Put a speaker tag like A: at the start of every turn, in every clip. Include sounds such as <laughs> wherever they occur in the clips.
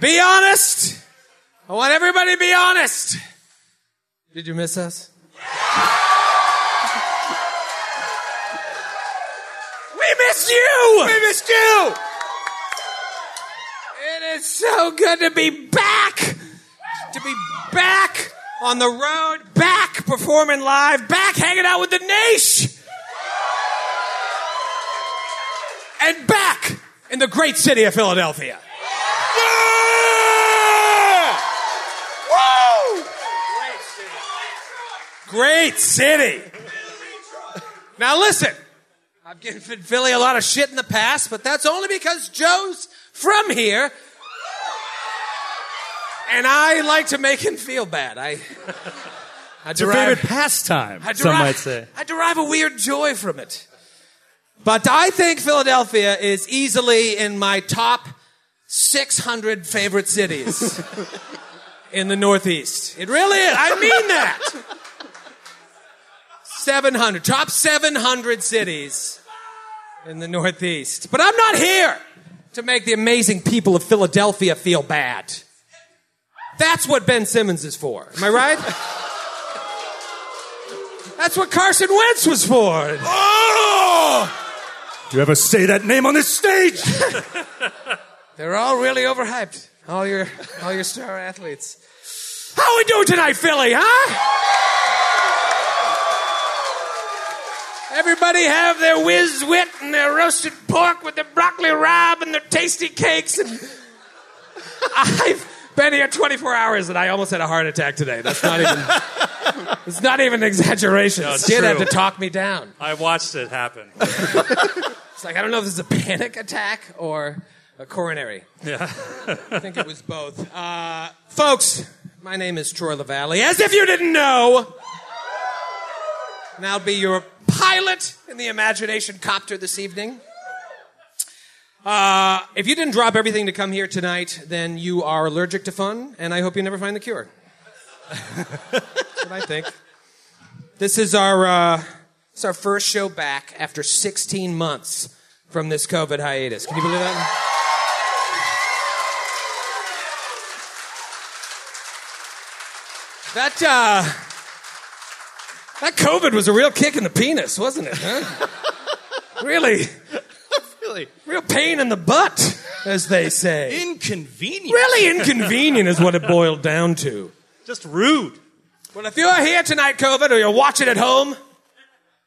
A: Be honest. I want everybody to be honest. Did you miss us? <laughs> We missed you.
B: We missed you.
A: It is so good to be back. To be back on the road, back performing live, back hanging out with the niche. And back in the great city of Philadelphia.
B: Yeah! Woo!
A: Great city. Now listen, I've given Philly a lot of shit in the past, but that's only because Joe's from here. And I like to make him feel bad. I, <laughs> I
C: Your
A: derive-
C: favorite pastime,
A: I
C: some
A: derive-
C: might say.
A: I derive a weird joy from it. But I think Philadelphia is easily in my top 600 favorite
C: <laughs>
A: cities in the Northeast. It really is. I mean that. 700, top 700 cities in the Northeast. But I'm not here to make the amazing people of Philadelphia feel bad. That's what Ben Simmons is for. Am I right? That's what Carson Wentz was for.
B: Oh!
C: Do you ever say that name on this stage?
A: They're all really overhyped. All your all your star athletes. How we doing tonight, Philly, huh? Everybody have their whiz wit and their roasted pork with their broccoli rabe and their tasty cakes and <laughs> I've been here 24 hours and I almost had a heart attack today. That's not even <laughs> It's not even an exaggeration.
C: No, it's
A: Sid had
C: true.
A: to talk me down.
C: I watched it happen. <laughs>
A: It's like I don't know if this is a panic attack or a coronary.
C: Yeah.
A: I think it was both. Uh, folks, my name is Troy LaValle. As if you didn't know, and I'll be your pilot in the imagination copter this evening. Uh, if you didn't drop everything to come here tonight, then you are allergic to fun, and I hope you never find the cure. <laughs> That's what I think. This is our uh, it's our first show back after 16 months from this COVID hiatus. Can you believe that? That uh, that COVID was a real kick in the penis, wasn't it? Huh? really,
B: Really?
A: real pain in the butt, as they say.
B: Inconvenient.
A: Really inconvenient is what it boiled down to.
C: Just rude.
A: Well, if you're here tonight, COVID, or you're watching at home,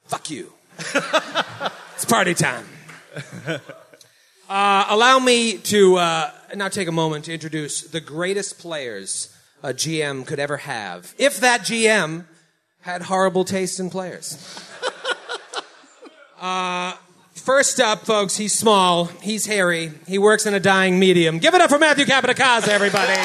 A: fuck you. it's party time. Uh, allow me to uh, now take a moment to introduce the greatest players a GM could ever have, if that GM had horrible taste in players. Uh, first up, folks, he's small, he's hairy, he works in a dying medium. Give it up for Matthew Capitacasa, everybody.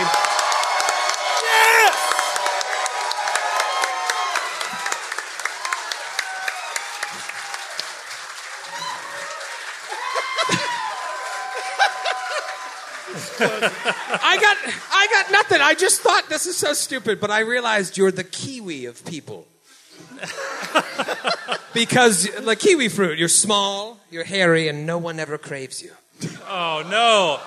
A: I got I got nothing. I just thought this is so stupid, but I realized you're the kiwi of people. because like kiwi fruit, you're small, you're hairy, and no one ever craves you.
C: Oh, no.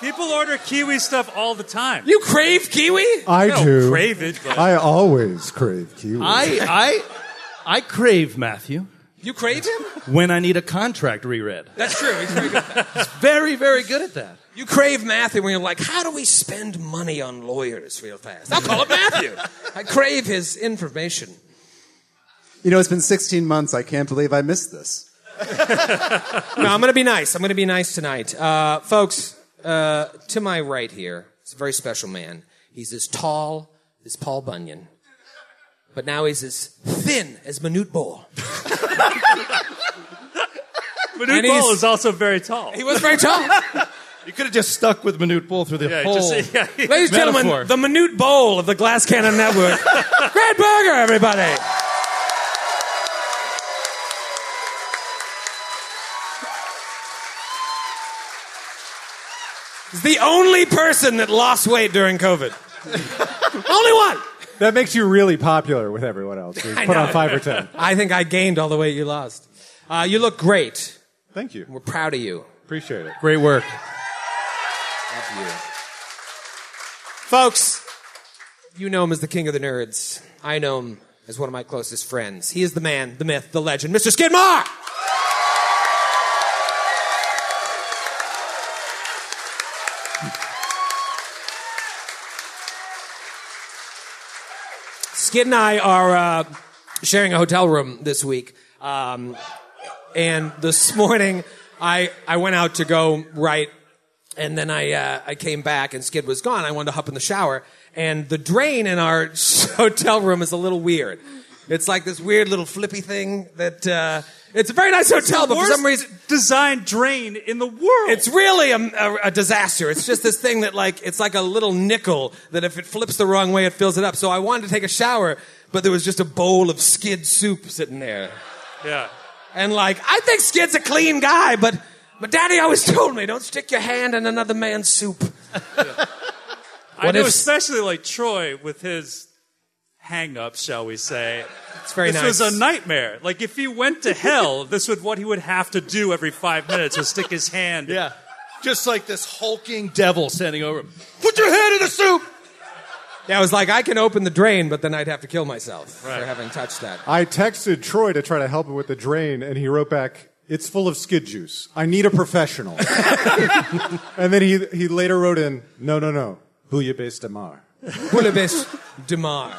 C: People order kiwi stuff all the time.
A: You crave kiwi?
D: I
C: I don't
D: do.
C: crave it, but
D: I always crave kiwi.
C: I,
E: I crave Matthew
A: You crave him?
E: when I need a contract reread.
A: That's true. He's very good at that.
E: Very, very good at that.
A: You crave Matthew when you're like, how do we spend money on lawyers real fast? I'll call up Matthew. I crave his information.
D: you know, it's been 16 months. I can't believe I missed this.
A: No, I'm going to be nice. I'm going to be nice tonight. Uh, folks, uh, to my right here is a very special man. He's as tall as Paul Bunyan, but now he's as thin as Manute Bol.
C: Manute
A: And he's-
C: Bol is also very tall.
A: He was very tall.
E: You could have just stuck with Manute Bull through the
C: Yeah,
E: whole.
C: just- <laughs> yeah, he-
A: Ladies and
E: Metaphor.
A: gentlemen, the Minute Bowl of the Glass Cannon
C: <laughs>
A: Network. Grant Burger, everybody. He's the only person that lost weight during
C: <laughs>
A: COVID. only one.
D: That makes you really popular with everyone else. You
A: I
D: put on
A: know.
D: five or ten.
A: I think I gained all the weight you lost. Uh, you look great.
D: Thank you.
A: We're proud of you.
D: Appreciate it.
E: Great work.
A: Love you. Folks, you know him as the king of the nerds. I know him as one of my closest friends. He is the man, the myth, the legend, Mr. Skidmore! Skid and I are uh, sharing a hotel room this week. Um, and this <laughs> morning, I, I went out to go write, and then I, uh, I came back, and Skid was gone. I wanted to hop in the shower, and the drain in our <laughs> hotel room is a little weird. It's like this weird little flippy thing that, uh, it's a very nice hotel, but for
C: Worst
A: some reason,
C: design drain in the world.
A: it's really a, a, a disaster. It's just this thing that like it's like a little nickel that if it flips the wrong way, it fills it up. So I wanted to take a shower, but there was just a bowl of skid soup sitting there,
C: yeah.
A: and like I think Skid's a clean guy, but but Daddy always <laughs> told me don't stick your hand in another man's soup.
C: I know,
A: if-
C: especially like Troy with his hang up, shall we say.
A: It's very
C: this
A: nice.
C: was a nightmare. Like if he went to hell, <laughs> this would what he would have to do every five minutes was stick his hand.
E: Yeah. Just like this hulking devil standing over him. Put your head in the soup!
A: yeah, I was like I can open the drain, but then I'd have to kill myself for having touched that.
F: I texted Troy to try to help him with the drain, and he wrote back, "It's full of skid juice. I need a professional." and then he he later wrote in, "No, no, no, bouillabaisse de mar."
A: Bulibis Demar.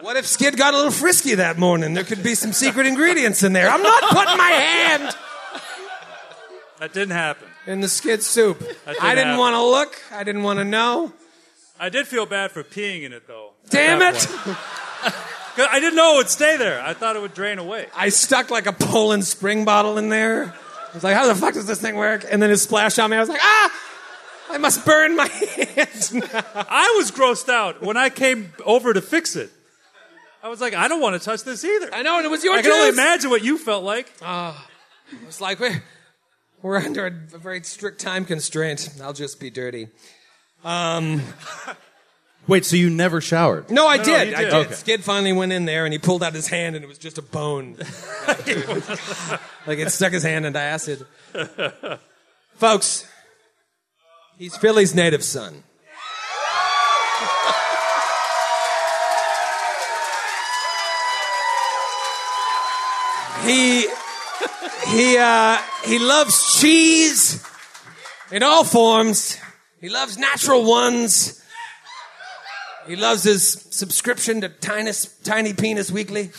A: What if Skid got a little frisky that morning? There could be some secret ingredients in there. I'm not putting my hand
C: That didn't happen.
A: in the skid soup.
C: didn't
A: I didn't
C: happen.
A: want to look. I didn't want to know.
C: I did feel bad for peeing in it though. at
A: Damn
C: that
A: it!
C: point. 'Cause I didn't know it would stay there. I thought it would drain away. <laughs>
A: I stuck like a Poland spring bottle in there. I was like, how the fuck does this thing work? And then it splashed on me. I was like, ah! I must burn my <laughs> hand now.
C: I was grossed out when I came over to fix it. I was like, I don't want to touch this either.
A: I know, and it was your
C: I can only
A: juice.
C: imagine what you felt
A: <laughs>
C: like.
A: It's like we're, we're under a very strict time constraint. I'll just be dirty. Um,
E: Wait, so you never showered?
A: No, I did.
C: he
A: I
C: did.
A: did.
E: Okay.
A: Skid finally went in there and he pulled out his hand and it was just a bone. like it stuck his hand into acid. Folks, he's Philly's native son. He he uh, he loves cheese in all forms. He loves natural ones. He loves his subscription to Tiny, Tiny Penis Weekly.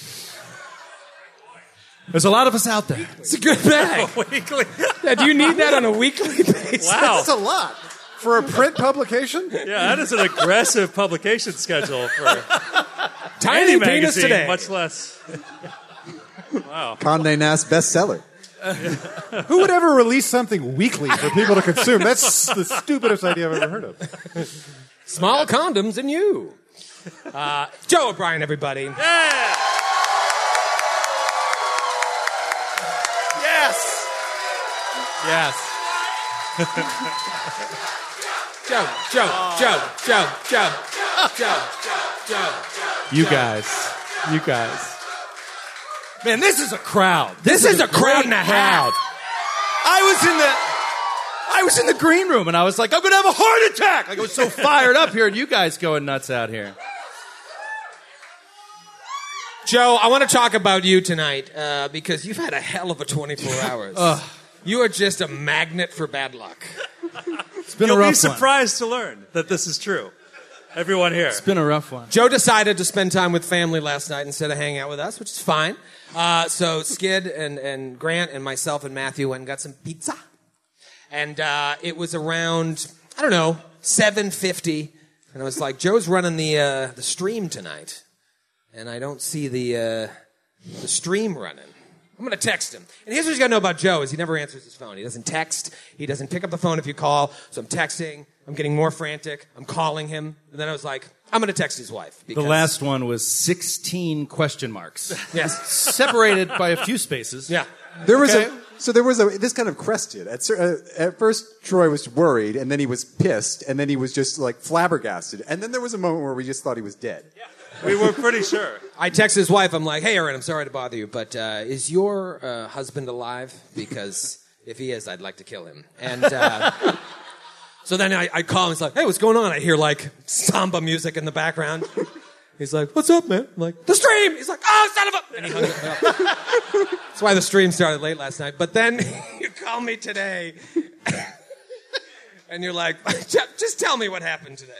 E: There's a lot of us out there.
A: It's a good bag.
C: <laughs> Weekly.
A: Yeah, do you need that on a weekly <laughs> basis?
C: Wow.
F: That's a lot for a print publication.
C: Yeah, that is an aggressive publication schedule <laughs> for
A: Tiny
C: any
A: Penis
C: magazine,
A: Today.
C: much less.
D: Condé Nast bestseller.
F: Who would ever release something weekly for people to consume? That's the stupidest idea I've ever heard of.
A: Small condoms and you. Uh, <laughs> Joe O'Brien, everybody.
C: Yeah.
E: Yes.
A: Joe, Joe, Joe, Joe, Joe, Joe, Joe.
E: You guys. You guys. Man, this is a crowd.
A: This is a crowd and a half.
E: crowd. I was in the I was in the green room and I was like, I'm gonna have a heart attack. Like I was so <laughs> fired up here, and you guys going nuts out here.
A: Joe, I want to talk about you tonight uh, because you've had a hell of a 24
C: <laughs>
A: hours. you are just a magnet for bad luck.
E: It's been
C: You'll
E: a rough
C: be surprised to learn that this is true. Everyone here.
E: one. It's been a rough one.
A: Joe decided to spend time with family last night instead of hanging out with us, which is fine. Uh, so Skid and, and Grant and myself and Matthew went and got some pizza, and uh, it was around I don't know seven fifty, and I was like, Joe's running the uh, the stream tonight, and I don't see the uh, the stream running. I'm gonna text him. And here's what you gotta know about Joe is he never answers his phone. He doesn't text. He doesn't pick up the phone if you call. So I'm texting. I'm getting more frantic. I'm calling him. And then I was like, I'm gonna text his wife.
E: The
A: because-
E: last one was 16 question marks,
A: Yes.
E: separated by a few spaces.
A: Yeah.
D: There was a so there was a this kind of crested. At, cer- uh, at first, Troy was worried, and then he was pissed, and then he was just like flabbergasted, and then there was a moment where we just thought he was dead.
C: We were pretty sure.
A: I text his wife. I'm like, hey, Erin, I'm sorry to bother you, but uh, is your uh, husband alive? Because if he is, I'd like to kill him. And uh, So then I, I call him. He's like, hey, what's going on? I hear like samba music in the background. He's like, what's up, man? I'm like, the stream. He's like, oh, son of a. And he hung up. That's why the stream started late last night. But then <laughs> you call me today, and you're like, <laughs> just tell me what happened today.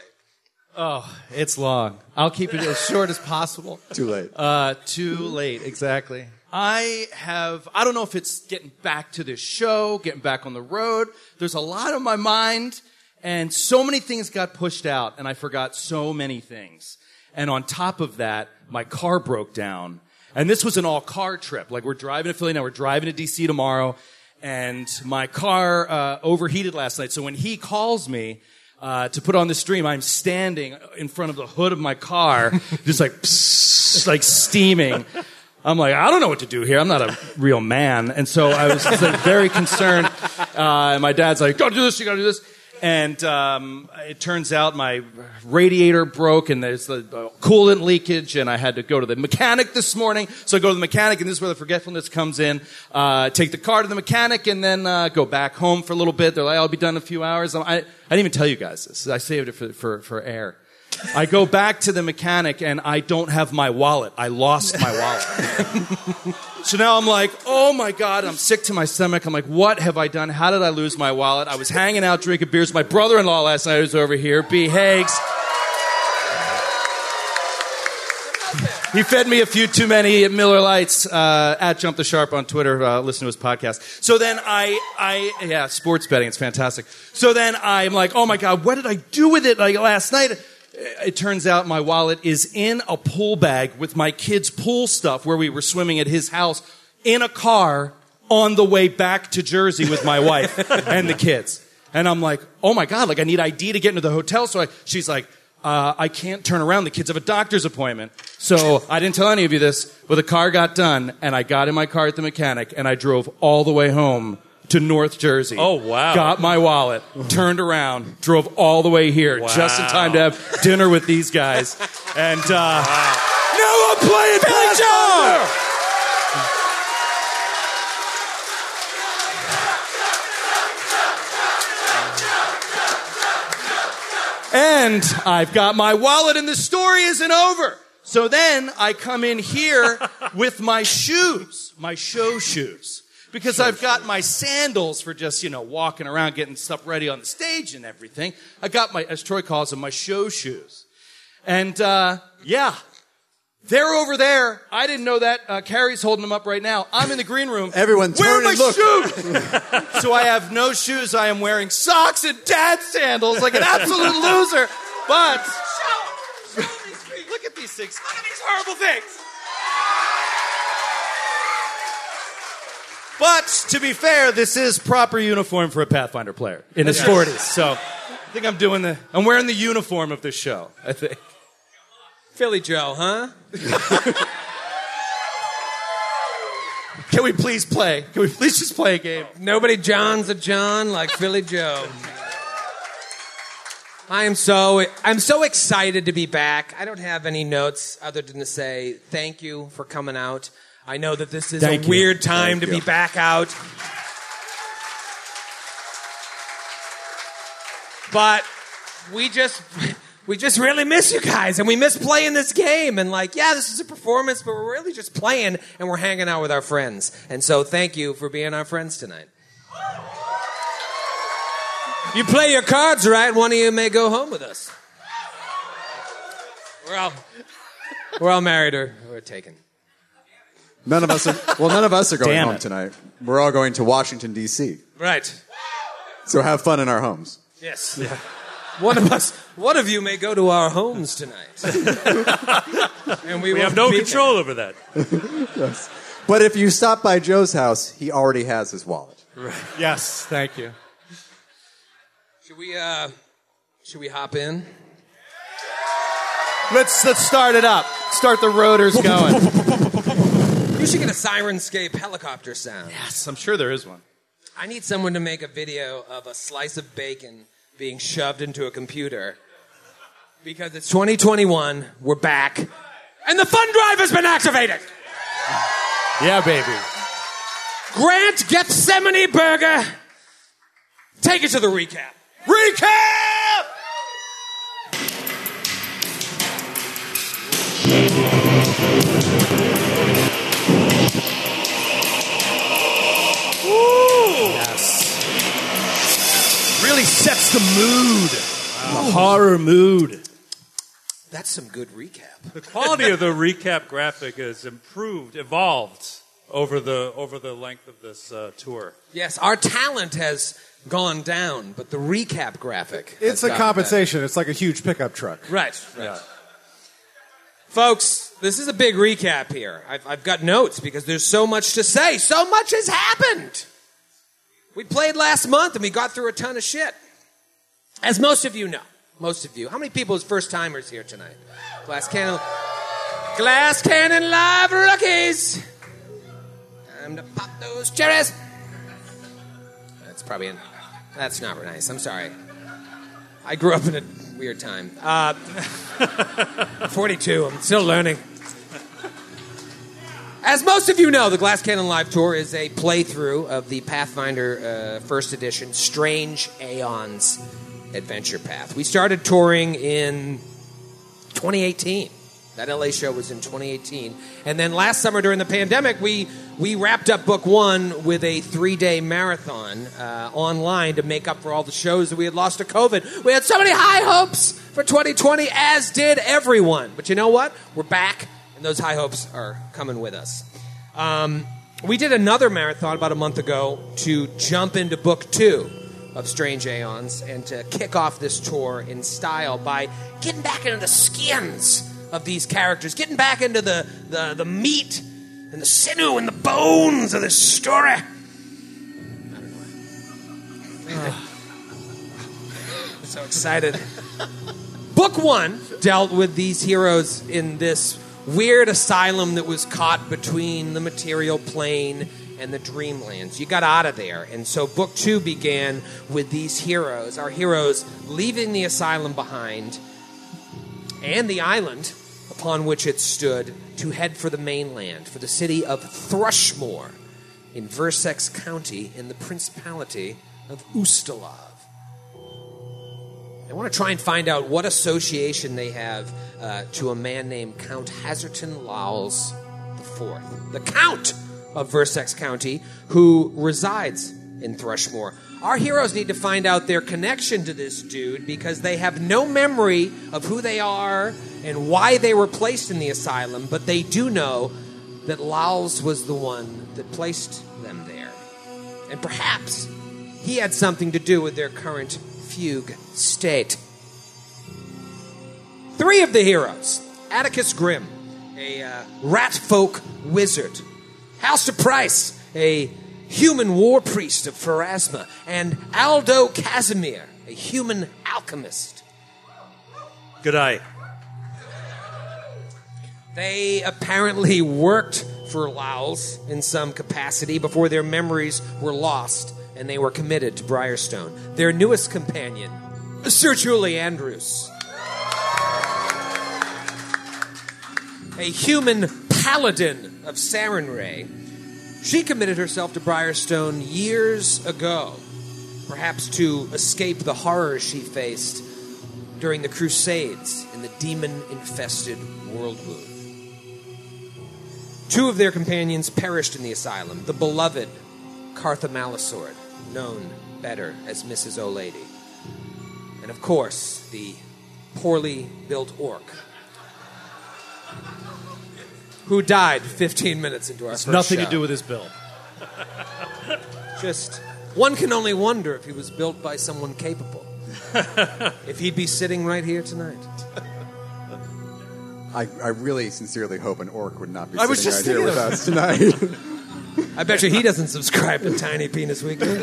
E: Oh, It's long. I'll keep it as short as possible.
D: Too late.
E: Uh, too late, exactly. I have, I don't know if it's getting back to this show, getting back on the road. There's a lot on my mind, and so many things got pushed out, and I forgot so many things. And on top of that, my car broke down. And this was an all car trip. Like, we're driving to Philly now, we're driving to DC tomorrow, and my car uh, overheated last night. So when he calls me, uh, to put on the stream, I'm standing in front of the hood of my car, just like, psst, like steaming. I'm like, I don't know what to do here. I'm not a real man. And so I was just, like, very concerned. Uh, and my dad's like, gotta do this, you gotta do this. And um, it turns out my radiator broke and there's the uh, coolant leakage, and I had to go to the mechanic this morning. So I go to the mechanic, and this is where the forgetfulness comes in. Uh, take the car to the mechanic, and then uh, go back home for a little bit. They're like, I'll be done in a few hours. I, I didn't even tell you guys this. I saved it for, for, for air. I go back to the mechanic and I don't have my wallet. I lost my wallet. <laughs> so now I'm like, oh my God, I'm sick to my stomach. I'm like, what have I done? How did I lose my wallet? I was hanging out drinking beers. My brother in law last night was over here, B. Hags. He fed me a few too many at Miller Lights uh, at Jump the Sharp on Twitter. Uh, listen to his podcast. So then I, I yeah, sports betting. It's fantastic. So then I'm like, oh my god, what did I do with it? Like last night, Uh, it turns out my wallet is in a pool bag with my kids' pool stuff where we were swimming at his house in a car on the way back to Jersey with my
C: <laughs>
E: wife and the kids. And I'm like, oh my God, like I need ID to get into the hotel. So I, she's like, uh, I can't turn around. The kids have a doctor's appointment. So I didn't tell any of you this, but the car got done and I got in my car at the mechanic and I drove all the way home to North Jersey.
C: Oh, wow.
E: Got my wallet, turned around, drove all the way here just in time to have dinner with these guys. And, uh,
B: Now I'm playing Billy Joel.
E: and I've got my wallet, and the story isn't over. So then I come in here with my shoes, my show shoes, because I've got my sandals for just, you know, walking around, getting stuff ready on the stage and everything. I got my, as Troy calls them, my show shoes. And, uh, yeah. They're over there. I didn't know that. Uh, Carrie's holding them up right now. I'm in the green room.
D: <laughs> Everyone
E: Where are
D: turn
E: my
D: and look.
E: shoes?
D: <laughs>
E: so I have no shoes. I am wearing socks and dad sandals like an
D: <laughs>
E: absolute loser. But look at these things.
A: Look at these horrible things.
E: But to be fair, this is proper uniform for a Pathfinder player in his forties. So I think I'm doing the. I'm wearing the uniform of this show. I think.
A: Philly Joe, huh?
E: Can we please play? Can we please just play a game?
A: Nobody John's a John like Philly Joe. I am so I'm so excited to be back. I don't have any notes other than to say thank you for coming out. I know that this is a weird time to be back out. But we just we just really miss you guys and we miss playing this game and like yeah this is a performance but we're really just playing and we're hanging out with our friends and so thank you for being our friends tonight you play your cards right one of you may go home with us we're all we're all married or we're taken
D: None of
A: <laughs>
D: us are, well, none of us are going
C: Damn
D: home
C: it.
D: tonight. We're all going to Washington, D.C.
A: right
D: So have fun in our homes.
A: yes one of us one of you may go to our homes
C: <laughs>
A: tonight and we,
C: We
A: will
C: have no
A: be-
C: control over that.
D: But if you stop by Joe's house, he already has his wallet.
E: Yes, thank you.
A: should we uh should we hop in
E: Let's let's start it up. Start the rotors <laughs> going.
A: You should get a sirenscape helicopter sound.
E: yes, I'm sure there is one.
A: I need someone to make a video of a slice of bacon being shoved into a computer. Because it's 2021, we're back, and the fun drive has been activated!
E: Yeah, baby.
A: Grant Gethsemane Burger, take it to the recap.
B: Recap!
G: Yes. Really sets the mood. The horror mood.
A: That's some good recap.
C: The quality of the recap graphic has improved, evolved over the over the length of this uh, tour.
A: Yes, our talent has gone down, but the recap graphic. has
F: It's a
A: gotten
F: compensation. It's like a huge pickup truck.
A: better. Right, right. Folks, this is a big recap here. I've, I've got notes because there's so much to say. So much has happened. We played last month and we got through a ton of shit. As most of you know, most of you. How many people is first timers here tonight? Glass Cannon. Glass Cannon Live Rookies! Time to pop those cherries! That's probably in. That's not nice. I'm sorry. I grew up in a weird time. Uh, 42. I'm still learning. As most of you know, the Glass Cannon Live Tour is a playthrough of the Pathfinder uh, First Edition Strange Aeons Adventure Path. We started touring in 2018. That LA show was in 2018, and then last summer during the pandemic, we we wrapped up book one with a three day marathon uh, online to make up for all the shows that we had lost to COVID. We had so many high hopes for 2020, as did everyone. But you know what? We're back, and those high hopes are coming with us. Um, we did another marathon about a month ago to jump into book two of Strange Aeons and to kick off this tour in style by getting back into the skins of these characters, getting back into the, the, the meat and the sinew and the bones of this story. I don't know. I'm <sighs> so excited. Book one dealt with these heroes in this weird asylum that was caught between the material plane and the dreamlands. You got out of there. And so book two began with these heroes, our heroes leaving the asylum behind and the island upon which it stood to head for the mainland, for the city of Thrushmore in Versex County in the Principality of Ustalav. I want to try and find out what association they have uh, to a man named Count Hazerton Lowles IV, the Count of Versex County, who resides in Thrushmore. Our heroes need to find out their connection to this dude because they have no memory of who they are and why they were placed in the asylum, but they do know that Lowles was the one that placed them there. And perhaps he had something to do with their current fugue state. Three of the heroes Atticus Grimm, a uh, rat folk wizard, Halster Price, a human war priest of Pharasma, and Aldo Casimir, a human alchemist.
C: Good eye.
A: They apparently <laughs> worked for Lowell's in some capacity before their memories were lost and they were committed to Briarstone. Their newest companion, Sir Julie Andrews. A human paladin of Sarenrae. She committed herself to Briarstone years ago, perhaps to escape the horrors she faced during the Crusades in the demon infested Worldwood. Two of their companions perished in the asylum the beloved Cartha Malisord, known better as Mrs. O'Lady, and of course, the poorly built orc. Who died 15 minutes into our first
G: Nothing
A: show.
G: to do with his bill.
A: Just one can only wonder if he was built by someone capable. if he'd be sitting right here tonight.
D: I, I really sincerely hope an orc would not be
A: I was
D: sitting
A: just
D: right here with
A: thinking
D: us tonight.
A: I bet you he doesn't subscribe to Tiny Penis Weekly.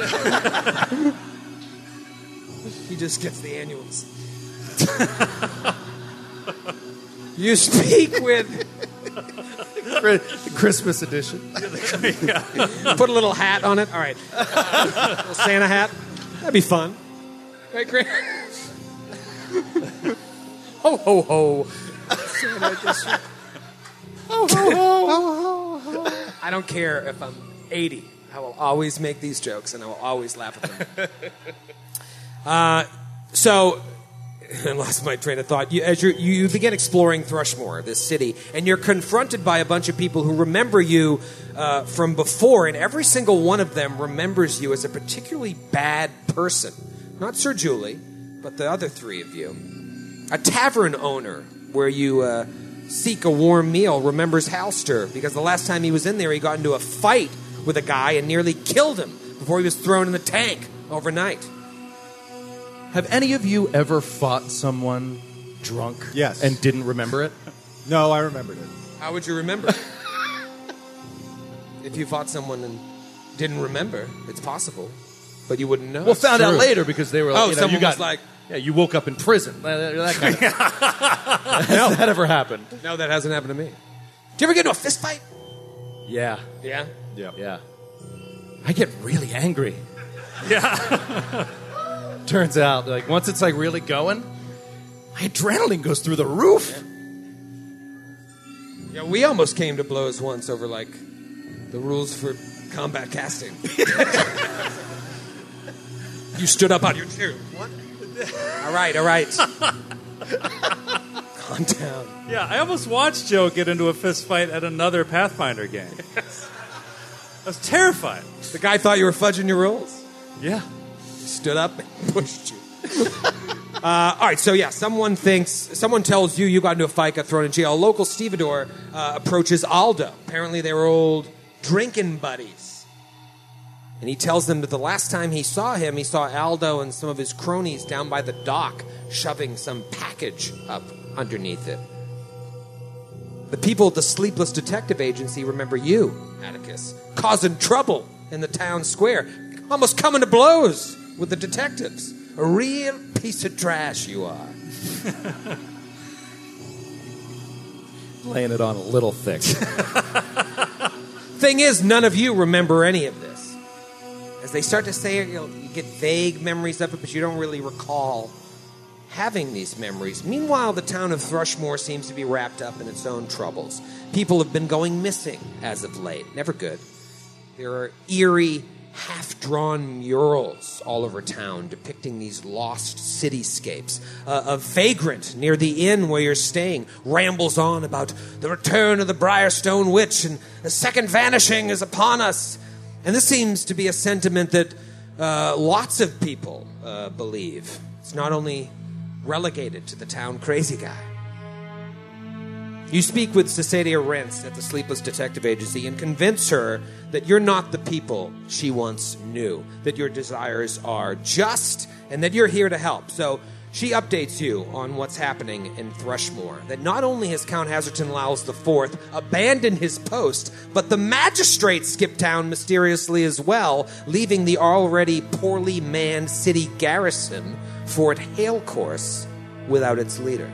A: he just gets the annuals. you speak with.
E: Christmas edition.
A: Put a little hat on it. All right. little Santa hat. That'd be fun. Right, Grant? ho, ho, ho. Santa just. Ho, ho, ho. I don't care if I'm 80. I will always make these jokes and I will always laugh at them. Uh, so, <laughs> I lost my train of thought. You, as you, you begin exploring Thrushmore, this city, and you're confronted by a bunch of people who remember you uh, from before, and every single one of them remembers you as a particularly bad person. Not Sir Julie, but the other three of you. A tavern owner where you uh, seek a warm meal remembers Halster because the last time he was in there, he got into a fight with a guy and nearly killed him before he was thrown in the tank overnight.
E: Have any of you ever fought someone drunk?
F: Yes.
E: And didn't remember it?
F: No, I remembered it.
A: How would you remember? if you fought someone and didn't remember, it's possible, but you wouldn't know.
E: well, found out later because they were like,
A: Oh,
E: you know,
A: someone
E: you got,
A: was like-
E: yeah, you woke up in prison. That, that kind of, <laughs> Has that ever happened?
A: No, that hasn't happened to me. Do you ever get into a fist fight?
E: Yeah,
A: Yeah.
E: yeah. I get really angry. Yeah. <laughs> Turns out, like once it's like really going, my adrenaline goes through the roof.
A: Yeah, we almost came to blows once over like the rules for combat casting. you stood up on your chair. What? <laughs> all right, all right. Calm down.
C: Yeah, I almost watched Joe get into a fist fight at another Pathfinder game. I was terrified.
A: The guy thought you were fudging your rules.
C: Yeah.
A: stood up and <laughs> pushed you. Uh, all right, so yeah, someone thinks, someone tells you you got into a fight, got thrown in jail. A local stevedore uh, approaches Aldo. Apparently, they were old drinking buddies. And he tells them that the last time he saw him, he saw Aldo and some of his cronies down by the dock shoving some package up underneath it. The people at the Sleepless Detective Agency remember you, Atticus, causing trouble in the town square, almost coming to blows with the detectives. A real piece of trash you are.
E: <laughs> Laying it on a little thick.
A: <laughs> Thing is, none of you remember any of this. As they start to say it, you'll- you get vague memories of it, but you don't really recall having these memories. Meanwhile, the town of Thrushmore seems to be wrapped up in its own troubles. People have been going missing as of late. Never good. There are eerie, half drawn murals all over town depicting these lost cityscapes. Uh, a vagrant near the inn where you're staying rambles on about the return of the Briarstone Witch and the second vanishing is upon us. And this seems to be a sentiment that uh, lots of people uh, believe. It's not only relegated to the town crazy guy. You speak with Cecilia Rentz at the Sleepless Detective Agency and convince her that you're not the people she once knew, that your desires are just, and that you're here to help. So she updates you on what's happening in Thrushmore. That not only has Count Hazerton Lowles IV abandoned his post, but the magistrate skipped town mysteriously as well, leaving the already poorly manned city garrison, Fort Hale Course, without its leader.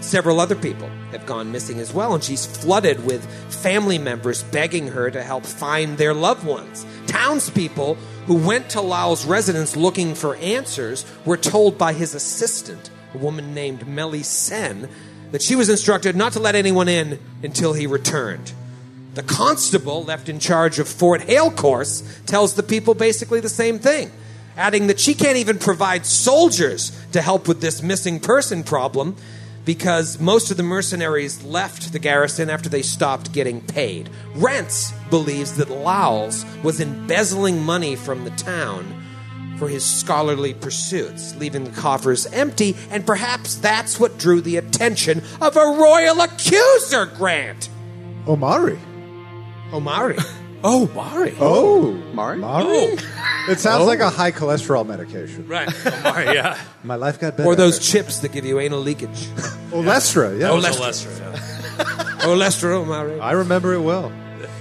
A: Several other people have gone missing as well, and she's flooded with family members begging her to help find their loved ones. Townspeople who went to Lyle's residence looking for answers were told by his assistant, a woman named Melly Sen, that she was instructed not to let anyone in until he returned. The constable left in charge of Fort Hale Course tells the people basically the same thing, adding that she can't even provide soldiers to help with this missing person problem because most of the mercenaries left the garrison after they stopped getting paid. Rents believes that Lowles was embezzling money from the town for his scholarly pursuits, leaving the coffers empty, and perhaps that's what drew the attention of a royal accuser grant.
F: Omari.
A: <laughs> Omari.
E: oh, Mari.
F: Oh.
D: <laughs> Mari?
F: Omari? It sounds
E: Oh.
F: like a high cholesterol medication.
C: Right. Omar, yeah.
F: <laughs> My life got better.
A: Or those chips that give you anal leakage.
F: Olestra, Oh, yeah.
C: That was Olestra. yeah.
A: oh, Lester O'Mara.
F: I remember it well.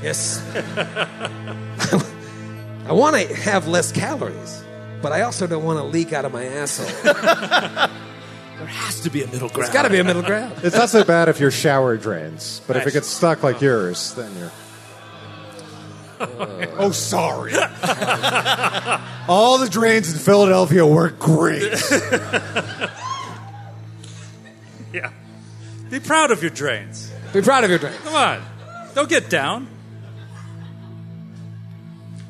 A: Yes. <laughs> I want to have less calories, but I also don't want to leak out of my asshole.
G: There has to be a middle ground.
A: It's got to be a middle ground.
F: It's not so bad if your shower drains, but if
C: Nice.
F: it gets stuck like yours, then
C: <laughs>
F: you're. oh, sorry. All the drains in Philadelphia work great.
C: yeah. Be proud of your drains.
A: Be proud of your drink.
C: Come on. Don't get down.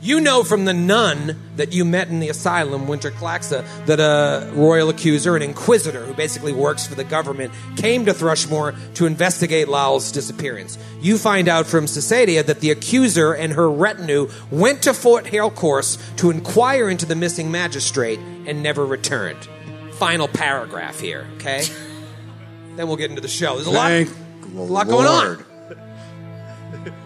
A: You know from the nun that you met in the asylum, Winter Claxa, that a royal accuser, an inquisitor who basically works for the government, came to Thrushmore to investigate Lal's disappearance. You find out from Cesadia that the accuser and her retinue went to Fort Halecourse to inquire into the missing magistrate and never returned. Final paragraph here,
D: <laughs>
A: okay? then we'll get into the show. There's a lot,
D: Thank
A: a lot going on.
D: Lord.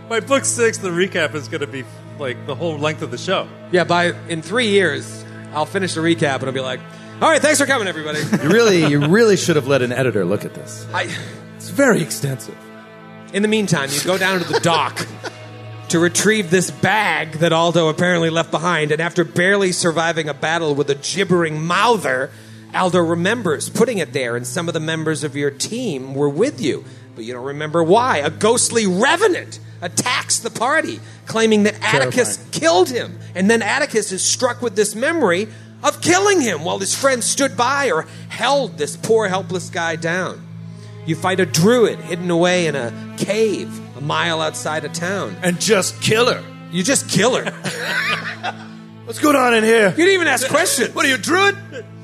C: By book six, the recap is going to be like the whole length of the show.
A: Yeah, by in three years, I'll finish the recap and I'll be like, all right, thanks for coming, everybody.
E: You really, you really should have let an editor look at this.
A: I,
E: It's very extensive.
A: in the meantime, you go down to the dock to retrieve this bag that Aldo apparently left behind, and after barely surviving a battle with a gibbering mouther, Aldo remembers putting it there, and some of the members of your team were with you, but you don't remember why. A ghostly revenant attacks the party, claiming that Atticus killed him, and then Atticus is struck with this memory of killing him while his friends stood by or held this poor helpless guy down. You fight a druid hidden away in a cave a mile outside of town.
G: And just kill her.
A: You just kill her.
G: What's going on in here?
A: You didn't even ask questions.
G: What are you, a druid?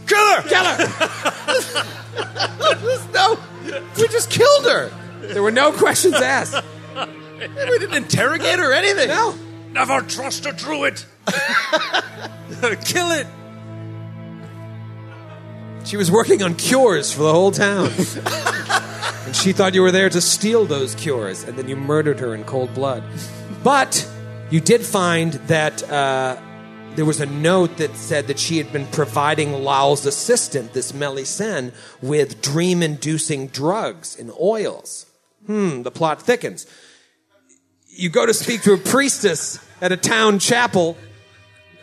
G: Kill her!
A: Kill her.
E: <laughs> No, we just killed her.
A: There were no questions asked.
E: We didn't interrogate her or anything.
A: No.
C: Never trust a druid. <laughs> Kill it.
A: She was working on cures for the whole town. and she thought you were there to steal those cures, and then you murdered her in cold blood. But you did find that uh, there was a note that said that she had been providing Lao's assistant, this Melisenne, with dream inducing drugs and oils. Hmm, the plot thickens. You go to speak to a priestess at a town chapel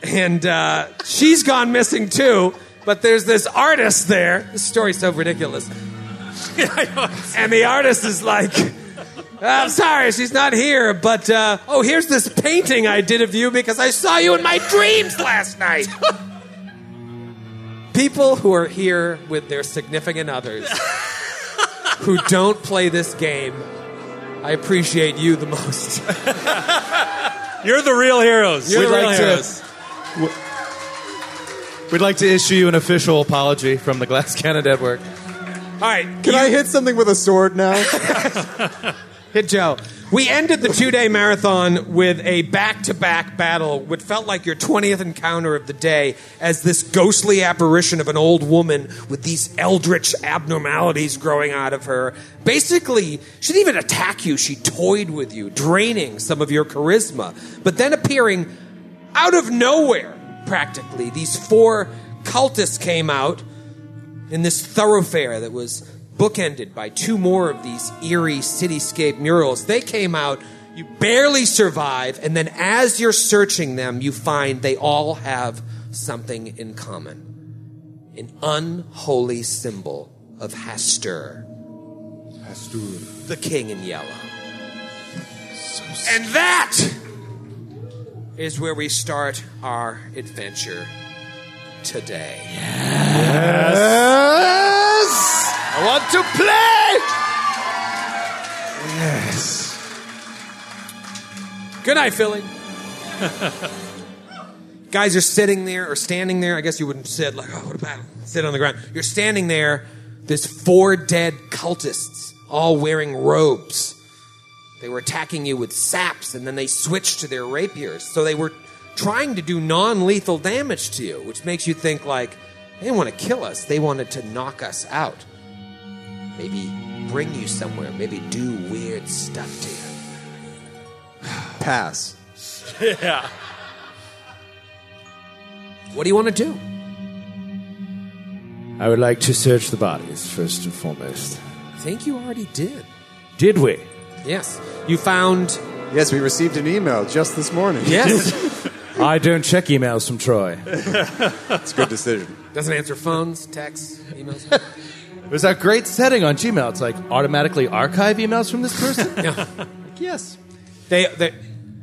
A: and uh, she's gone missing too. But there's this artist there. This story's so <laughs> ridiculous. and the artist is like, I'm sorry, she's not here, but uh, oh, here's this painting I did of you because I saw you in my dreams last <laughs> night. People who are here with their significant others who don't play this game, I appreciate you the most.
C: You're the real heroes.
A: You're
C: We
A: the real
C: like to-
A: heroes.
E: We'd like to issue you an official apology from the Glass Cannon Network.
A: All right,
D: Can I hit something with a sword now?
A: Hit Joe. We ended the two day marathon with a back to back battle, what felt like your 20th encounter of the day, as this ghostly apparition of an old woman with these eldritch abnormalities growing out of her. Basically, she didn't even attack you, she toyed with you, draining some of your charisma, but then appearing out of nowhere, practically. These four cultists came out in this thoroughfare that was bookended by two more of these eerie cityscape murals. They came out, you barely survive, and then as you're searching them, you find they all have something in common an unholy symbol of Hastur. Hastur. The king in yellow. and that is where we start our adventure today.
E: I want to play.
A: Good night, Philly. <laughs> Guys are sitting there or standing there. I guess you wouldn't sit like, oh, what a battle. Sit on the ground. You're standing there. There's four dead cultists, all wearing robes. They were attacking you with saps, and then they switched to their rapiers. So they were trying to do non-lethal damage to you, which makes you think like they didn't want to kill us. They wanted to knock us out. Maybe bring you somewhere. Maybe do weird stuff to you.
D: Pass.
A: What do you want to do?
G: I would like to search the bodies first and foremost.
A: I think you already did.
G: Did we?
A: Yes. You found.
D: Yes, we received an email just this morning.
A: Yes.
G: I don't check emails from Troy.
D: It's a good decision.
A: <laughs> Doesn't answer phones, texts, emails.
E: There's that great setting on Gmail. It's like automatically archive emails from this person.
G: <laughs>
A: Yeah.
E: Like, yes.
A: They, they,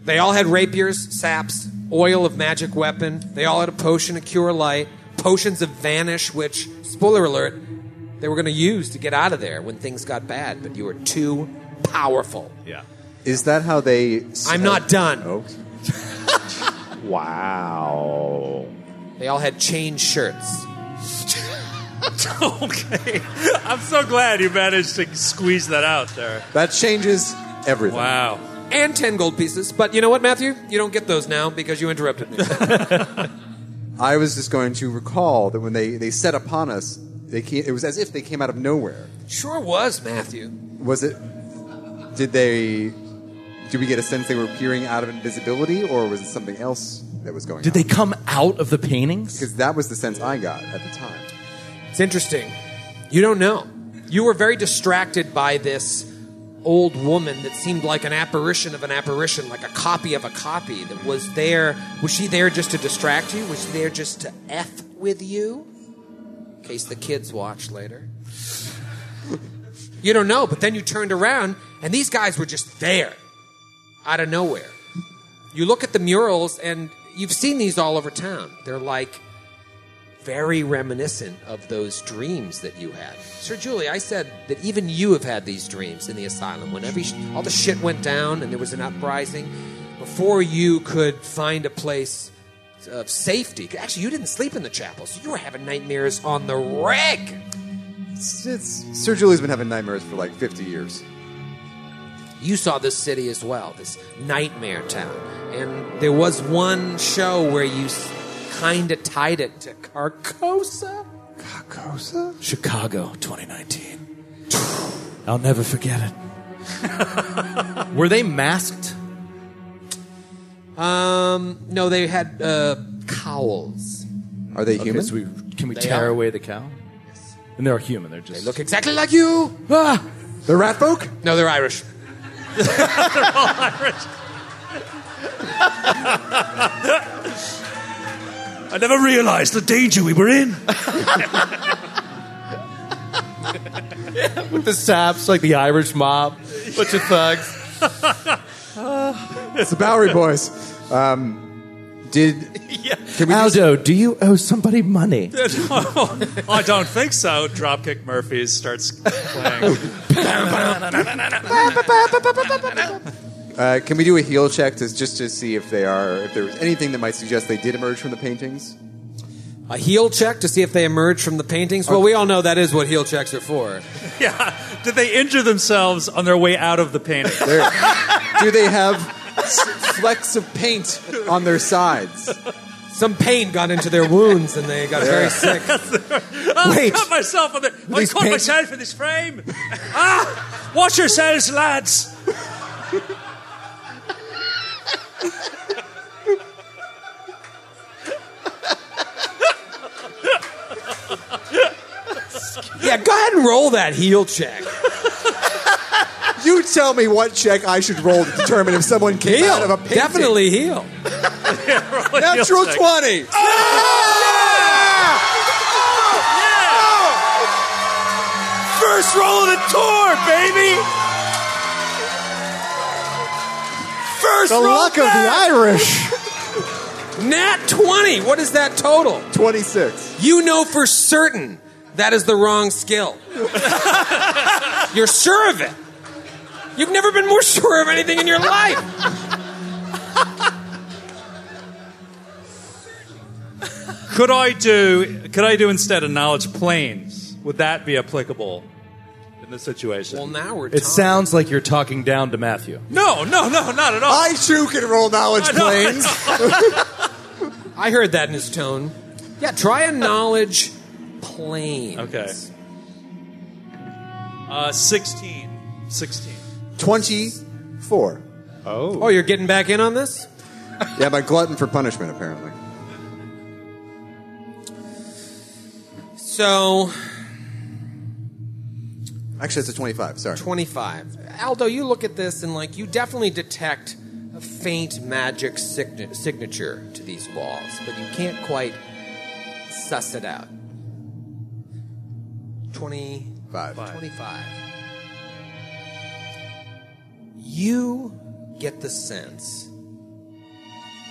A: they all had rapiers, saps, oil of magic weapon. They all had a potion of cure light, potions of vanish, which, spoiler alert, they were going to use to get out of there when things got bad, but you were too powerful.
D: Is that how they?
A: Oh. I'm not done.
D: Oh. Wow.
A: They all had chain shirts.
C: <laughs> okay. I'm so glad you managed to squeeze that out there.
D: That changes everything.
C: Wow.
A: And 10 gold pieces. But you know what, Matthew? You don't get those now because you interrupted <laughs> me.
D: I was just going to recall that when they, they set upon us, they came, it was as if they came out of nowhere.
A: sure was, Matthew.
D: Was it? Did they? Did we get a sense they were peering out of invisibility, or was it something else that was going?
E: Did they come out of the paintings?
D: Because that was the sense I got at the time.
A: It's interesting. You don't know. You were very distracted by this old woman that seemed like an apparition of an apparition, like a copy of a copy that was there. Was she there just to distract you? Was she there just to F with you? In case the kids watch later. you don't know, but then you turned around and these guys were just there out of nowhere. You look at the murals and you've seen these all over town. They're like very reminiscent of those dreams that you had. Sir Julie, I said that even you have had these dreams in the asylum. When every all the shit went down and there was an uprising, before you could find a place of safety. Actually, you didn't sleep in the chapel, so you were having nightmares on the reg.
D: It's, it's, Sir Julie's been having nightmares for like 50 years.
A: you saw this city as well, this nightmare town. And there was one show where you kind of tied it to Carcosa.
G: Chicago 2019. I'll never forget it.
E: Were they masked?
A: Um, no, they had uh, cowls.
D: Are they
E: Okay,
D: human?
E: so we, can we
A: They
E: tear
A: are.
E: away the cow? And they're human. They're just
A: Look exactly like you.
E: Ah!
D: They're rat folk.
A: No, they're Irish.
B: I never realized the danger we were in.
E: with the saps like the Irish mob, bunch of thugs.
D: It's the Bowery Boys. Um, did can we just-
G: Aldo, do you owe somebody money?
C: Oh, I don't think so. Dropkick Murphys starts playing.
D: uh, can we do a heel check to, just to see if they are if there was anything that might suggest they did emerge from the paintings?
A: A heel check to see if they emerge from the paintings. Well, we all know that is what heel checks are for.
C: yeah. Did they injure themselves on their way out of the painting?
D: There- do they have s- flecks of paint on their sides?
A: Some pain got into their wounds and they got very sick.
C: I cut myself on the. I
G: These
C: caught
G: paint-
C: myself in this frame. ah! Watch yourselves, lads.
A: Yeah, go ahead and roll that heel check.
D: You tell me what check I should roll to determine if someone came out of a painting.
A: Definitely heel.
C: Heel
D: Natural
C: check.
D: 20.
B: First roll of the tour, baby. First
D: The
B: roll
D: luck of the
B: back.
F: <laughs>
D: Irish.
A: Nat 20. What is that total?
D: 26.
A: You know for certain that is the
B: <laughs>
A: wrong skill. You're sure of it. You've never been more sure of anything in your life.
C: Could I do? Could I do instead a knowledge planes? Would that be applicable in this situation?
A: Well, now we're
E: It
A: talking.
E: sounds like you're talking down to Matthew.
C: no, no, no, not at all. <laughs>
D: I too can roll knowledge
C: I know, <laughs> I
D: planes.
A: I heard that in his tone. Yeah, try a knowledge plane.
C: Okay. Uh, 16. 16.
D: 24.
A: Oh, you're getting back in on this?
D: Yeah, but glutton for punishment, apparently.
A: So,
D: Actually, it's a 25. Sorry.
A: 25. Aldo, you look at this and, like, you definitely detect a faint magic signa- signature to these walls, but you can't quite suss it out. 20.
D: 25.
A: 25. You get the sense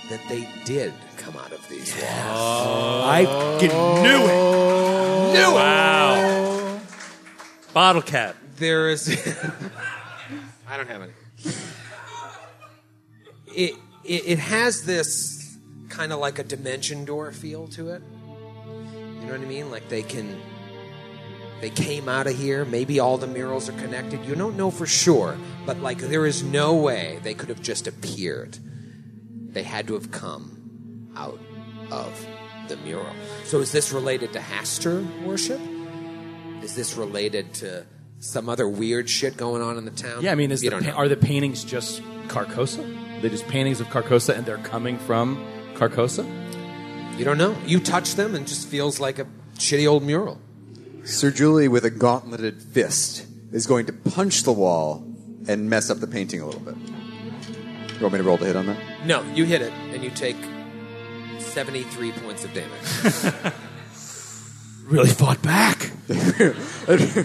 A: that they did come out of these walls.
G: I
C: Knew it. Knew Wow. Bottle cap.
A: There is. I don't have any. It, it, it has this kind of like a dimension door feel to it. You know what I mean? Like they can they came out of here, maybe all the murals are connected. You don't know for sure, but like there is no way they could have just appeared. They had to have come out of the mural. So is this related to Hastur worship? Is this related to some other weird shit going on in the town?
E: Yeah, I mean, is
A: you
E: the,
A: don't
E: pa-
A: know.
E: are the paintings just Carcosa? They're just paintings of Carcosa, and they're coming from Carcosa.
A: You don't know. You touch them and it just feels like a shitty old mural.
D: Sir Julie with a gauntleted fist is going to punch the wall and mess up the painting a little bit. You want me to roll to hit on that?
A: No, you hit it and you take 73 points of damage.
G: <laughs> Really fought back.
D: it,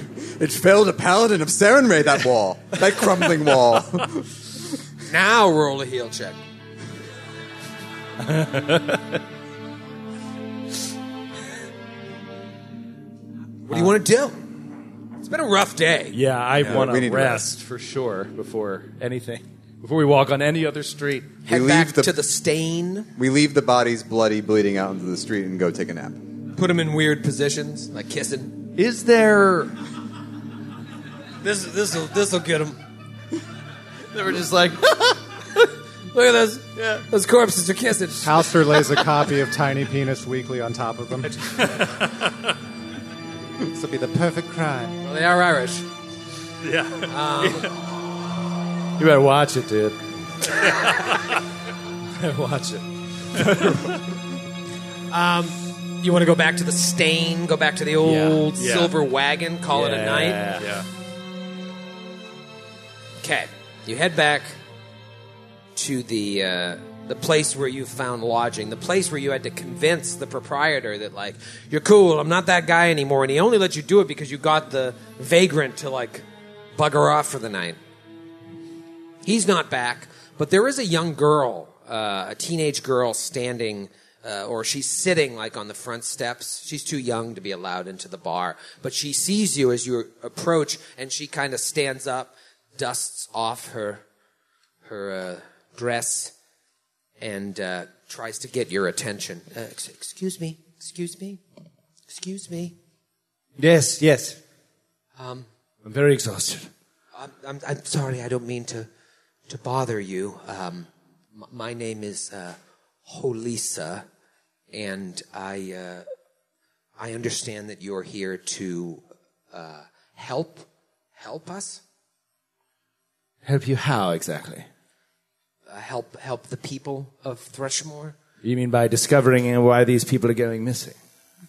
D: it failed a paladin of Serenray, that wall. That crumbling wall.
A: now roll a heal check. what do
G: Uh,
A: you want to do? It's been a rough day.
E: Yeah, I want
D: we
E: to
D: need to
E: rest for sure before anything, before we walk on any other street.
A: Head
D: leave
A: back
D: the-
A: to the stain.
D: we leave the bodies bloody, bleeding out into the street and go take a nap.
A: Put them in weird positions, like kissing.
E: Is there?
A: This this will this will get them.
E: They were just <laughs> like,
A: Look at those those corpses are kissing.
F: Halster lays a copy of Tiny Penis Weekly on top of
C: <laughs>
F: them. this will be the perfect crime.
A: Well, they are Irish.
E: you better watch it, dude. better watch it.
A: You want to go back to the stain, go back to the old
C: Yeah.
A: silver wagon, call it a night.
C: Yeah.
A: Okay, you head back to the uh, the place where you found lodging, the place where you had to convince the proprietor that like you're cool, I'm not that guy anymore, and he only let you do it because you got the vagrant to like bugger off for the night. He's not back, but there is a young girl, uh, a teenage girl standing, uh, or she's sitting like on the front steps. She's too young to be allowed into the bar, but she sees you as you approach, and she kind of stands up, dusts off her her uh, dress, and uh, tries to get your attention. Uh, ex- excuse me, excuse me, excuse me.
G: Yes, yes.
A: Um,
G: I'm very exhausted.
A: I'm, I'm, I'm sorry, I don't mean to, to bother you. Um, m- my name is uh, Holisa, and I, uh, I understand that you're here to uh, help help us,
G: Help you how exactly?
A: uh, help help the people of Thrushmore.
G: You mean by discovering why these people are going missing?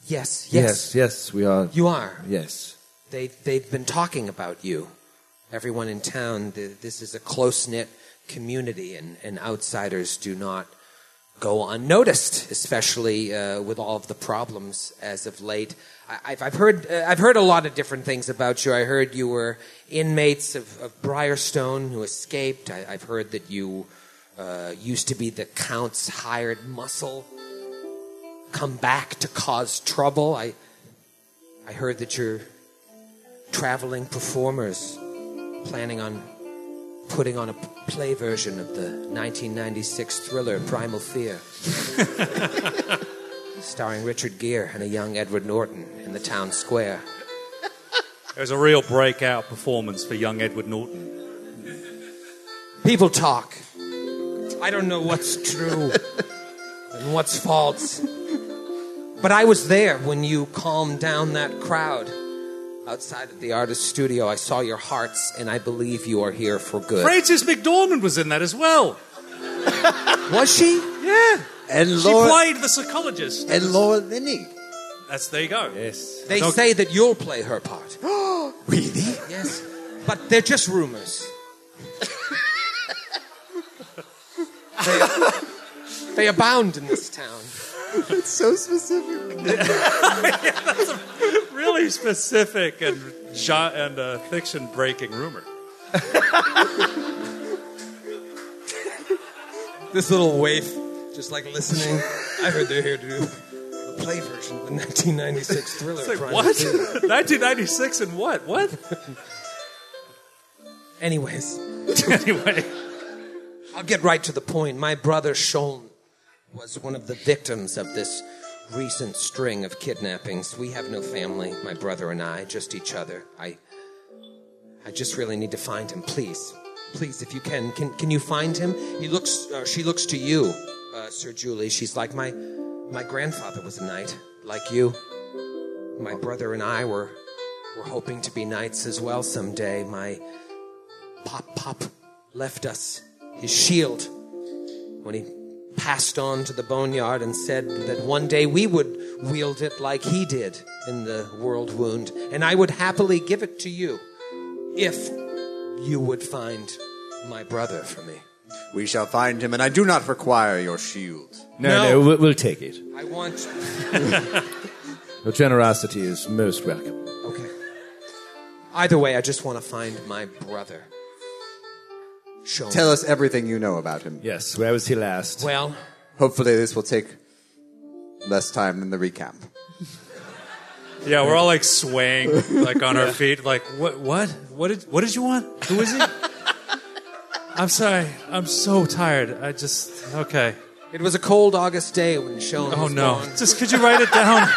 A: Yes, yes,
G: yes, yes we are.
A: you are.
G: Yes.
A: They they've been talking about you. Everyone in town. th this is a close knit community, and, and outsiders do not go unnoticed, especially uh, with all of the problems as of late. I, I've, I've heard uh, I've heard a lot of different things about you. I heard you were inmates of, of Briarstone who escaped. I, I've heard that you uh, used to be the count's hired muscle. Come back to cause trouble. I I heard that you're traveling performers planning on putting on a p- play version of the 1996 thriller Primal Fear. Starring Richard Gere and a young Edward Norton in the town square.
C: It was a real breakout performance for young Edward Norton.
A: People talk. I don't know what's true and what's false. But I was there when you calmed down that crowd outside of the artist studio. I saw your hearts, and I believe you are here for good.
C: Frances McDormand was in that as well.
A: Was she?
C: Yeah.
D: And
C: She played the psychologist.
D: and Laura Linney.
C: That's there you go.
G: Yes.
A: They say that you'll play her
C: <gasps>
A: part.
D: Really?
A: Yes, but they're just rumors. they, they abound in this town.
D: It's so specific.
C: Really specific and jo- and uh, fiction breaking rumor.
A: This little waif, just like listening, I heard they're here to do the play version of the 1996 thriller.
C: It's like,
A: Prime
C: what? <laughs>
A: Fear.
C: 1996 and what?
D: <laughs>
C: What?
A: Anyways,
C: anyway.
A: I'll get right to the point. My brother Sean was one of the victims of this recent string of kidnappings. We have no family, my brother and I, just each other. I I just really need to find him, please. Please, if you can, can can you find him? He looks uh, she looks to you, uh, Sir Julie. She's like my my grandfather was a knight like you. My brother and I were were hoping to be knights as well someday. My pop pop left us his shield when he passed on to the boneyard and said that one day we would wield it like he did in the world wound, and I would happily give it to you if you would find my brother for me.
D: We shall find him, and I do not require your shield.
G: No,
A: No.
G: no, we'll, we'll take it.
A: I want.
G: <laughs> Your generosity is most welcome.
A: Okay. Either way, I just want to find my brother. Show me.
D: Tell us everything you know about him.
G: Yes, where was he last?
A: Well,
D: Hopefully, this will take less time than the recap.
C: Yeah, we're all like swaying,
A: <laughs>
C: like on our feet. Like, what? What? What did? What did you want? Who
A: <laughs>
C: is he? I'm sorry. I'm so tired. I just okay.
A: it was a cold August day when Sean.
C: Oh
A: was
C: no!
A: born.
C: Just could you write
A: <laughs>
C: it down?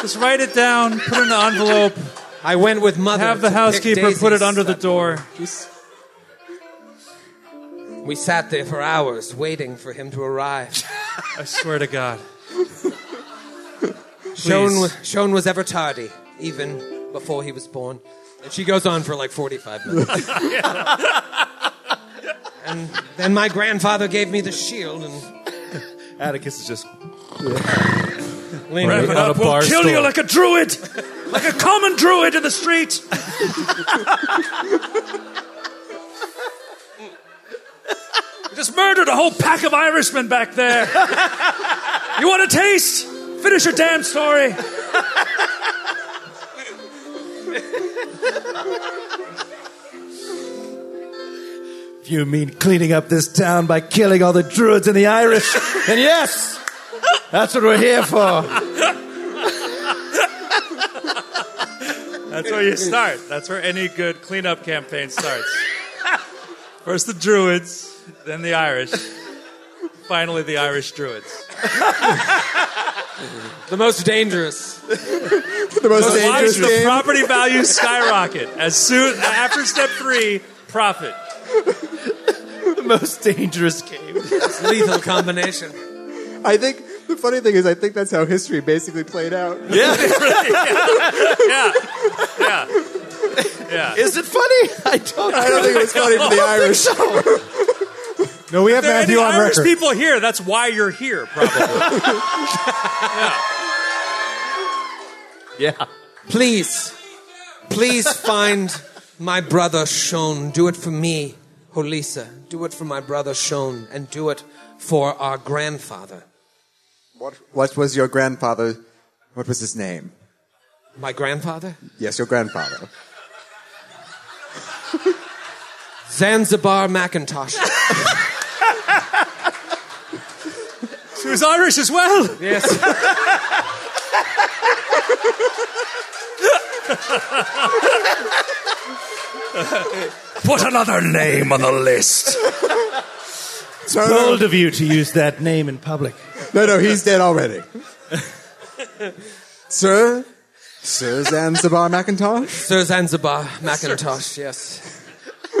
C: just write it down. Put it in an envelope.
A: I went with mother.
C: Have the
A: to pick
C: housekeeper put
A: daisies
C: it under the
A: that
C: door.
A: We sat there for hours waiting for him to
C: <laughs>
A: arrive.
C: I swear to God.
A: Shone,
C: Please.
A: was- Shone was ever tardy, even before he was born. And she goes on for like 45
C: <laughs>
A: minutes. and then my grandfather gave me the shield and
G: <laughs> Atticus
A: <laughs>
G: is just
A: leaned over.
G: on a bar stool.
C: a druid, like a common druid in the street. <laughs> Just murdered a whole pack of Irishmen back there. You want a taste? Finish your damn story.
G: You mean cleaning up this town by killing all the druids and the <laughs> Irish? and yes, that's what we're here for.
C: That's where you start. That's where any good cleanup campaign starts. First the druids, then the Irish, finally the Irish druids.
A: The most dangerous.
D: The most
C: Why
D: dangerous
C: should the
D: game.
C: property values skyrocket as soon after step three? Profit. <laughs>
G: the most dangerous game.
A: It's lethal combination.
D: I think the funny thing is, I think that's how history basically played <laughs> out.
C: Yeah, yeah, yeah.
G: Is it funny? I
D: <laughs>
G: don't.
D: I don't think it was funny for the Irish.
F: No, we have
C: there
F: Matthew
C: any
F: on
C: Irish
F: record.
C: people here? That's why you're here,
G: <laughs>
C: probably.
G: Yeah.
A: Please, please find my brother Shon. Do it for me, Holisa. Do it for my brother Shon, and do it for our grandfather.
D: What, what was your grandfather? What was his name?
A: My grandfather?
D: Yes, your grandfather.
A: Zanzibar Macintosh.
C: She was Irish as well.
A: Yes.
C: <laughs> Put another name on the list.
D: No, no,
G: <laughs> Bold of you to use that name in public.
D: no, no, he's dead already. <laughs> Sir? Sir Zanzibar Macintosh?
A: Sir Zanzibar Macintosh, yes.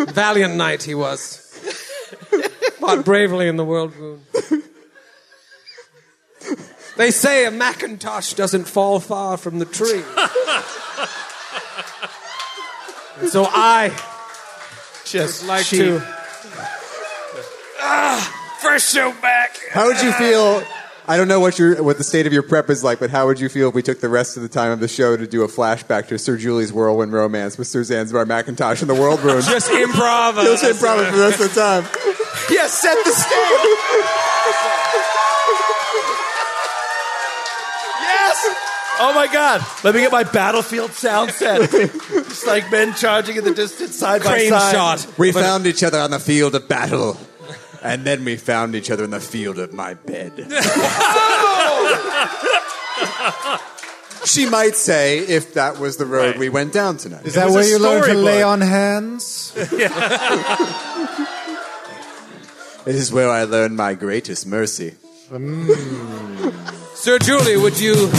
A: Valiant knight he was. Fought bravely in the world wound. They say a Macintosh doesn't fall far from the tree. And so I
G: Just
A: would like
G: cheap.
A: to.
C: First show back.
D: How would you feel? I don't know what your what the state of your prep is like, but how would you feel if we took the rest of the time of the show to do a flashback to Sir Julie's whirlwind romance with Sir Zanzibar Macintosh and the World <laughs> Room?
A: Just improv.
D: He'll say probably for the rest of the time. Yes, set the stage.
G: Oh my God! Let me get my battlefield
E: <laughs>
G: sound set. Just like men charging in the distance, side
A: Crane
G: by side.
A: shot.
D: We found each other on the field of battle, and then we found each other in the field of my bed. she might say, if that was the road
C: Right.
D: we went down tonight.
F: Is
C: It
F: that
C: was
F: where
C: a
F: you learn to lay
C: storybook.
F: on
G: <laughs>
F: hands?
D: This is where I learned my greatest mercy.
A: Sir Julie, would you?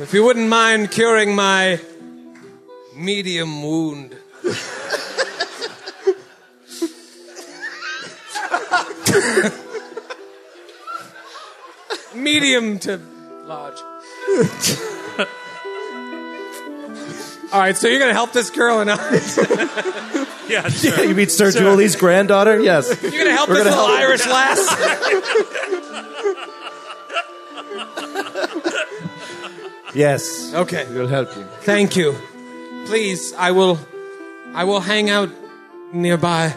A: if you wouldn't mind curing my medium wound. medium to large. All right, so you're going to help this girl and I.
E: <laughs>
C: Yeah, sure.
G: You mean Sir Julie's granddaughter? Yes.
A: You're gonna help this
G: gonna
A: little
G: help
A: Irish lass.
G: Yes.
A: okay.
G: We'll help you.
A: Thank you. Please, I will. I will hang out nearby.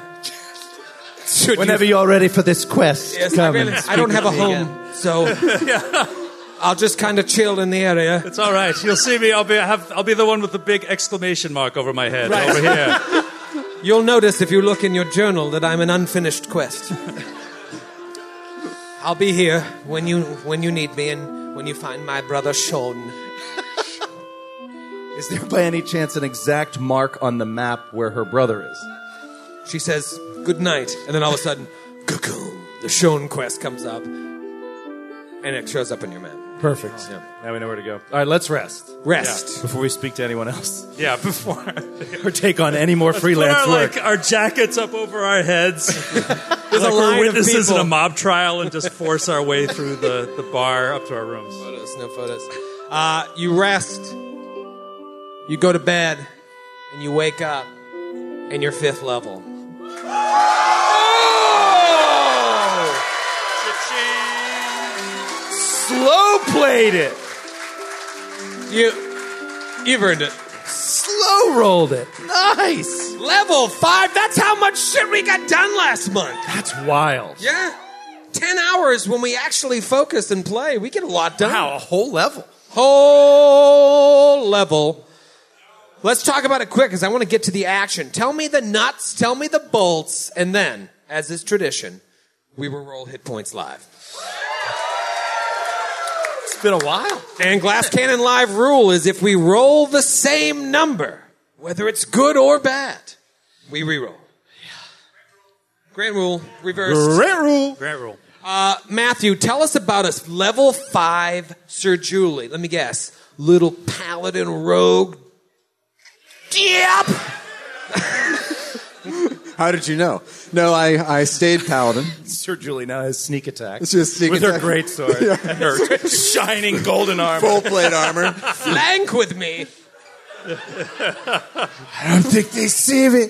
A: Should
G: Whenever
A: you,
G: you're ready for this quest,
A: yes, I,
G: come
A: really,
G: and
A: I don't
G: speak
A: have a
G: with me
A: home,
G: again. <laughs>
A: so I'll just kind of chill in the area.
C: It's all right. You'll see me. I'll be. I have, I'll be the one with the big exclamation mark over my head over here.
E: <laughs>
A: You'll notice if you look in your journal that I'm an unfinished quest. I'll be here when you when you need me and when you find my brother Sean.
E: Is there by any chance an exact mark on the map where her brother is?
A: She says, good night. And then all of a sudden, cocoon, the Shone quest comes up. And it shows up on your map.
E: Perfect. Now we know where to go. All right, let's rest
A: Rest.
E: before we speak to anyone else
C: Yeah, before
E: or take on any more freelance
C: our,
E: work.
C: like our jackets up over our
E: <laughs>
C: heads. There's like
A: a line
C: we're
A: of
C: witnesses in
A: people.
C: a mob trial and just force our way through the, the bar up to our rooms.
A: Photos, no photos. Uh, you rest. You go to bed. And you wake up. And you're fifth level.
E: Slow played it.
A: You, you've earned it.
E: Slow rolled it. Nice.
A: Level five. That's how much shit we got done last month.
E: That's wild.
A: Yeah. Ten hours when we actually focus and play. We get a lot done.
E: Wow, a whole level.
A: whole level. Let's talk about it quick because I want to get to the action. Tell me the nuts, tell me the bolts, and then, as is tradition, we will roll hit points live.
E: It's been a while.
A: And Glass Cannon Live rule is if we roll the same number, whether it's good or bad, we re-roll. Grant rule, reverse.
C: Grant rule.
A: Matthew, tell us about a level five Sir Julie. Let me guess. Little paladin rogue. Yep.
D: How did you know? No, I, I stayed paladin.
G: Sir Julie now has sneak attack.
D: It's just sneak
G: With her
D: attack.
G: great <laughs> sword.
D: Yeah.
G: Her <laughs> shining golden armor.
D: Full plate armor.
A: Flank with me.
G: <laughs> I don't think they see me.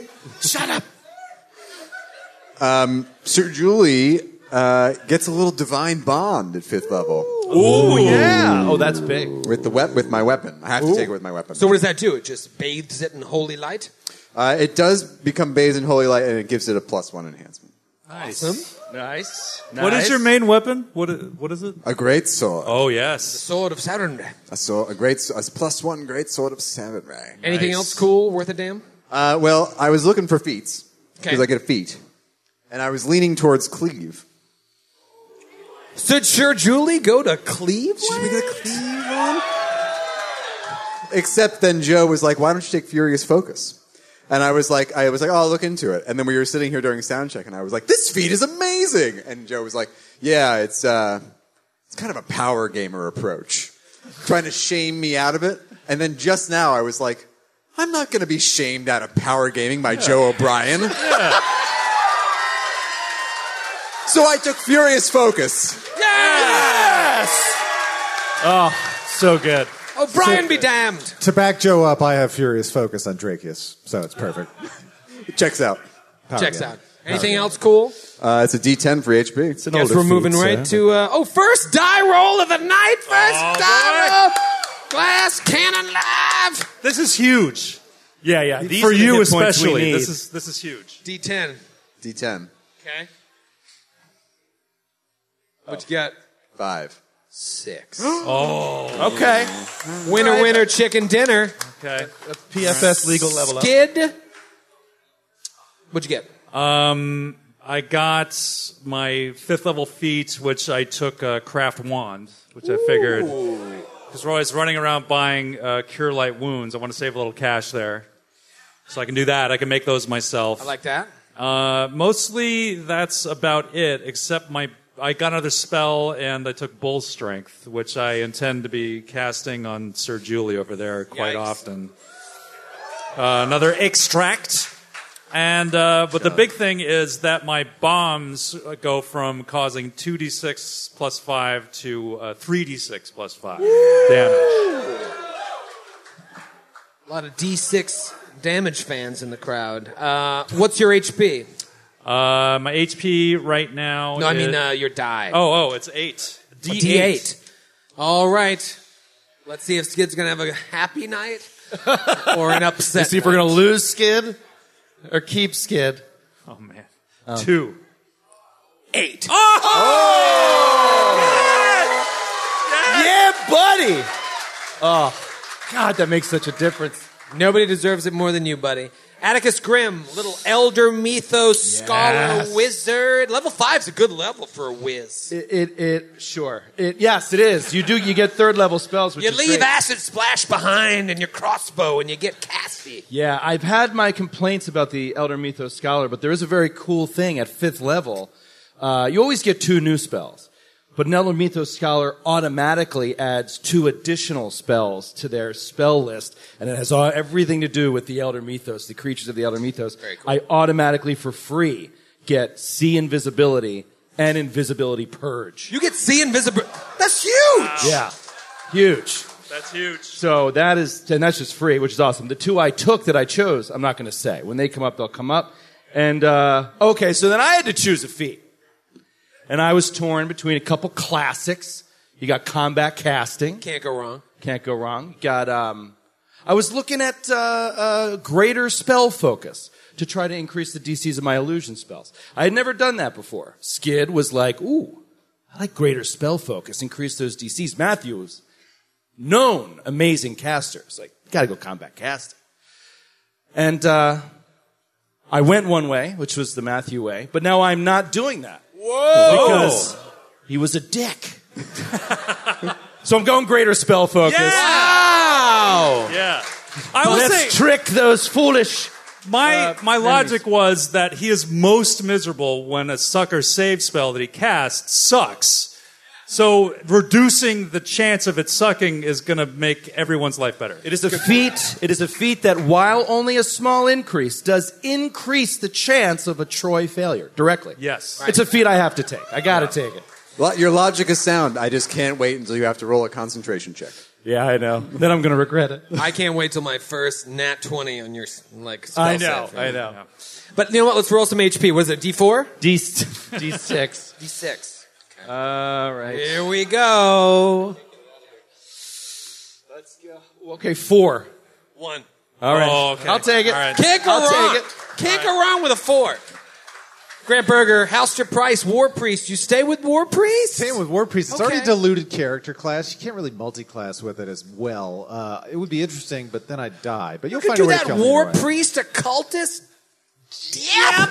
D: Um, Sir Julie uh, gets a little divine bond at fifth level
E: Oh yeah. Oh, that's big.
D: with the wep- with my weapon. I have to take it with my weapon.
A: So what does that do? It just bathes it in holy light.
D: uh, it does become bathed in holy light, and it gives it a plus one enhancement.
E: Nice.
C: What is your main weapon? What i- what is it?
D: A great sword.
C: Oh yes.
A: Sword of Saturn.
D: A, sword, a great s- a plus one great sword of seven ray.
A: Anything
C: Nice.
A: else cool worth a damn?
D: Uh, well, I was looking for feats because
A: Okay.
D: I get a feat, and I was leaning towards cleave.
A: Should Sir Julie go to Cleveland?
D: Should we get a cleave on? Except then Joe was like, "Why don't you take Furious Focus?" And I was like, "I was like, oh, I'll look into it." And then we were sitting here during sound check, and I was like, "This feat is amazing!" And Joe was like, "Yeah, it's uh, it's kind of a power gamer approach, trying to shame me out of it." And then just now, I was like, "I'm not going to be shamed out of power gaming by Joe O'Brien." So I took Furious Focus.
C: So good.
A: O'Brien Oh, be damned.
F: To back Joe up, I have Furious Focus on Drakius, so it's perfect.
D: It checks out.
F: Power
A: Checks
F: game.
A: out. Anything else cool?
D: Uh, it's a D10 for HP.
F: It's an
A: Guess
F: older
A: we're moving
F: feat, so-
A: right to uh, oh, first die roll of the night. First
C: Oh,
A: die roll. Glass cannon live.
C: This is huge.
G: Yeah, yeah.
C: For you
G: hit points we
C: especially.
G: need.
C: This is this is huge.
A: D10.
D: D10.
A: Okay. What you got?
D: Five.
A: Six.
E: Okay.
A: winner, winner, chicken dinner.
C: Okay.
G: PFS legal level up.
A: Skid. What'd you get?
C: Um I got my fifth level feat, which I took a craft wand, which I figured because we're always running around buying uh, cure light wounds. I want to save a little cash there. So I can do that. I can make those myself.
A: I like that.
C: Uh, mostly that's about it, except my I got another spell and I took bull strength, which I intend to be casting on Sir Julie over there quite
A: Yikes.
C: often. Uh, another extract. And uh, but the big thing is that my bombs uh, go from causing two d six plus five to uh, three d six plus five damage.
A: A lot of D6 damage fans in the crowd. Uh, what's your HP?
C: Uh, my HP right now.
A: No, I mean
C: is-
A: uh, your die.
C: oh, oh, it's eight. D
A: D8. All right. Let's see if Skid's going to have a happy
C: <laughs>
A: night or an upset.
E: See if we're
A: night.
E: going to lose Skid or keep Skid.
C: Oh man, two.
A: eight.
C: Oh!
G: Yeah, buddy. Oh, God, that makes such a difference.
A: Nobody deserves it more than you, buddy. Atticus Grimm, little elder mythos scholar wizard. Level five's a good level for a whiz.
E: It, it, it sure. It, yes, it is. You do. You get third level spells. Which
A: You
E: is
A: leave
E: great.
A: acid splash behind and your crossbow, and you get Cassie.
E: Yeah, I've had my complaints about the Elder Mythos Scholar, but there is a very cool thing at fifth level. Uh, you always get two new spells, but an Elder Mythos Scholar automatically adds two additional spells to their spell list, and it has all, everything to do with the Elder Mythos, the creatures of the Elder Mythos. I automatically, for free, get see invisibility and invisibility purge.
A: You get sea invisible. That's huge.
E: Yeah, huge.
C: That's huge.
E: So that is, and that's just free, which is awesome. The two I took that I chose, I'm not going to say. When they come up, they'll come up. And uh, okay, so then I had to choose a feat, and I was torn between a couple classics. You got combat casting,
A: Can't go wrong.
E: can't go wrong. You got, um, I was looking at uh, uh, greater spell focus to try to increase the DCs of my illusion spells. I had never done that before. Skid was like, ooh, I like greater spell focus, increase those DCs. Matthew was known amazing casters. Like, gotta go combat casting. And uh, I went one way, which was the Matthew way, but now I'm not doing that. Whoa! Because he was a dick. so I'm going greater spell focus.
A: Wow.
C: Yeah. I will
E: Let's
C: say
E: trick those foolish.
C: my
E: uh,
C: my logic was that he is most miserable when a sucker save spell that he casts sucks. So reducing the chance of it sucking is going to make everyone's life better.
E: It is a feat. It is a feat that, while only a small increase, does increase the chance of a Troy failure directly.
C: Yes.
E: it's a feat I have to take. I gotta take it.
D: Lo- Your logic is sound. I just can't wait until you have to roll a concentration check.
E: Yeah, I know. Then I'm gonna regret it.
A: I can't wait till my first nat twenty on your s- like. Spell
E: I know.
A: set.
E: I know.
A: But you know what? Let's roll some HP. What is it? D four?
E: <laughs> D D six.
A: D six.
E: All right.
A: Here we go.
E: Okay, four.
A: One.
E: All right.
C: Oh, okay.
E: I'll take it. Uh,
C: All right.
A: Can't go
E: I'll
A: wrong.
E: take it.
A: Can't go wrong with a four. Grant Berger, Halster Price, War Priest. You stay with War Priest?
H: Same with War Priest. It's already
A: Okay.
H: diluted character class. You can't really multi-class with it as well. Uh, it would be interesting, but then I'd die. But you'll
A: you could
H: find
A: do
H: a way
A: that
H: to kill
A: War
H: me anyway.
A: Priest occultist. Yep.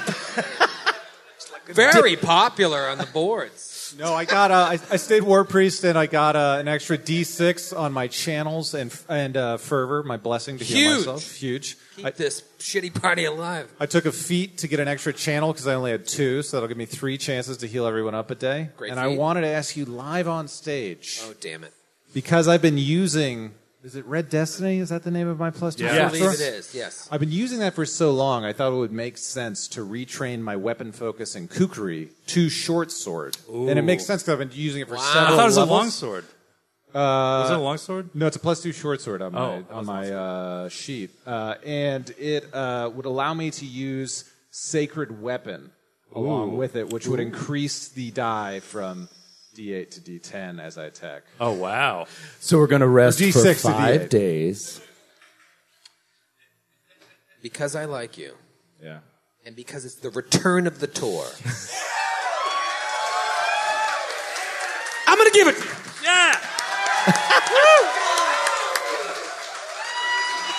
A: Very popular on the
H: <laughs>
A: boards.
H: No, I got. Uh, I, I stayed War Priest, and I got uh, an extra D6 on my channels and and uh, fervor, my blessing to heal
A: Huge.
H: myself. Huge.
A: Keep
H: I,
A: this shitty party alive.
H: I took a feat to get an extra channel because I only had two, so that'll give me three chances to heal everyone up a day.
A: Great
H: and I
A: feat.
H: wanted to ask you live on stage
A: Oh damn it!
H: because I've been using. Is it Red Destiny? Is that the name of my plus two?
A: I
C: Yes.
A: believe it is. Yes.
H: I've been using that for so long, I thought it would make sense to retrain my weapon focus and kukri to short sword. And it makes sense because I've been using it for
A: Wow.
H: several
C: I thought it was
H: levels.
C: a long sword. Uh, was it a long sword?
H: No, it's a plus two short sword on
C: Oh,
H: my,
C: that
H: on
C: was
H: my uh, sheath. Uh, and it uh, would allow me to use sacred weapon along with it, which would increase the die from D8 to D10 as I attack.
C: Oh wow.
E: So we're gonna rest
H: D6
E: for
H: to
E: five
H: D8.
E: days.
A: Because I like you,
H: Yeah.
A: and because it's the return of the tour.
H: <laughs>
A: I'm gonna give it.
C: Yeah.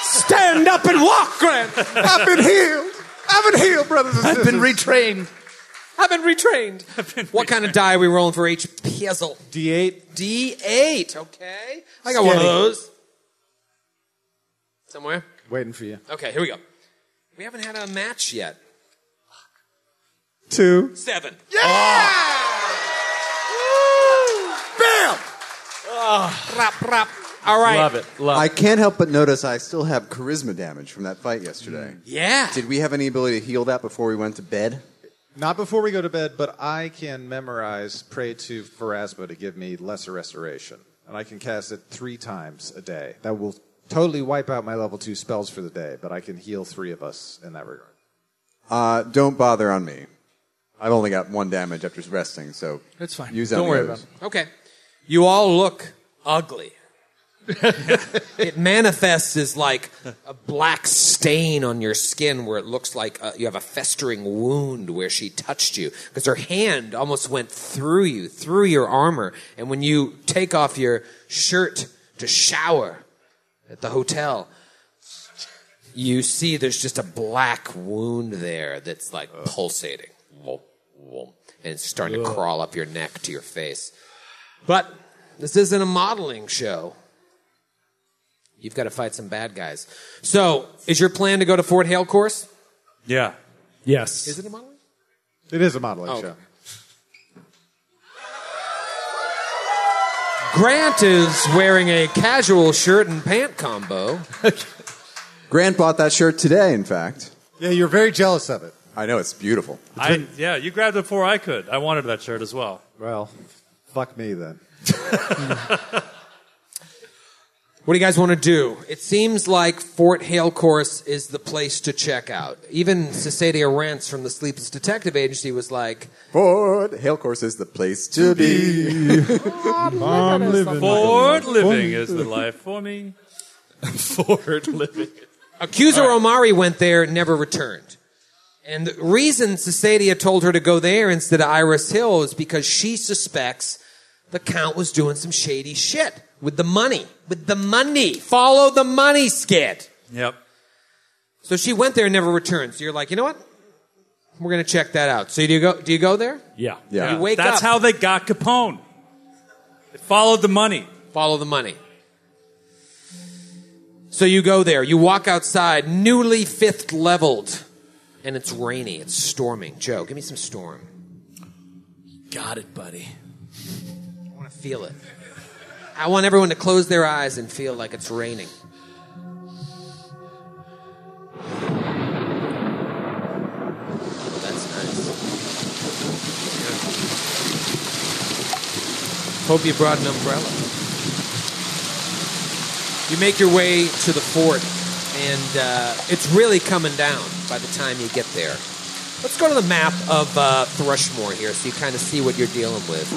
A: Stand up and walk, Grant.
D: I've been healed. I've been healed, brothers and sisters.
E: I've been retrained.
A: I've been <laughs> retrained. what kind of die are we rolling for each puzzle?
H: D8.
A: D8. Okay. I got one of
H: Steady.
A: those. Somewhere?
H: Waiting for you.
A: Okay, here we go. We haven't had a match yet.
F: Two.
A: Seven.
D: Bam!
A: Rap, rap. All right.
E: Love it. Love
D: I can't help but notice I still have charisma damage from that fight yesterday.
E: Mm.
A: Yeah.
D: Did we have any ability to heal that before we went to bed?
H: Not before we go to bed, but I can memorize Pray to Pharasma to give me Lesser Restoration. And I can cast it three times a day. That will totally wipe out my level two spells for the day, but I can heal three of us in that regard.
D: Uh, don't bother on me. I've only got one damage after resting, so
E: That's fine.
D: Use
E: Don't
D: on the
E: worry
D: others.
E: about
A: Okay. You all look ugly. it manifests as like a black stain on your skin where it looks like uh you have a festering wound where she touched you because her hand almost went through you, through your armor. And when you take off your shirt to shower at the hotel, you see there's just a black wound there that's like pulsating. Whoop, whoop. And it's starting to crawl up your neck to your face. But this isn't a modeling show. You've got to fight some bad guys. So, is your plan to go to Fort Hale Course?
C: Yeah.
G: Yes.
A: Is it a modeling?
F: It is a modeling
D: Oh.
F: show.
A: Grant is wearing a casual shirt and pant combo.
D: Grant bought that shirt today, in fact.
F: Yeah, you're very jealous of it.
D: I know, it's beautiful.
C: I, yeah, you grabbed it before I could. I wanted that shirt as well.
F: Well, fuck me then.
A: What do you guys want to do? It seems like Fort Hale Course is the place to check out. Even Cesadia Rance from the Sleepless Detective Agency was like,
D: Ford, Hale Course is the place to be.
F: I'm
A: Oh,
F: living.
C: Ford living is the life for
G: <laughs>
C: me.
E: Forward living.
A: Accuser Omari went there, never returned. And the reason Cesadia told her to go there instead of Iris Hill is because she suspects the Count was doing some shady shit with the money. With the money. Follow the money, skid.
C: Yep.
A: So she went there and never returned. So you're like, you know what? We're gonna check that out. So do you go? Do you go there?
G: Yeah.
D: Yeah.
A: You wake
C: That's
A: up.
C: how they got Capone. They followed the money.
A: Follow the money. So you go there, you walk outside, newly fifth leveled, and it's rainy, it's storming. Joe, give me some storm.
E: Got it, buddy.
A: I want to feel it. I want everyone to close their eyes and feel like it's raining. That's nice. Hope you brought an umbrella. You make your way to the fort, and uh, it's really coming down by the time you get there. Let's go to the map of uh, Thrushmore here so you kind of see what you're dealing with.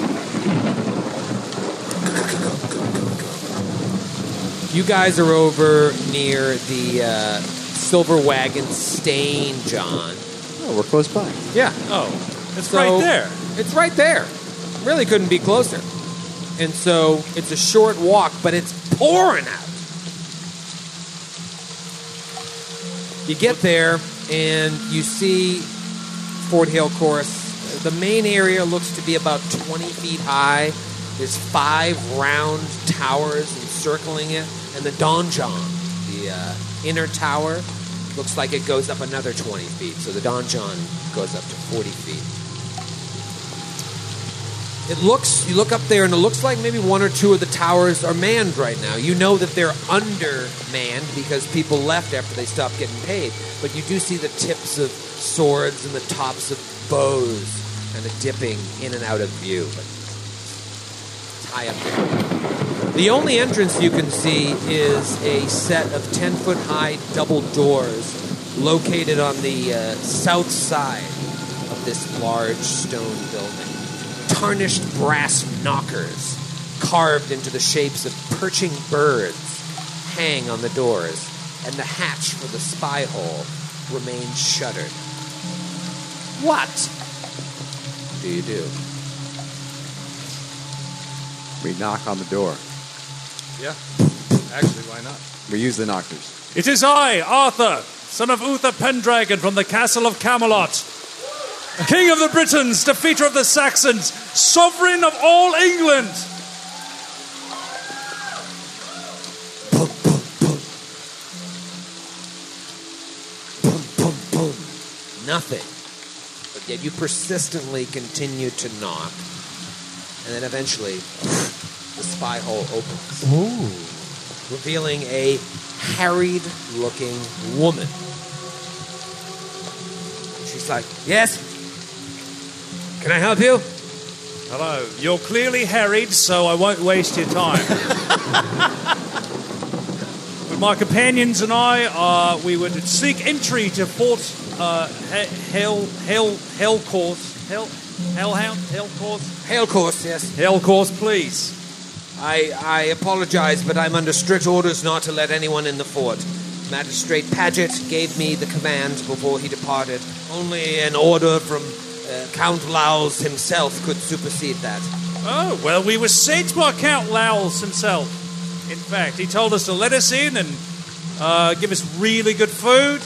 A: You guys are over near the uh, Silver Wagon Stain, John.
D: Oh, we're close by.
A: Yeah,
C: Oh, it's
A: So-
C: right there.
A: it's right there. Really couldn't be closer. And so it's a short walk, but it's pouring out. You get there and you see Fort Hill Course. The main area looks to be about 20 feet high. There's five round towers encircling it, and the donjon, the uh, inner tower, looks like it goes up another 20 feet. So the donjon goes up to 40 feet. It looks, you look up there, and it looks like maybe one or two of the towers are manned right now. You know that they're undermanned because people left after they stopped getting paid. But you do see the tips of swords and the tops of bows kind of dipping in and out of view. But it's high up there. The only entrance you can see is a set of 10 foot high double doors located on the uh, south side of this large stone building tarnished brass knockers carved into the shapes of perching birds hang on the doors, and the hatch for the spy hole remains shuttered. What do you do?
D: We knock on the door.
E: Actually, why not?
D: We use the knockers.
C: It is I, Arthur, son of Uther Pendragon from the castle of Camelot. King of the Britons, defeater of the Saxons, sovereign of all England.
A: Pum, pum,
I: nothing. But yet you persistently continue to knock. And then eventually, the spy hole opens. Revealing a harried looking woman.
A: She's like, Yes? Can I help you?
C: Hello. You're clearly harried, so I won't waste your time. With my companions and I, uh, we would seek entry to Fort uh, he- Hell Hell Hell Course Hell Hellhound Hell Course
A: Hail course, yes.
C: Hell Course, please.
A: I, I apologize, but I'm under strict orders not to let anyone in the fort. Magistrate Paget gave me the command before he departed. Only an order from uh, Count Laos himself could supersede that.
C: Oh well, we were sent by Count Lowell's himself. In fact, he told us to let us in and uh, give us really good food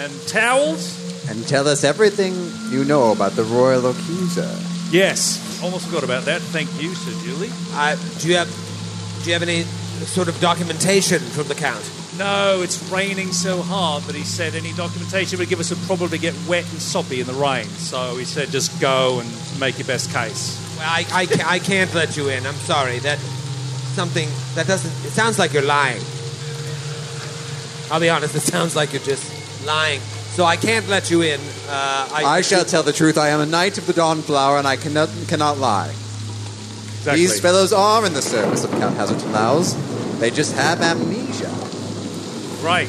C: and towels.
D: And tell us everything you know about the Royal Okiza.
C: Yes, almost forgot about that. Thank you, Sir Julie.
A: I, do you have do you have any sort of documentation from the count?
C: No, it's raining so hard that he said any documentation would give us a problem to get wet and soppy in the rain. So he said just go and make your best case.
A: Well, I, I, ca- I can't let you in. I'm sorry. That something that doesn't. It sounds like you're lying. I'll be honest. It sounds like you're just lying. So I can't let you in. Uh, I,
D: I shall tell the truth. I am a knight of the Dawnflower, and I cannot cannot lie.
C: Exactly.
D: These fellows are in the service of Count Hazleton Lowes. They just have amnesia.
C: right.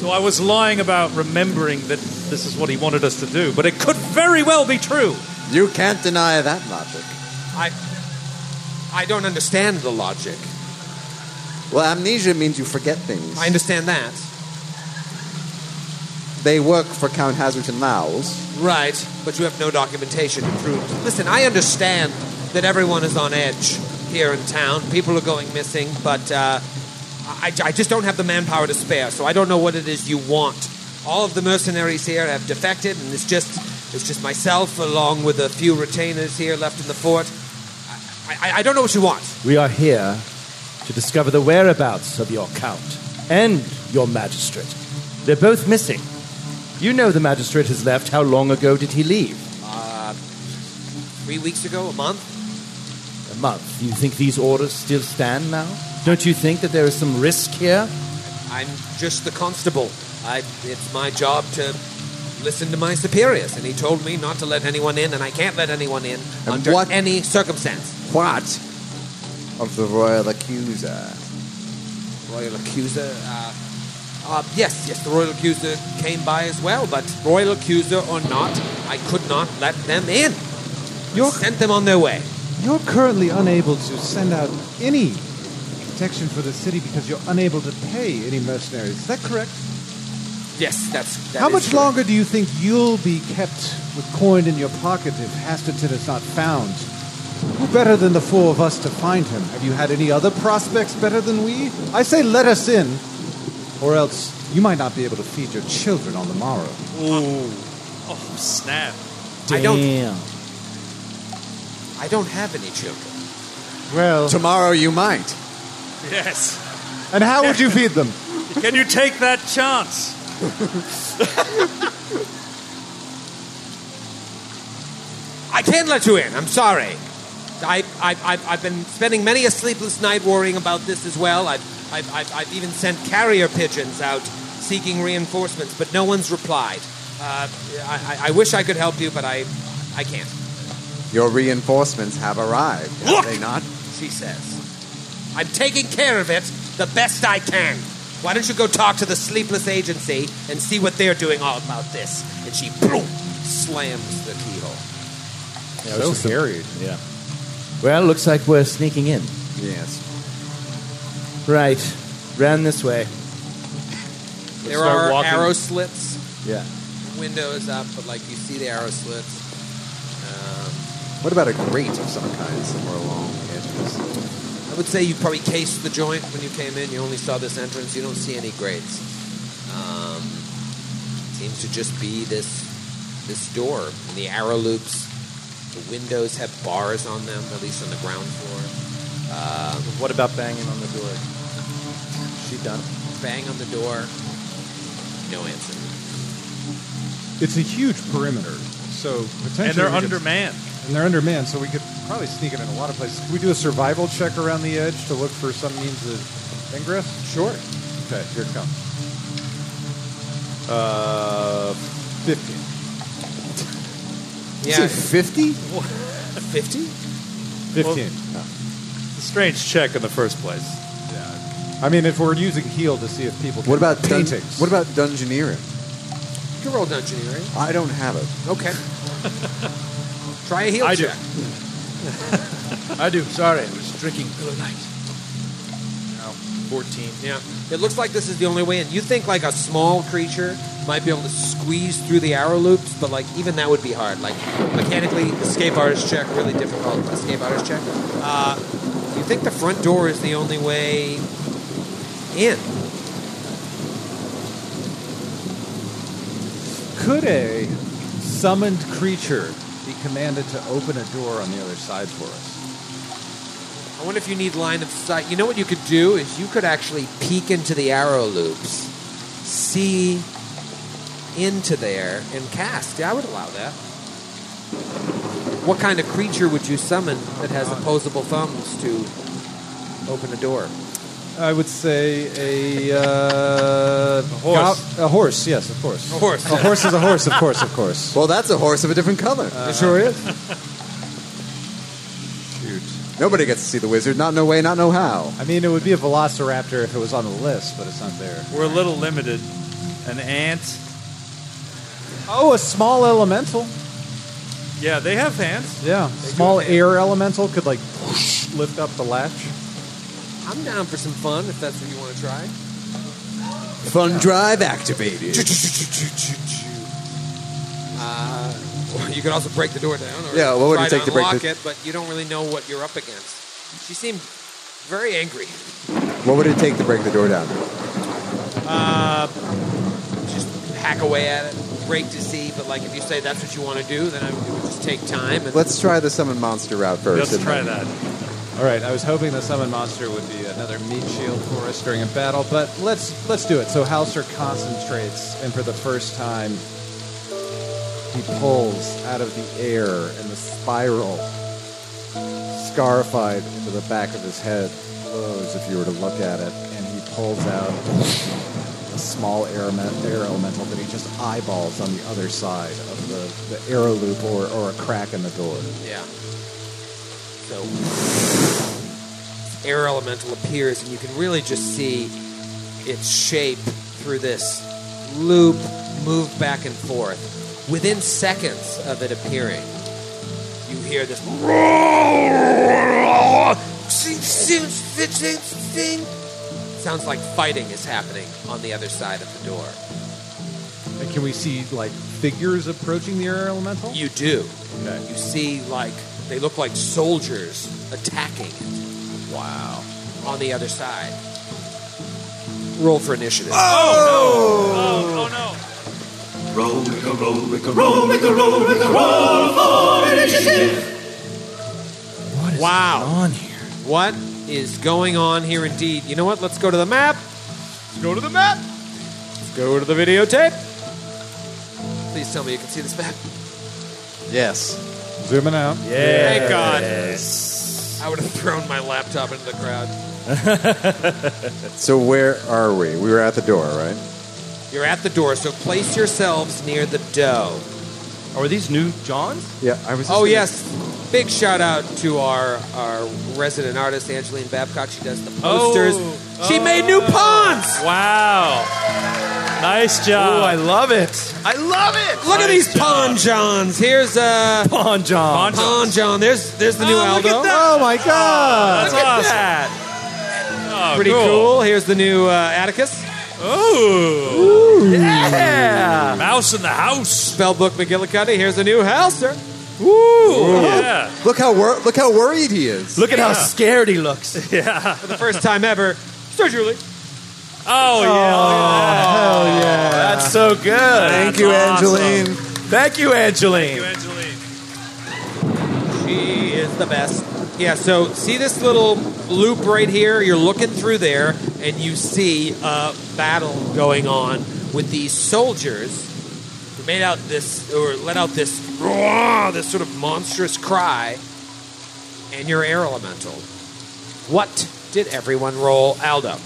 C: So I was lying about remembering that this is what he wanted us to do, but it could very well be true.
D: You can't deny that logic.
A: I I don't understand the logic.
D: Well, amnesia means you forget things.
A: I understand that.
D: They work for Count Hazleton Lowes.
A: Right, but you have no documentation to prove. Listen, I understand that everyone is on edge here in town. People are going missing, but uh, I, I just don't have the manpower to spare. So I don't know what it is you want. All of the mercenaries here have defected, and it's just it's just myself along with a few retainers here left in the fort. I, I, I don't know what you want.
G: We are here to discover the whereabouts of your count and your magistrate. They're both missing. You know the magistrate has left. How long ago did he leave?
A: Three weeks ago, a month.
G: A month. Do you think these orders still stand now? Don't you think that there is some risk here?
A: I'm just the constable. I, it's my job to listen to my superiors, and he told me not to let anyone in, and I can't let anyone in
D: And
A: under
D: what-
A: any circumstance.
D: What? Of the Royal Accuser.
A: Royal accuser. Uh, uh, yes, yes, the royal accuser came by as well, but royal accuser or not, I could not let them in. You sent them on their way.
J: You're currently unable to send out any protection for the city because you're unable to pay any mercenaries. Is that correct?
A: Yes, that's. that
J: How
A: is
J: much
A: correct.
J: longer do you think you'll be kept with coin in your pocket if Hasterton is not found? Who better than the four of us to find him? Have you had any other prospects better than we? I say let us in, or else you might not be able to feed your children on the morrow.
C: Oh, snap.
A: I don't. I don't have any children.
J: Well,
D: Tomorrow you might.
C: Yes.
J: and how would you feed
D: <laughs>
J: them?
C: Can you take that chance?
A: I can't let you in. I'm sorry. I, I, I've, I've been spending many a sleepless night worrying about this as well. I've, I've, I've, I've even sent carrier pigeons out seeking reinforcements, but no one's replied. Uh, I, I- I wish I could help you, but I, I can't.
D: Your reinforcements have arrived, have
A: Look!
D: they not?
A: She says, I'm taking care of it the best I can. Why don't you go talk to the sleepless agency and see what they're doing all about this? And she boom, slams the keyhole.
H: so scary. Yeah.
G: Well, looks like we're sneaking in.
D: Yes.
G: Right. Ran this way.
A: there
C: start
A: are
C: walking.
A: arrow slits
D: Yeah.
A: windows up, but like you see the arrow slits.
D: What about a grate of some kind somewhere along the edges?
A: I would say you probably cased the joint when you came in. You only saw this entrance. You don't see any grates. Um, seems to just be this this door and the arrow loops. The windows have bars on them, at least on the ground floor.
G: What about banging on the door? She done.
C: <laughs>
A: Bang on the door. No answer.
J: It's a huge perimeter, so potentially.
C: And they're
J: we could-
C: undermanned.
J: and they're undermanned, so we could probably sneak it in a lot of places. Could we do a survival check around the edge to look for some means of ingress? Sure. Okay, here it comes. Uh, 15.
A: Yeah.
J: 50?
A: 50?
J: 15.
C: It's a strange check in the first place.
J: I mean, if we're using heal to see if people can
D: What about dun-
J: paintings?
D: what about dungeoneering?
A: You can roll dungeoneering.
D: I don't have it.
C: <laughs>
A: Okay. Try a heal
C: I do.
A: check.
C: I do. Sorry, I was drinking Miller Lite.
A: 14. Yeah. It looks like this is the only way in. You think like a small creature might be able to squeeze through the arrow loops, but like even that would be hard. Like mechanically, escape artist check really difficult. Escape artist check. Uh, you think the front door is the only way in?
J: Could a summoned creature be commanded to open a door on the other side for us?
A: I wonder if you need line of sight. You know what you could do?
I: Do is you could actually peek into the arrow loops, see into there, and cast. Yeah, I would allow that. What kind of creature would you summon that has opposable thumbs to open a door?
J: I would say a, uh,
C: horse.
J: go- a horse, yes, of course.
A: Of course.
J: A horse is a horse, of course, of <laughs> course.
D: Well, that's a horse of a different color.
K: Uh,
J: it sure is.
D: Nobody gets to see the wizard. Not no way. Not no how.
J: I mean, it would be a velociraptor if it was on the list, but it's not there.
C: We're a little limited. An ant.
J: Oh, a small elemental.
C: Yeah, they have ants.
J: Yeah, small air elemental could like whoosh, lift up the latch.
A: I'm down for some fun if that's what you want to try.
D: Fun drive activated.
A: Or Uh, <laughs> you could also break the door down. Or
D: Yeah, what would
A: try
D: it take to break
A: unlock
D: the-
A: it? But you don't really know what you're up against. She seemed very angry.
D: What would it take to break the door down?
A: Just hack away at it, break to see. But like, if you say that's what you want to do, then I, it would just take time. And
D: Let's try the summon monster route first.
C: Let's
D: and
C: try
D: then-
C: that.
H: All right, I was hoping the summon monster would be another meat shield for us during a battle, but let's let's do it. So Halser concentrates, and for the first time, he pulls out of the air in the spiral, scarified into the back of his head, glows if you were to look at it, and he pulls out a small air, element- air elemental that he just eyeballs on the other side of the, the arrow loop or, or a crack in the door.
A: yeah. So air elemental appears, and you can really just see its shape through this loop, move back and forth. Within seconds of it appearing, you hear this <laughs> Sounds like fighting is happening on the other side of the door.
H: And can we see like figures approaching the air elemental?
A: You do. You see, like, they look like soldiers attacking it. Wow. On the other side. Roll for initiative.
C: Oh, no.
A: wow. on here? What is going on here indeed? You know what? Let's go to the map. Let's go to the map. Let's go to the videotape. Please tell me you can see this map.
H: Yes.
J: Zooming out.
A: Thank God. I would have thrown my laptop into the crowd.
D: So where are we? We were at the door, right?
A: You're at the door, so place yourselves near the dough.
E: Are these new Johns?
D: Yeah, I was. Just
A: Oh
D: gonna-
A: yes, big shout out to our our resident artist Angeline Babcock. She does the
C: Oh,
A: posters. she made new pawns.
C: Wow. Nice job.
E: love it. I love it.
A: Look at
C: nice
A: these
C: job.
A: pawn johns. Here's uh
G: Pawn John.
C: Bonjour.
A: pawn john. There's there's the new
C: Oh, look
A: Aldo.
C: at that.
J: Oh my god!
C: That's
A: Look at
C: awesome.
A: that.
C: Oh,
A: Pretty cool. Here's the new uh, Atticus.
C: Ooh. Yeah. Mouse in the house.
A: Spellbook McGillicuddy. Here's the new Halster.
C: Ooh. Yeah.
D: Look how wor- look how worried he is.
G: Look at how scared he looks.
C: Yeah.
A: For the first time ever, Sergio Lee.
C: Oh, yeah.
G: That's so good.
D: Thank you, Angeline.
G: Thank you, Angeline.
C: Look at that. Angeline.
A: She is the best. Yeah, so see this little loop right here? You're looking through there, and you see a battle going on with these soldiers made out this or let out this roar, this sort of monstrous cry, and your air elemental. What did everyone roll, Aldo?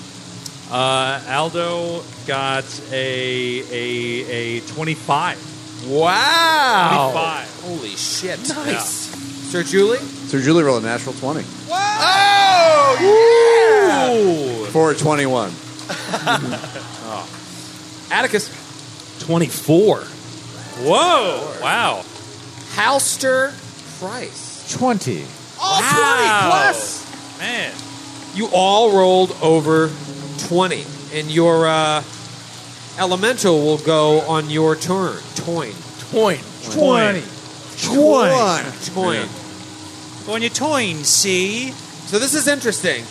C: Uh, Aldo got a a a twenty-five.
A: Wow!
C: 25.
A: Holy shit! Nice, Sir Julie.
D: Sir Julie rolled a natural 20
C: Ooh.
D: for a 21.
A: Atticus.
C: Twenty-four. Whoa! Wow.
A: Halster Price.
L: 20.
A: All
C: Wow. Man.
A: You all rolled over 20, and your uh, elemental will go on your turn. Toin.
E: Point.
C: 20.
A: Toin.
C: On your toin, see?
A: So this is interesting.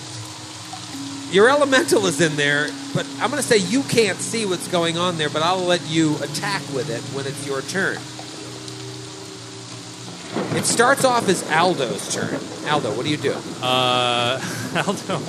A: Your elemental is in there, but I'm going to say you can't see what's going on there, but I'll let you attack with it when it's your turn. It starts off as Aldo's turn. Aldo, what do you do?
C: Uh, <laughs> Aldo.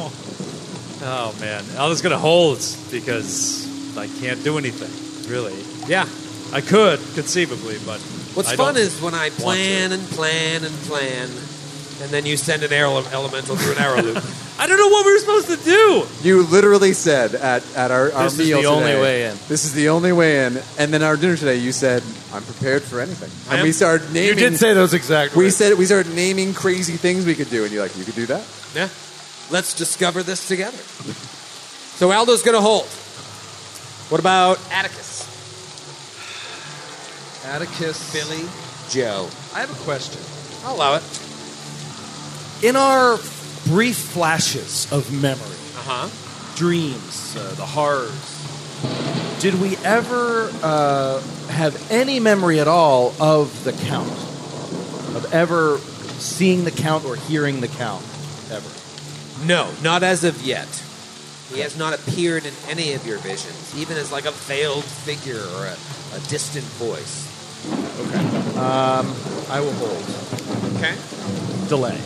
C: Oh, man. Aldo's going to hold because I can't do anything, really.
A: Yeah.
C: I could, conceivably, but.
A: What's
C: I
A: fun
C: don't-
A: is when I plan and plan and plan, and then you send an air elemental through an arrow
C: <laughs>
A: loop.
C: I don't know what we were supposed to do!
D: You literally said at, at our, our
K: This is
D: meal
K: the only
D: today,
K: way in.
D: This is the only way in. And then our dinner today, you said, "I'm prepared for anything."
A: I
D: And
A: am-
D: we started naming.
K: You did say those exact
D: we
K: words.
D: said we started naming crazy things we could do, and you're like, "You could do that."
A: Yeah. Let's discover this together. So Aldo's going to hold. What about Atticus?
E: Atticus.
A: Billy? Joe.
E: I have a question.
A: I'll allow it.
E: In our brief flashes of memory,
A: Uh huh.
E: dreams, uh, the horrors.
K: Did we ever uh, have any memory at all of the count? Of ever seeing the count or hearing the count? Ever?
A: No, not as of yet. He has not appeared in any of your visions, even as like a veiled figure or a, a distant voice.
E: Um,
K: I will hold.
A: Okay.
K: Delay.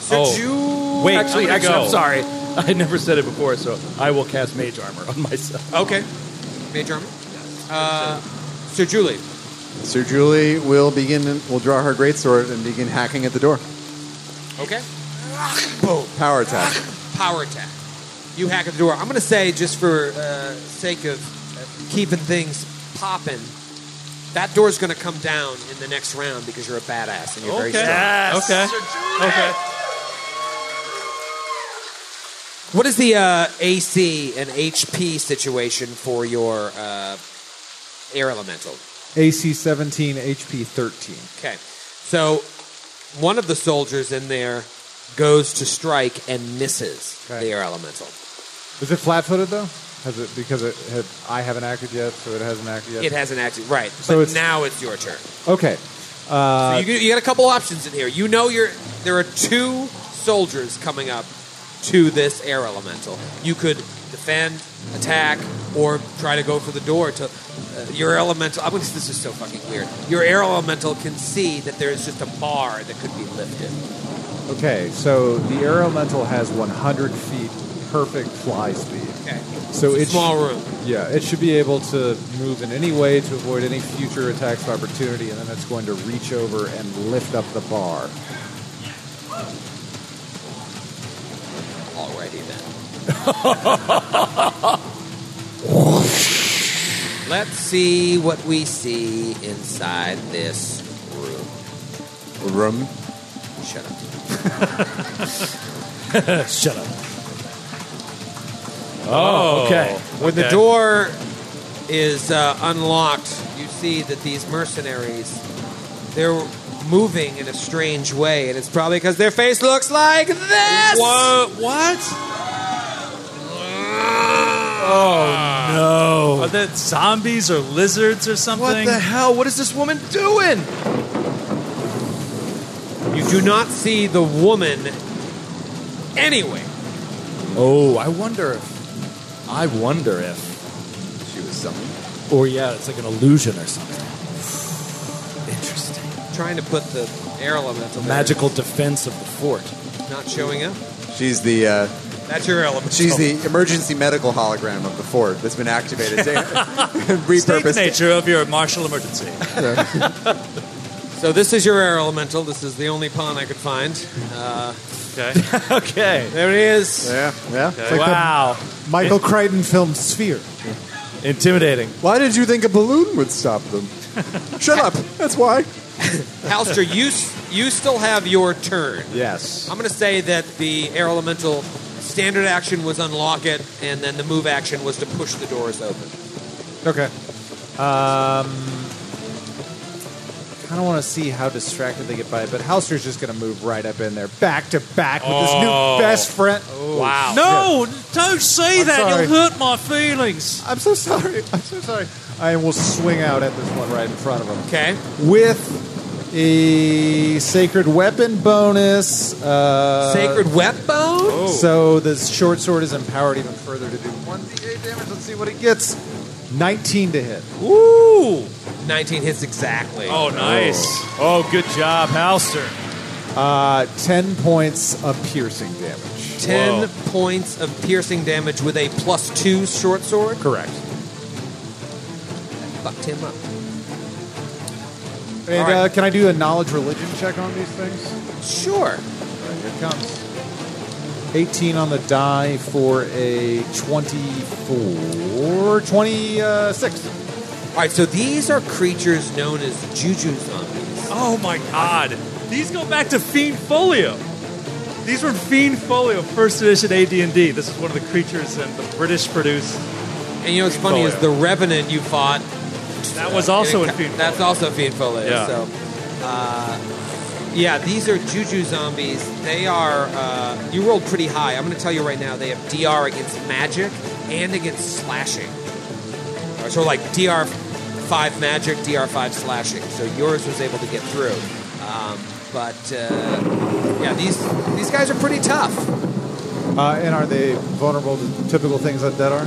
A: So
K: Oh.
A: Ju-
K: Wait,
C: I'm
K: actually,
C: gonna
K: actually,
C: go.
K: I'm sorry. I never said it before, so I will cast mage armor on myself.
A: Okay. Mage armor. Uh, Sir Julie.
D: Sir Julie will begin. Will draw her greatsword and begin hacking at the door.
A: Okay.
D: Power attack.
A: power attack. You hack at the door. I'm going to say, just for uh, sake of uh, keeping things popping, that door's going to come down in the next round because you're a badass and you're very
C: Okay.
A: strong.
C: Okay. Okay.
A: What is the uh, AC and HP situation for your uh, air elemental?
H: AC 17, HP 13.
A: Okay. So one of the soldiers in there goes to strike and misses the air elemental.
M: Is it flat-footed though? Has it because it had, I haven't acted yet, so it hasn't acted yet.
A: It hasn't acted. Right.
M: So
A: but
M: it's- Uh,
A: now it's your turn.
M: okay.
A: So you, you got a couple options in here. You know, you're there are two soldiers coming up to this air elemental. You could defend, attack, or try to go for the door. To uh, your elemental, I'm, this is so fucking weird. Your air elemental can see that there is just a bar that could be lifted.
H: Okay, so the air elemental has 100 feet perfect fly speed.
A: Okay,
H: So
A: it's a
H: it sh-
A: small room.
H: yeah, it should be able to move in any way to avoid any future attacks of opportunity, and then it's going to reach over and lift up the bar.
A: Alrighty then. <laughs> Let's see what we see inside this room.
D: Room.
A: Shut up.
K: Shut up. Oh, okay.
A: When the
C: Okay.
A: door is uh, unlocked, you see that these mercenaries they're moving in a strange way, and it's probably because their face looks like this.
C: Wha- What? Oh no! Are that zombies or lizards or something?
E: What the hell? What is this woman doing?
A: You do not see the woman anyway.
K: Oh, I wonder if. I wonder if.
D: She was summoned.
K: Or, yeah, it's like an illusion or something. Interesting.
A: Trying to put the air elemental there.
K: Magical defense of the fort.
A: not showing up.
D: She's the uh,
A: That's your element.
D: She's the emergency medical hologram of the fort that's been activated to
C: State the
D: repurposed.
C: nature of your martial emergency.
A: So this is your air elemental. This is the only pawn I could find. Uh,
C: <laughs> Okay.
G: Okay.
A: there it is.
D: Yeah, yeah.
G: wow.
F: Michael Crichton film Sphere.
G: Intimidating.
D: Why did you think a balloon would stop them? Shut up. That's why.
A: Halster, you s- you still have your turn.
H: Yes.
A: I'm going to say that the air elemental standard action was unlock it, and then the move action was to push the doors open.
H: Okay. Um, kind of want to see how distracted they get by it, but Halster's just going to move right up in there, back to back with his
C: Oh.
H: new best friend. wow.
C: No, don't say that.
H: sorry.
C: You'll hurt my feelings.
H: I'm so sorry. I'm so sorry. I will swing out at this one right in front of him.
A: Okay.
H: With a sacred weapon bonus. Uh,
A: Sacred web bone.
C: Oh.
H: So the short sword is empowered even further to do 1d8 damage. Let's see what it gets. 19 to hit.
A: Ooh. 19 hits exactly.
C: Oh, nice.
G: Oh, good job, Halster.
H: Uh, 10 points of piercing damage.
A: 10 points of piercing damage with a plus two short sword.
H: Correct.
A: Fucked him up.
H: And
A: All right.
H: uh, can I do a knowledge religion check on these things?
A: Sure.
H: Here it comes. 18 on the die for a 24, 26.
A: All right, so these are creatures known as juju zombies.
C: Oh my god. These go back to Fiend Folio. These were Fiend Folio, first edition AD&D. This is one of the creatures in the British produced.
A: And you know what's funny is the revenant you fought.
C: That was also in
A: Ca-
C: Fiend
A: That's
C: Folio.
A: also Fiend Folio.
C: Yeah.
A: So, uh, yeah, these are juju zombies. They are. Uh, you rolled pretty high. I'm going to tell you right now. They have DR against magic and against slashing. All right, so like DR five magic, DR five slashing. So yours was able to get through. Um, but uh, yeah, these these guys are pretty tough.
H: Uh, and are they vulnerable to typical things that dead are?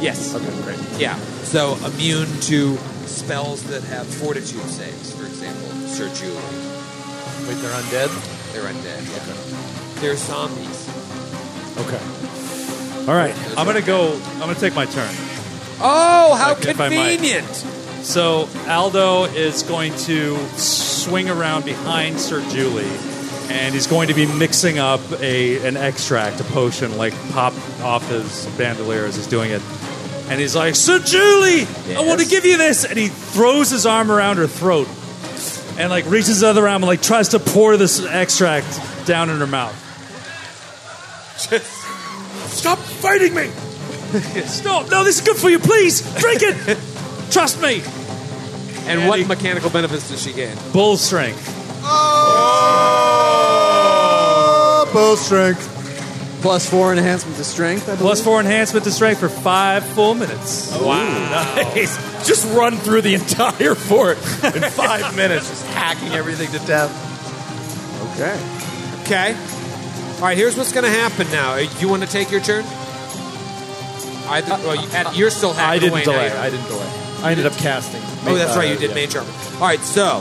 A: Yes.
H: Okay, great.
A: Yeah. So immune to spells that have fortitude saves, for example, Sergio.
G: Wait, they're undead?
A: They're undead. Yeah. They're zombies.
G: Okay. All right.
C: I'm going to go, I'm going to take my turn.
A: Oh, how
C: Like, if I might.
A: convenient!
C: So Aldo is going to swing around behind Sir Julie, and he's going to be mixing up a an extract, a potion, like pop off his bandolier as he's doing it. And he's like, Sir Julie, I want to
A: Yes?
C: give you this, and he throws his arm around her throat, and like reaches the other arm and like tries to pour this extract down in her mouth. Stop fighting me! Stop! No, this is good for you. Please drink
A: <laughs>
C: it. Trust me.
A: And
C: Andy.
A: what mechanical benefits does she gain?
C: Bull strength.
D: Oh, bow strength. Plus four enhancement to strength. I
C: Plus four enhancement to strength for five full minutes.
G: Nice. Just run through the entire fort in <laughs> five minutes, just hacking everything to death.
D: Okay.
A: Okay. All right. Here's what's going to happen now. Uh, You want to take your turn? I, well, you, Ed, you're still
G: I
A: hacking away
G: didn't
A: now.
G: delay.
A: You're-
G: I didn't delay. I ended up casting.
A: Oh, that's right. You
G: Uh,
A: did
G: yeah.
A: mage armor. All right, so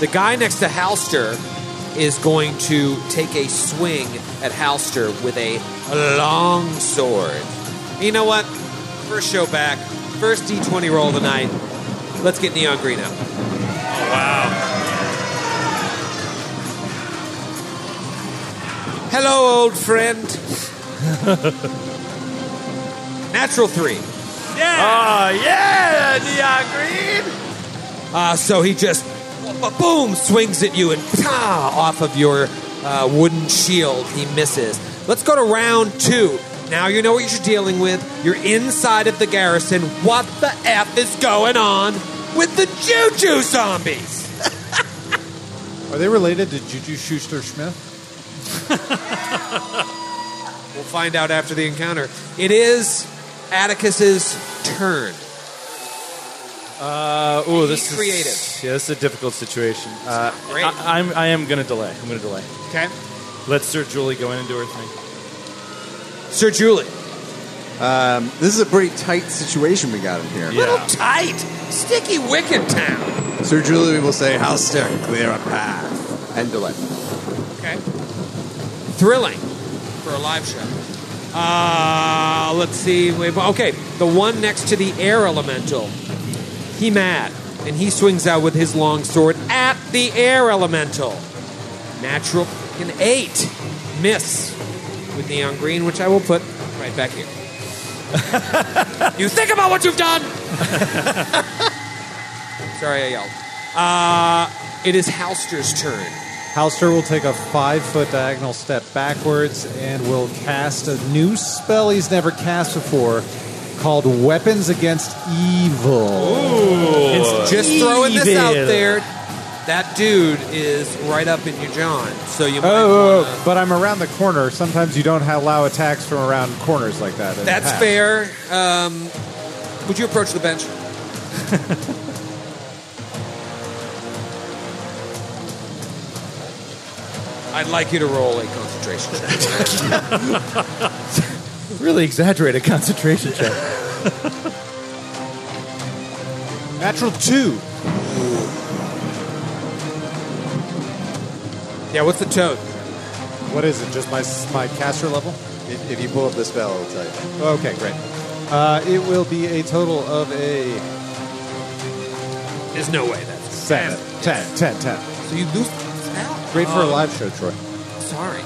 A: the guy next to Halster is going to take a swing at Halster with a long sword. You know what? First show back. First D20 roll of the night. Let's get Neon Green out.
C: Wow.
A: Hello, old friend. Natural three.
G: Ah, yeah, Neon Green.
A: Uh, so he just boom swings at you and pow off of your uh, wooden shield. He misses. Let's go to round two. Now you know what you're dealing with. You're inside of the garrison. What the f is going on with the juju zombies?
H: Are they related to Juju Schuster Smith?
A: We'll find out after the encounter. It is Atticus's turn.
G: Uh, ooh, this
A: Be
G: is
A: creative.
G: Yeah, this is a difficult situation. Uh,
A: Great.
G: I, I'm I am gonna delay. I'm gonna delay.
A: Okay,
G: Let Sir Julie go in and do her thing.
A: Sir Julie.
D: This is a pretty tight situation we got in here.
A: Little tight, sticky wicked town.
D: Sir Julie will say, Halster, clear a path. And delay.
A: Okay, thrilling. for a live show. Uh, let's see. Wait, okay, the one next to the air elemental. He mad, and he swings out with his long sword at the air elemental. Natural an eight, miss with neon green, which I will put right back here. you think about what you've done. Sorry, I yelled. Uh, it is Halster's turn.
H: Halster will take a five foot diagonal step backwards and will cast a new spell he's never cast before called Weapons Against Evil.
A: It's just throwing this out
G: Evil.
A: there. That dude is right up in your John, so you might
H: Oh,
A: wanna-
H: but I'm around the corner. Sometimes you don't allow attacks from around corners like that. in the
A: That's
H: past.
A: fair. Um, would you approach the bench? I'd like you to roll a concentration check.
G: Really exaggerated concentration check.
H: Natural two.
A: yeah, what's the toad?
H: What is it? Just my my caster level?
D: If, if you pull up the spell, it'll tell you.
H: Okay, great. Uh, it will be a total of a
A: There's no way that's
H: seven. Ten. Ten. Ten.
A: so you lose the spell.
H: Great for a live show, Troy.
A: Sorry,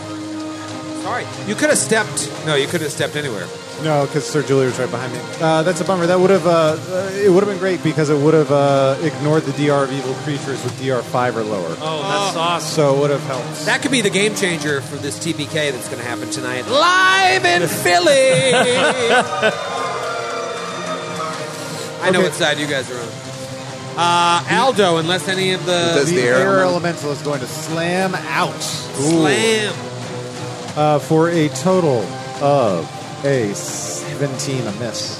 A: sorry. You could have stepped. No, you could have stepped anywhere.
H: No, because Sir Julia was right behind me. Uh, that's a bummer. That would have uh, uh, it would have been great because it would have uh, ignored the DR of evil creatures with DR five or lower.
C: Oh, that's
A: Uh,
C: awesome.
H: So it would have helped.
A: That could be the game changer for this TPK that's going to happen tonight, live in Philly. I know
H: Okay.
A: what side you guys are on. Uh, Aldo, unless any of the
D: Does
H: the
D: Uh, the
H: air,
D: air element-
H: elemental is going to slam out
A: slam.
H: uh, for a total of a seventeen, a miss.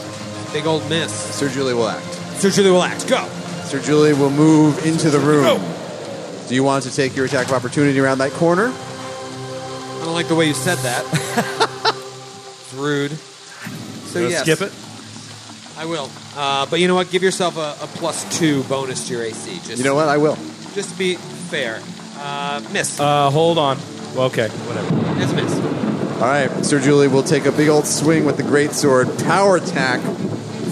A: Big old miss.
D: Sir Julie will act.
A: Sir Julie will act. Go.
D: Sir Julie will move into the room.
A: Oh.
D: Do you want to take your attack of opportunity around that corner?
A: I don't like the way you said
D: <laughs>
A: that. it's rude. So
C: Gonna
A: yes,
C: Skip it.
A: I will. Uh, but you know what? Give yourself a, a plus two bonus to your AC. Just
D: You know what? I will.
A: just to be fair. Uh, miss.
G: Uh, hold on. Well, okay, whatever.
A: That's a
D: <clears throat>
A: miss.
D: All right, Sir Julie will take a big old swing with the great sword, power attack,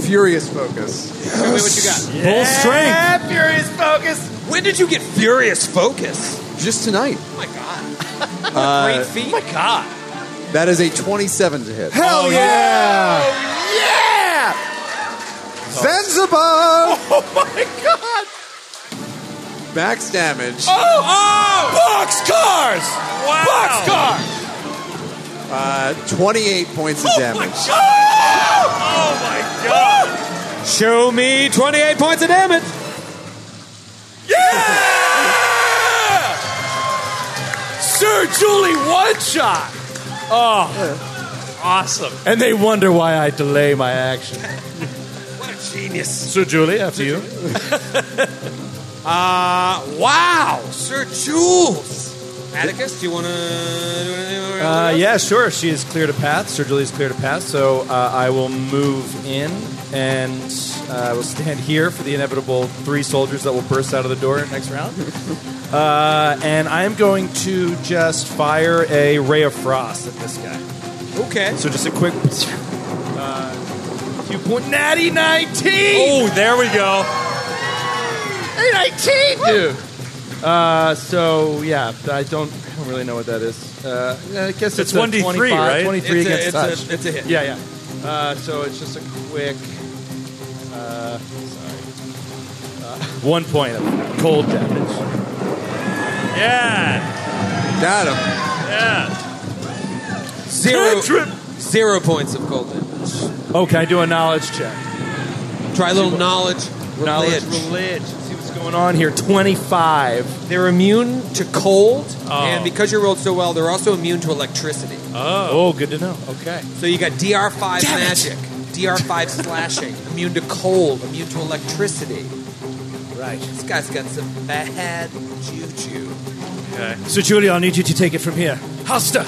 D: furious focus.
A: Show me what you got.
C: Full strength.
A: Furious Focus. When did you get Furious Focus?
D: Just tonight.
A: Oh my god.
E: Uh,
A: Great feat. Oh my god.
D: That is a 27 to hit.
H: Hell
G: Oh,
H: yeah! Zanzibar!
D: Max damage.
A: Uh. Oh,
E: Box cars! Wow! Box cars!
D: Uh, 28 points of <laughs> damage.
E: Oh my god!
A: Show me 28 points of damage.
E: Yeah! Sir Julie one shot!
C: Awesome.
G: And they wonder why I delay my action.
A: What a genius.
C: Sir Julie, after you.
A: Uh, wow. Sir Jules. Atticus, do you want to do anything?
G: Uh, yeah, sure. She is cleared a path. Sir Julie's cleared a path. So uh, I will move in and uh, I will stand here for the inevitable three soldiers that will burst out of the door next <laughs> round. Uh, and I'm going to just fire a ray of frost at this guy.
A: Okay.
G: So just a quick. Uh, you point natty 19!
C: Oh, there we go.
G: dude. Uh, so yeah, I don't, I don't really know what that is. Uh, I guess
C: It's
G: a
C: 1d3,
G: 25,
C: right?
G: 23
A: it's, a,
G: against
A: it's,
G: touch.
A: a, it's a hit.
G: Yeah, yeah. Uh, so it's just a quick. Uh, sorry.
C: One point of cold damage. Yeah.
D: Got him.
C: Yeah.
A: Zero, zero points of cold damage.
G: Oh, can I do a knowledge check?
A: Try a little knowledge.
G: Knowledge,
A: religion.
G: religion. See what's going on here. Twenty-five.
A: They're immune to cold,
C: Oh.
A: and because you rolled so well, they're also immune to electricity.
G: Oh, good to know. Okay.
A: So you got DR5 magic, DR5 slashing, immune to cold, immune to electricity.
G: Right.
A: This guy's got some bad juju.
C: Okay.
G: So, Julia, I'll need you to take it from here. Hosta,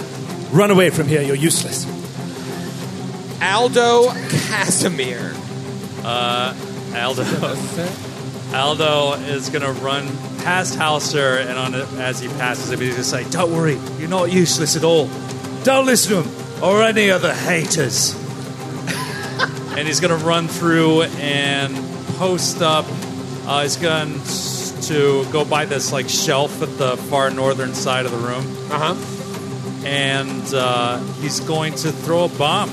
G: run away from here. You're useless.
A: Aldo Casimir.
C: Aldo. <laughs> Aldo is gonna run past Halser, and on as he passes him, he's gonna say, "Don't worry, you're not useless at all. Don't listen to him or any other haters. <laughs> and he's going to run through and post up. Uh, he's going to go by this like shelf at the far northern side of the room.
A: Uh-huh.
C: Uh huh. And uh, he's going to throw a bomb.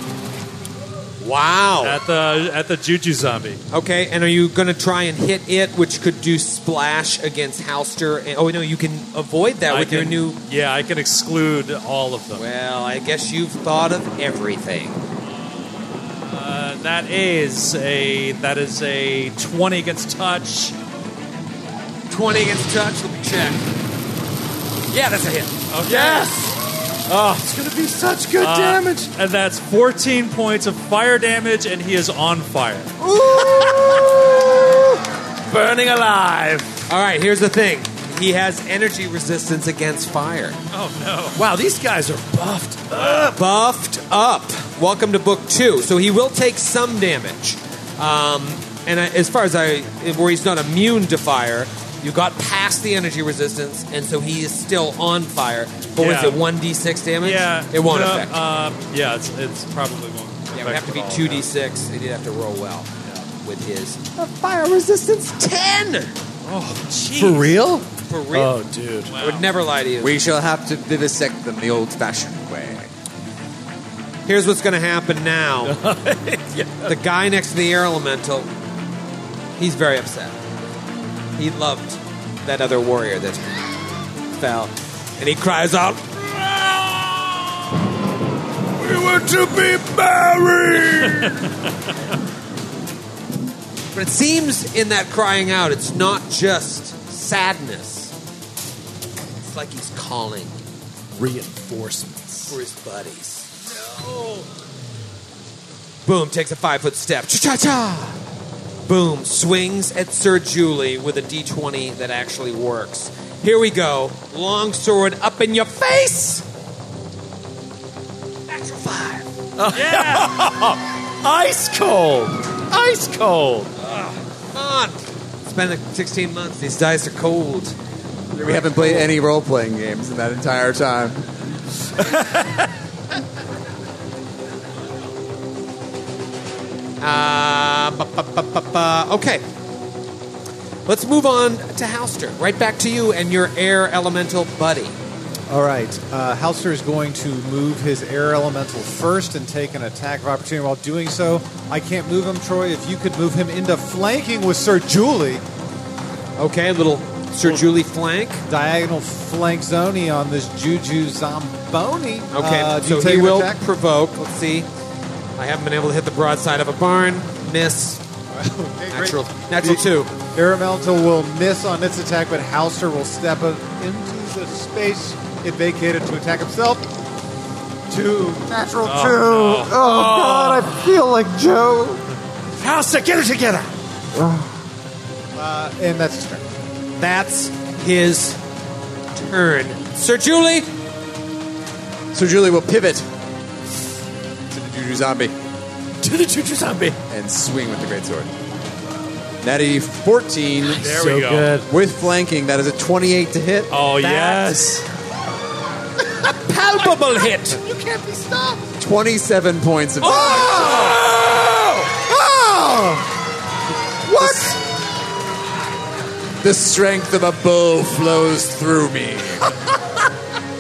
A: Wow.
C: At the at the juju zombie.
A: Okay, and are you going to try and hit it, which could do splash against Halster? And, oh no, you can avoid that
C: I
A: with your
C: can-
A: new.
C: Yeah, I can exclude all of them.
A: Well, I guess you've thought of everything.
C: Uh, that is a that is a twenty against touch.
A: Twenty against touch. Let me check. Yeah, that's a hit.
C: Okay.
A: Ah! Oh, it's going to be such good
C: Uh, And that's fourteen points of fire damage, and he is on fire.
A: Burning alive. All right, here's the thing. He has energy resistance against fire.
C: Oh no!
A: Wow, these guys are buffed up. Buffed up. Welcome to book two. So he will take some damage. Um, and I, as far as I, where he's not immune to fire, you got past the energy resistance, and so he is still on fire. But
C: Yeah.
A: what is it, 1d6 damage?
C: Yeah,
A: It won't
C: no,
A: affect.
C: Uh, yeah, it's, it's probably won't.
A: yeah, it would have to be 2d6, and he'd have to roll well with his. uh,
N: Fire resistance 10!
C: Oh, jeez.
D: For real?
A: For real.
C: dude.
A: I would never lie to you.
D: We shall have to vivisect them the old-fashioned way.
A: Here's what's going to happen <laughs> now. The guy next to the air elemental, he's very upset. He loved that other warrior that fell. And he cries out,
O: We were to be married.
A: but it seems in that crying out, it's not just sadness. It's like he's calling
N: Reinforcements.
A: for his buddies. No! Boom takes a five foot step. Cha cha cha! Boom swings at Sir Julie with a d20 that actually works. Here we go. Long sword up in your face! Natural five.
J: Ice cold. Ice cold.
A: Come on! It's been like 16 months. These dice are cold.
D: <laughs> We haven't played any role-playing games in that entire time.
A: Uh, bu- bu- bu- bu- bu- okay. Let's move on to Halster. Right back to you and your air elemental buddy.
H: All right. Uh, Halster is going to move his air elemental first and take an attack of opportunity while doing so. I can't move him, Troy. If you could move him into flanking with Sir Julie,
A: Okay, little Sir Julie flank.
H: diagonal flank zony on this Juju Zomboni.
A: Okay,
H: Uh, do
A: so
H: you take
A: he
H: an
A: will
H: attack?
A: provoke. Let's see. I haven't been able to hit the broadside of a barn. Miss.
H: Okay, great.
A: Natural, natural two.
H: Air elemental will miss on its attack, but Halster will step up into the space it vacated to attack himself. Two. Natural two. Oh, God, I feel like Joe.
O: House, get it together.
H: Uh, and that's his turn.
A: That's his turn. Sir Julie,
D: So Julie will pivot to the Juju Zombie
O: To the choo-choo zombie.
D: and swing with the great sword. Natty 14
C: There we go.
D: with flanking. That is a 28 to hit.
C: Oh
A: That's- <laughs>
C: yes.
A: palpable hit.
D: 27 points of
C: Oh!
D: damage.
A: Ah!
D: What? The strength of a bull flows through me.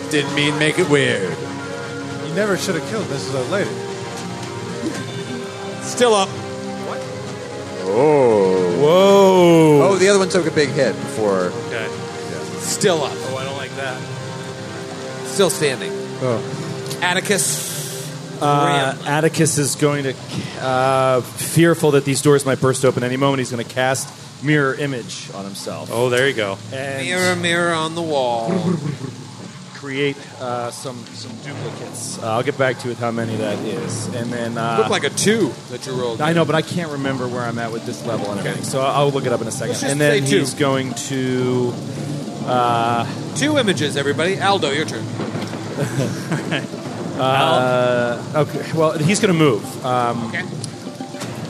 D: Didn't mean make it weird.
H: You never should have killed Mrs. O'Lady.
A: Still up.
D: Oh, the other one took a big hit before.
C: Okay.
A: Still up.
C: Oh, I don't like that.
A: Still standing. Oh. Atticus.
J: Uh,
A: Ram.
J: Atticus is going to, uh, fearful that these doors might burst open any moment, he's going to cast mirror image on himself
C: Oh, there you go.
J: and
A: Mirror, mirror on the
H: <laughs>
A: wall.
J: create uh, some some duplicates. Uh, I'll get back to you with how many that is, and then uh,
A: Looked like a two that you rolled.
J: I know, but I can't remember where I'm at with this level and everything. So I'll I'll look it up in a 2nd
A: Let's just
J: and then
A: say two.
J: he's going to.
A: Two images, everybody. Aldo, your turn.
J: Okay, well, he's going to move. Uh,
A: Okay.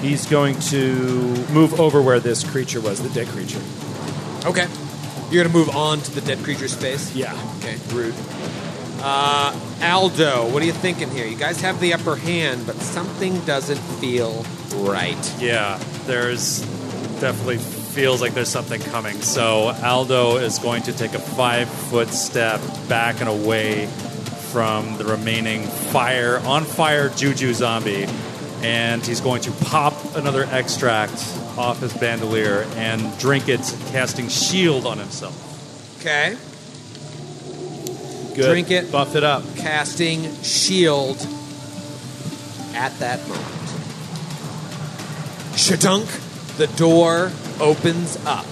J: he's going to move over where this creature was, the dead creature.
A: Okay. You're gonna move on to the dead creature's face.
J: Yeah.
A: Okay. Rude. Uh, Aldo, what are you thinking here? You guys have the upper hand, but something doesn't feel right.
C: Yeah, there's definitely feels like there's something coming. So Aldo is going to take a five foot step back and away from the remaining fire on fire juju zombie, and he's going to pop another extract off his bandolier and drink it, casting shield on himself.
A: Okay.
G: Good.
A: Drink it.
G: Buff it up.
A: Casting shield at that moment. Shadunk, the door opens up,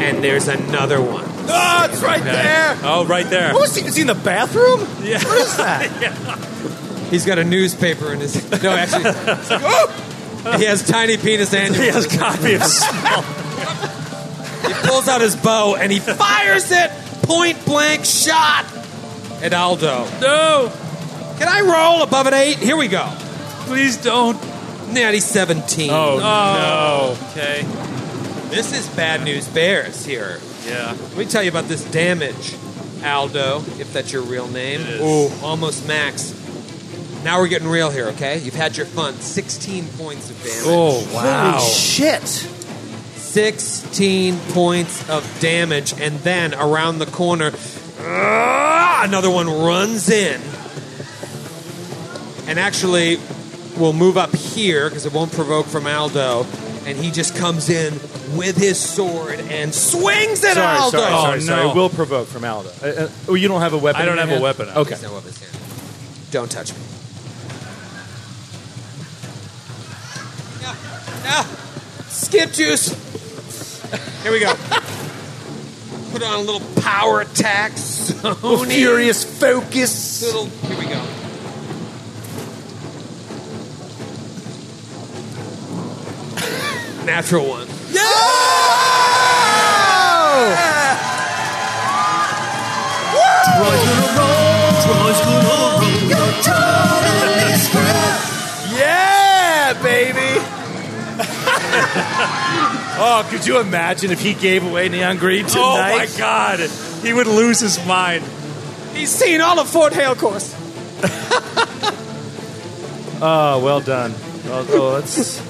A: and there's another one.
B: Ah, it's right there.
C: Oh, right there. <laughs>
B: What was he? Is he in the bathroom? Yeah. What is that?
A: He's got a newspaper in his. No, actually, <laughs> he has tiny penis annuals.
C: <laughs> He has a copy of Small
A: He pulls out his bow and he fires it point blank shot at Aldo.
C: No,
A: Can I roll above an eight? Here we go.
C: please don't.
A: Natty 17.
C: Oh, no. Okay.
A: This is bad news bears here.
C: Yeah.
A: Let me tell you about this damage, Aldo, if that's your real name.
C: It is.
A: Ooh, almost max. Now we're getting real here, okay? You've had your fun. 16 points of damage.
C: Oh wow.
B: Shit.
A: 16 points of damage, and then around the corner, ah, another one runs in. And actually, we'll move up here because it won't provoke from Aldo. And he just comes in with his sword and swings at
G: Sorry,
A: Aldo.
G: sorry, sorry,
C: Oh,
G: sorry.
C: no.
G: It will provoke from Aldo. Uh, uh, oh, you don't have a weapon.
C: I don't
G: in your
C: have a
G: hand?
C: weapon.
G: Okay.
A: There's no weapons here. Don't touch me. No, no. Skip juice. Here <laughs> we go. Put on a little power attack. Sony.
B: Furious focus.
A: <laughs> Little. Here we <laughs> go. Natural one.
B: Yeah, baby.
C: Oh, could you imagine if he gave away Neon Green tonight? Oh my God, he would lose his mind.
A: He's seen all of Fort Hale Course.
G: Oh, well done. Well, oh, that's,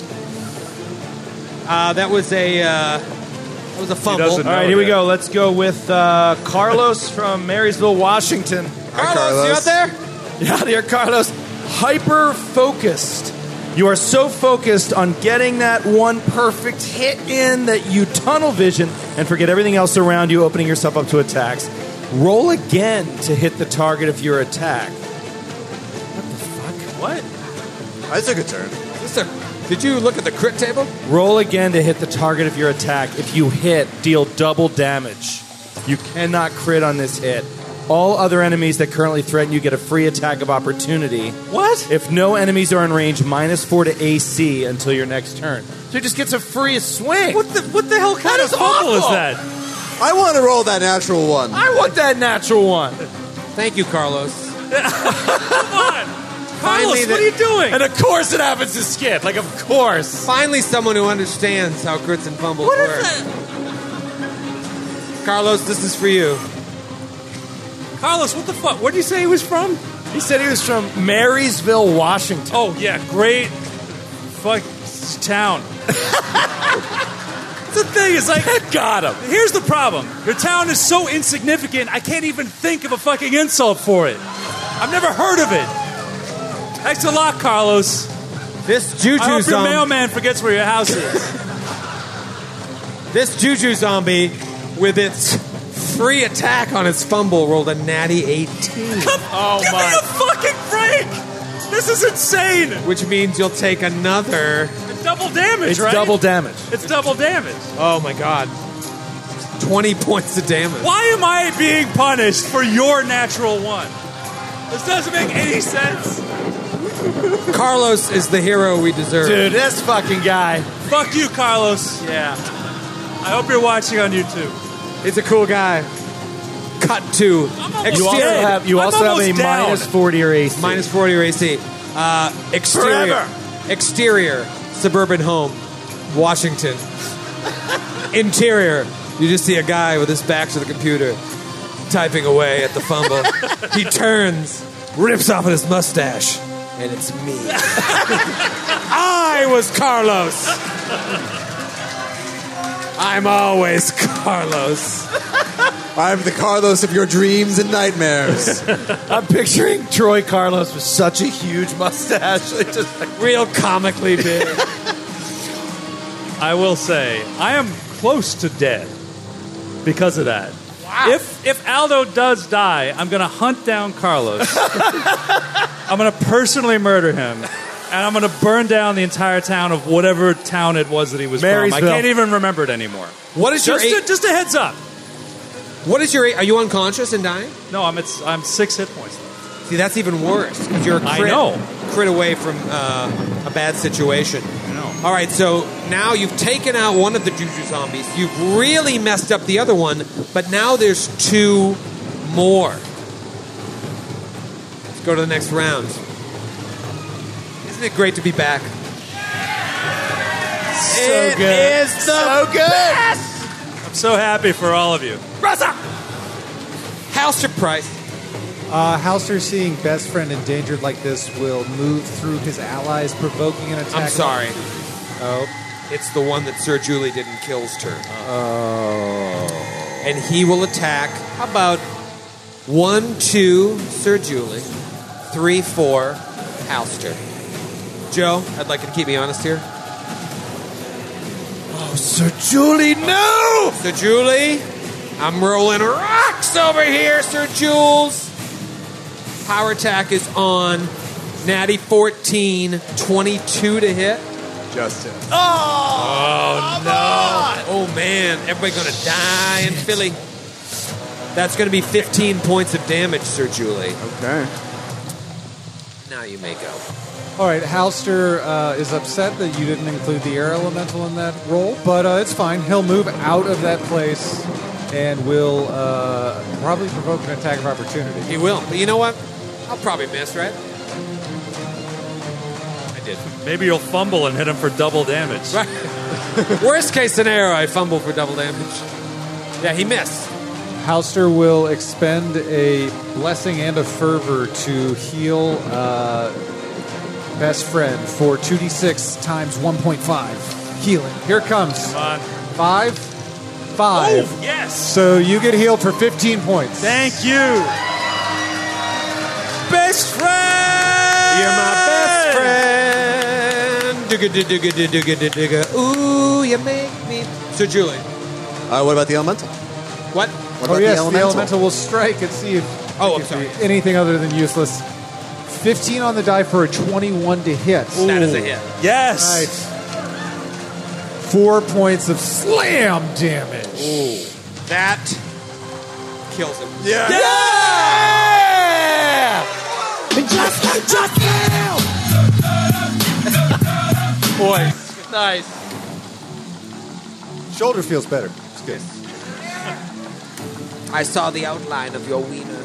A: Uh, that was a. Uh, that was a fumble.
G: all right, here we go. Let's go with uh, Carlos from Marysville, Washington.
A: Carlos, you out there?
G: Yeah, dear Carlos,
H: Hyper focused. You are so focused on getting that one perfect hit in that you tunnel vision
G: and forget everything else around you, opening yourself up to attacks. Roll again to hit the target of your attack. What the fuck? What?
D: I took a turn.
A: Is this a- did you look at the crit table?
G: Roll again to hit the target of your attack. If you hit, deal double damage. You cannot crit on this hit. All other enemies that currently threaten you get a free attack of opportunity.
E: What?
G: If no enemies are in range, minus four to AC until your next turn.
E: So he just gets a free swing.
C: What the what the hell kind of
E: is
C: fumble is
E: awful.
C: that?
D: I want to roll that natural one.
E: I want that natural one.
A: Thank you, <laughs> Carlos.
C: Carlos,
A: the-
C: what are you doing?
B: And of course it happens to Skip. Like, of course.
A: Finally, someone who understands how crits and fumbles work. Carlos, this is for you.
C: Carlos, what the fuck? Where did you say he was from?
G: He said he was from Marysville, Washington.
C: Oh yeah, great fuck town. <laughs> That's the thing is like got him. Here's the problem: your town is so insignificant, I can't even think of a fucking insult for it. I've never heard of it. Thanks a lot, Carlos.
A: This juju
C: I hope your
A: zombie.
C: mailman forgets where your house
G: <laughs>
C: is.
A: this juju zombie, with its free attack on its fumble, rolled a natty 18,
C: oh Give me a fucking break! This is insane.
A: which means you'll take another.
C: It's double damage,
G: It's
C: right?
G: double damage.
C: It's double damage.
A: Oh my god. 20 points of damage.
C: Why am I being punished for your natural one? This doesn't make any sense.
A: Carlos is the hero we deserve.
G: Dude, this fucking guy.
C: Fuck you, Carlos.
G: Yeah.
C: I hope you're watching on YouTube.
A: He's a cool guy. Cut to
C: I'm almost
G: You
A: exterior.
G: also
C: Dead.
G: have, you
C: I'm
G: also have a
C: almost down.
G: minus 40 or AC.
A: Minus 40 or AC. Uh, exterior. Exterior. Suburban home. Washington. Interior. You just see a guy with his back to the computer. typing away at the
E: <laughs>
A: fumble. he turns, rips off his mustache, and it's me. I was
G: <laughs>
A: Carlos. I'm always Carlos.
D: I'm the Carlos of your dreams and nightmares.
A: I'm picturing
E: Troy Carlos with such a huge mustache. <laughs> It just like,
A: real
C: <laughs>
A: comically big.
C: I will say, I am close to dead because of that. If if Aldo does die, I'm gonna hunt down
A: <laughs>
C: Carlos. I'm gonna personally murder him, and I'm gonna burn down the entire town of whatever town it was that he was from.
G: Marysville.
C: I can't even remember it anymore.
A: What is your
C: Just
A: eight,
C: a, just a heads up.
A: what is your eight, are you unconscious and dying?
C: No, I'm at, I'm six hit points. left.
A: See, that's even worse because you're a
C: I
A: crit,
C: know.
A: crit away from uh, a bad situation. All right, so now you've taken out one of the juju zombies. You've really messed up the other one, but now there's two more. Let's go to the next round. Isn't it great to be back?
C: So good.
E: so good.
C: I'm so happy for all of you.
A: How surprised!
J: Uh, Halster seeing best friend endangered like this will move through his allies, provoking an attack.
A: I'm sorry.
J: Oh,
A: It's the one that Sir Julie didn't kill's turn. Oh. And he will attack about one, two, Sir Julie, three, four, Halster. Joe, I'd like you to keep me honest here. Oh, Sir Julie, no! Sir Julie, I'm rolling rocks over here, Sir Jules. Power attack is on. Natty 14, 22 to hit.
D: <laughs> Justin.
A: Oh man, everybody gonna die in Philly. That's gonna be 15 points of damage, Sir Julie.
D: Okay.
A: Now you may go.
J: all right. Halster uh, is upset that you didn't include the air elemental in that roll, but uh, it's fine. He'll move out of that place and will uh, probably provoke an attack of opportunity.
A: He will. But you know what? I'll probably miss, right? I did.
C: Maybe you'll fumble and hit him for double damage.
A: Worst case scenario, I fumble for double damage. Yeah, he missed.
J: Halster will expend a blessing and a fervor to heal uh, best friend for 2d6 times 1.5 healing. Here it comes.
C: Come on.
J: Five.
A: Oh,
J: Five.
G: Oh!
C: Yes.
J: So you get healed for 15 points.
C: Thank you.
A: Best friend! You're my best friend! Digga, digga, digga, digga, digga, digga. Ooh, you make me. Sir Julie,
D: Uh, what about the elemental?
A: what?
D: What about
J: Oh, yes, the elemental. will strike and see if,
A: Oh, I'm
J: if
A: sorry.
J: anything other than useless. 15 on the die for a 21 to hit.
A: That is a hit.
J: Right.
C: Yes.
J: Four points of slam damage.
A: That kills him. Boy.
E: Nice.
J: Shoulder feels better. It's good.
I: I saw the outline of your wiener.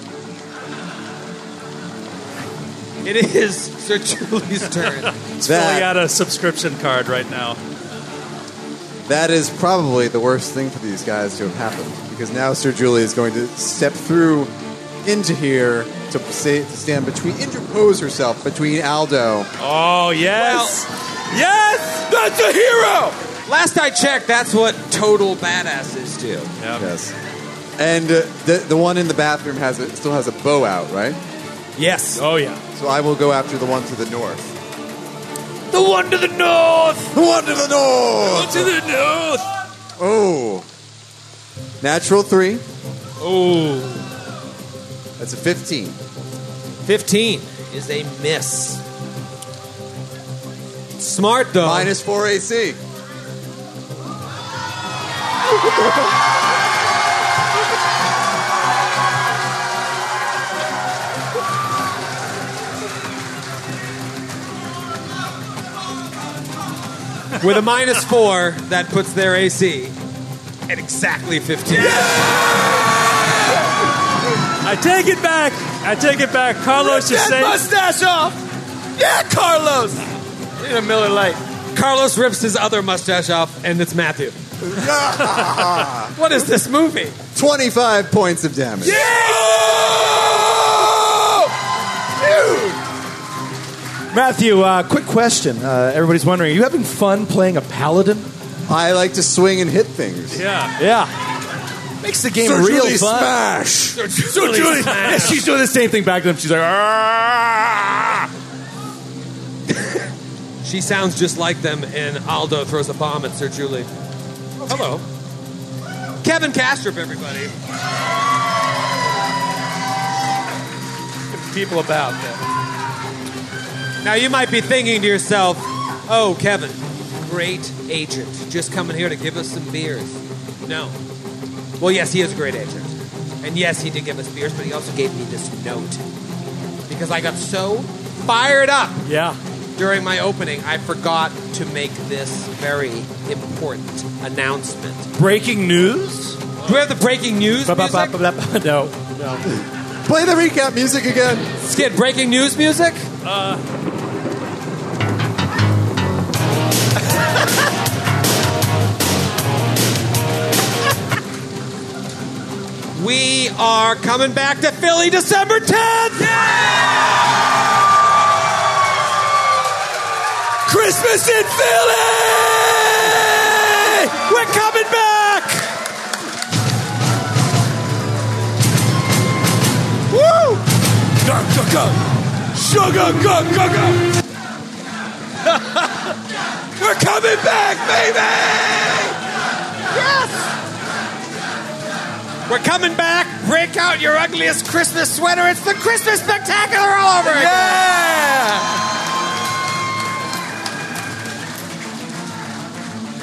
A: It is Sir Julie's turn.
C: Billy
D: That,
C: got a subscription card right now.
D: that is probably the worst thing for these guys to have happened because now Sir Julie is going to step through into here to, say, to stand between, interpose herself between Aldo.
C: Oh yes. yes. That's a hero.
A: Last I checked, that's what total badasses do.
D: Yes. And uh, the the one in the bathroom has a, still has a bow out, right?
A: Yes.
C: Oh yeah.
D: So I will go after the one to the north.
C: The one to the north.
D: The one to the north.
C: To the north.
D: Oh. Natural three.
C: Oh.
D: That's a fifteen.
A: 15 is a miss. Smart, though.
D: Minus four AC.
A: With a minus four, that puts their AC at exactly 15.
C: I take it back. I take it back. Carlos is safe.
A: mustache off! Yeah, <laughs> Carlos! In a Miller Light. Carlos rips his other mustache off, and it's Matthew. what is this movie?
D: 25 points of damage.
G: Matthew, uh, quick question. Uh, everybody's wondering, are you having fun playing a paladin?
D: I like to swing and hit things.
C: Yeah.
G: Yeah. Makes the game
D: Surgically
G: real fun.
D: smash.
G: So Julie, yeah, she's doing the same thing back to them. She's like, "Argh."
A: She sounds just like them, and Aldo throws a bomb at Sir Julie. Oh, hello. Kevin Castrop, everybody. People about that. Now, you might be thinking to yourself, oh, Kevin, great agent, just coming here to give us some beers. No. Well, yes, he is a great agent. And yes, he did give us beers, but he also gave me this note. Because I got so fired up
G: yeah.
A: during my opening, I forgot to make this very important announcement.
G: Breaking news?
A: Do we have the breaking news music?
G: No.
D: Play the recap music again.
A: Skid, breaking news music? Uh. <laughs> we are coming back to Philly December 10th!
B: Christmas in Philly! We're coming back! Woo! Go, go, go! Sugar, go, go,
A: <laughs>
B: go! We're coming back, baby!
A: We're coming back! Break out your ugliest Christmas sweater! It's the Christmas Spectacular all over again!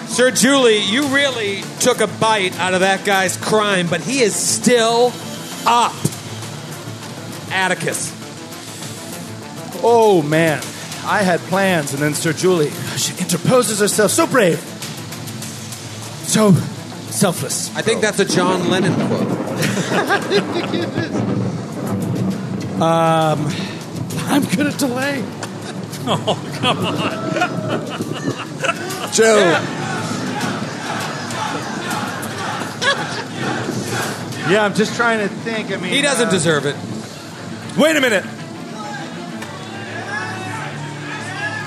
A: Sir Julie, you really took a bite out of that guy's crime, but he is still up. Atticus.
G: Oh, man. I had plans, and then Sir Julie, she interposes herself. So brave. So selfless.
A: I think that's a John Lennon quote.
G: I'm going to delay.
D: Joe.
G: Yeah, I'm just trying to think. I mean, uh,
A: He doesn't deserve it.
G: Wait a minute.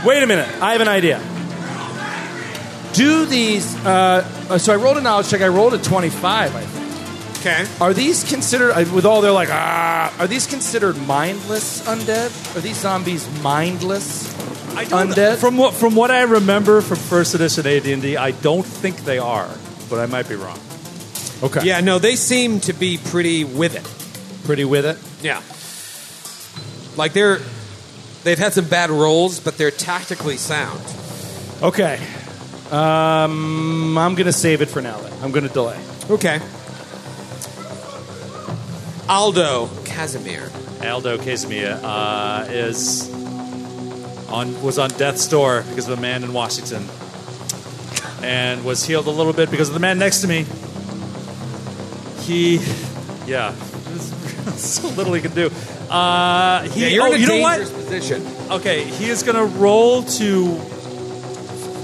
G: Wait a minute. I have an idea. Do these? Uh, uh, so I rolled a knowledge check. I rolled a twenty-five. I think.
A: Okay.
G: Are these considered? I- With all their like, ah, are these considered mindless undead? Are these zombies mindless
C: I don't,
G: undead?
C: From what from what I remember from first edition AD&D, I don't think they are, but I might be wrong.
G: okay.
A: Yeah, no, they seem to be pretty with it.
G: Pretty with it.
A: Yeah. Like they're they've had some bad rolls, but they're tactically sound.
G: Okay. Um, I'm gonna save it for now. Then. I'm gonna delay.
A: Okay. Aldo Casimir.
C: Aldo Casimir uh, is on was on death's door because of a man in Washington, and was healed a little bit because of the man next to me. He, yeah, <laughs> there's so little he can do. Uh, he,
A: Yeah, you're
C: oh,
A: in a
C: you know
A: dangerous
C: what?
A: position. <laughs>
C: Okay, he is going to roll to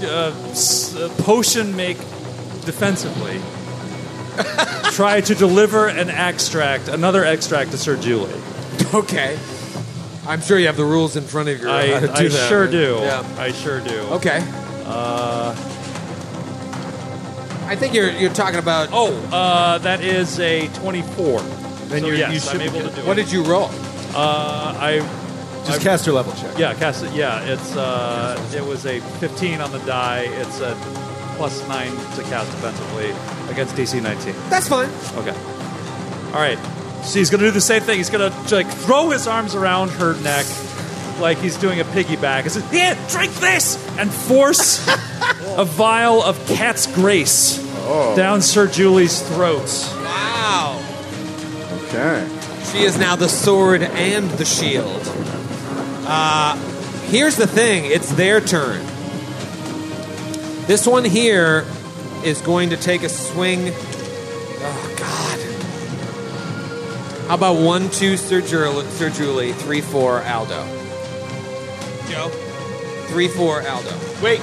C: uh, s- uh, potion make defensively. <laughs> Try to deliver an extract, another extract to Sir Julie.
A: Okay. I'm sure you have the rules in front of you.
C: I,
A: how to
C: I
A: do that.
C: sure do.
A: Yeah.
C: I sure do.
A: Okay.
C: Uh,
A: I think you're you're talking about.
C: Oh, uh, that is a 24. Then
G: you're-
C: yes,
G: you
C: I'm
G: should
C: able to do
A: What
C: it.
A: did you roll?
C: Uh, I
G: Just cast your level check.
C: yeah, cast it. Yeah, it's uh, it was a 15 on the die. It's a plus nine to cast defensively against DC 19.
A: That's fine.
C: Okay. All right. So he's gonna do the same thing. He's gonna like throw his arms around her neck, like he's doing a piggyback. He says, "Here, drink this," and
E: <laughs>
C: force a vial of cat's grace
E: Oh.
C: down Sir Julie's throat.
A: Wow.
D: Okay.
A: She is now the sword and the shield. Uh, here's the thing. It's their turn. This one here is going to take a swing. Oh God. How about one, two, Sir, Jul- Sir Julie, three, four, Aldo. Joe. Three, four, Aldo. Wait.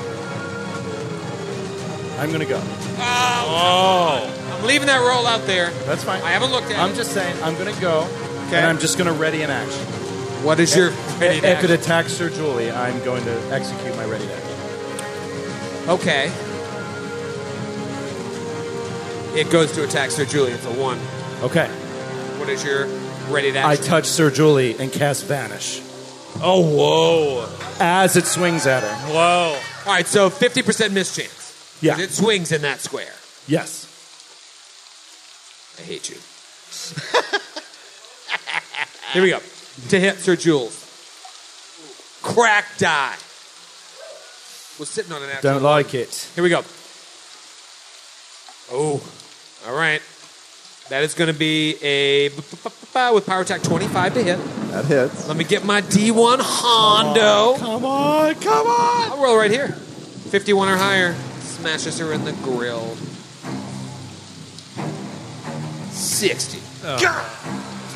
E: I'm going to go.
A: Oh,
E: Oh.
A: I'm leaving that roll out there.
E: That's fine.
A: I haven't looked at
E: I'm
A: it.
E: just saying, I'm going to go, and I'm just going to ready an action.
A: What is your
E: If
A: ready
E: if it
A: action?
E: attacks Sir Julie, I'm going to execute my ready action.
A: Okay. It goes to attack Sir Julie. It's a one.
E: Okay.
A: What is your ready to
E: I
A: action?
E: touch Sir Julie and cast Vanish
C: Oh, whoa.
E: as it swings at her.
C: Whoa.
A: All right, so 50% mischance.
E: Yeah.
A: 'Cause It swings in that square.
E: Yes.
A: I hate you. Here we go. To hit Sir Jules. Crack die. We're sitting on an actual.
E: Don't like it.
A: Here we go. Oh, all right. That is going to be a with power attack 25 to hit.
D: That hits.
A: Let me get my D1 Hondo.
E: Come on, come on.
A: I'll roll right here. 51 or higher. Smashes her in the grill. 60. God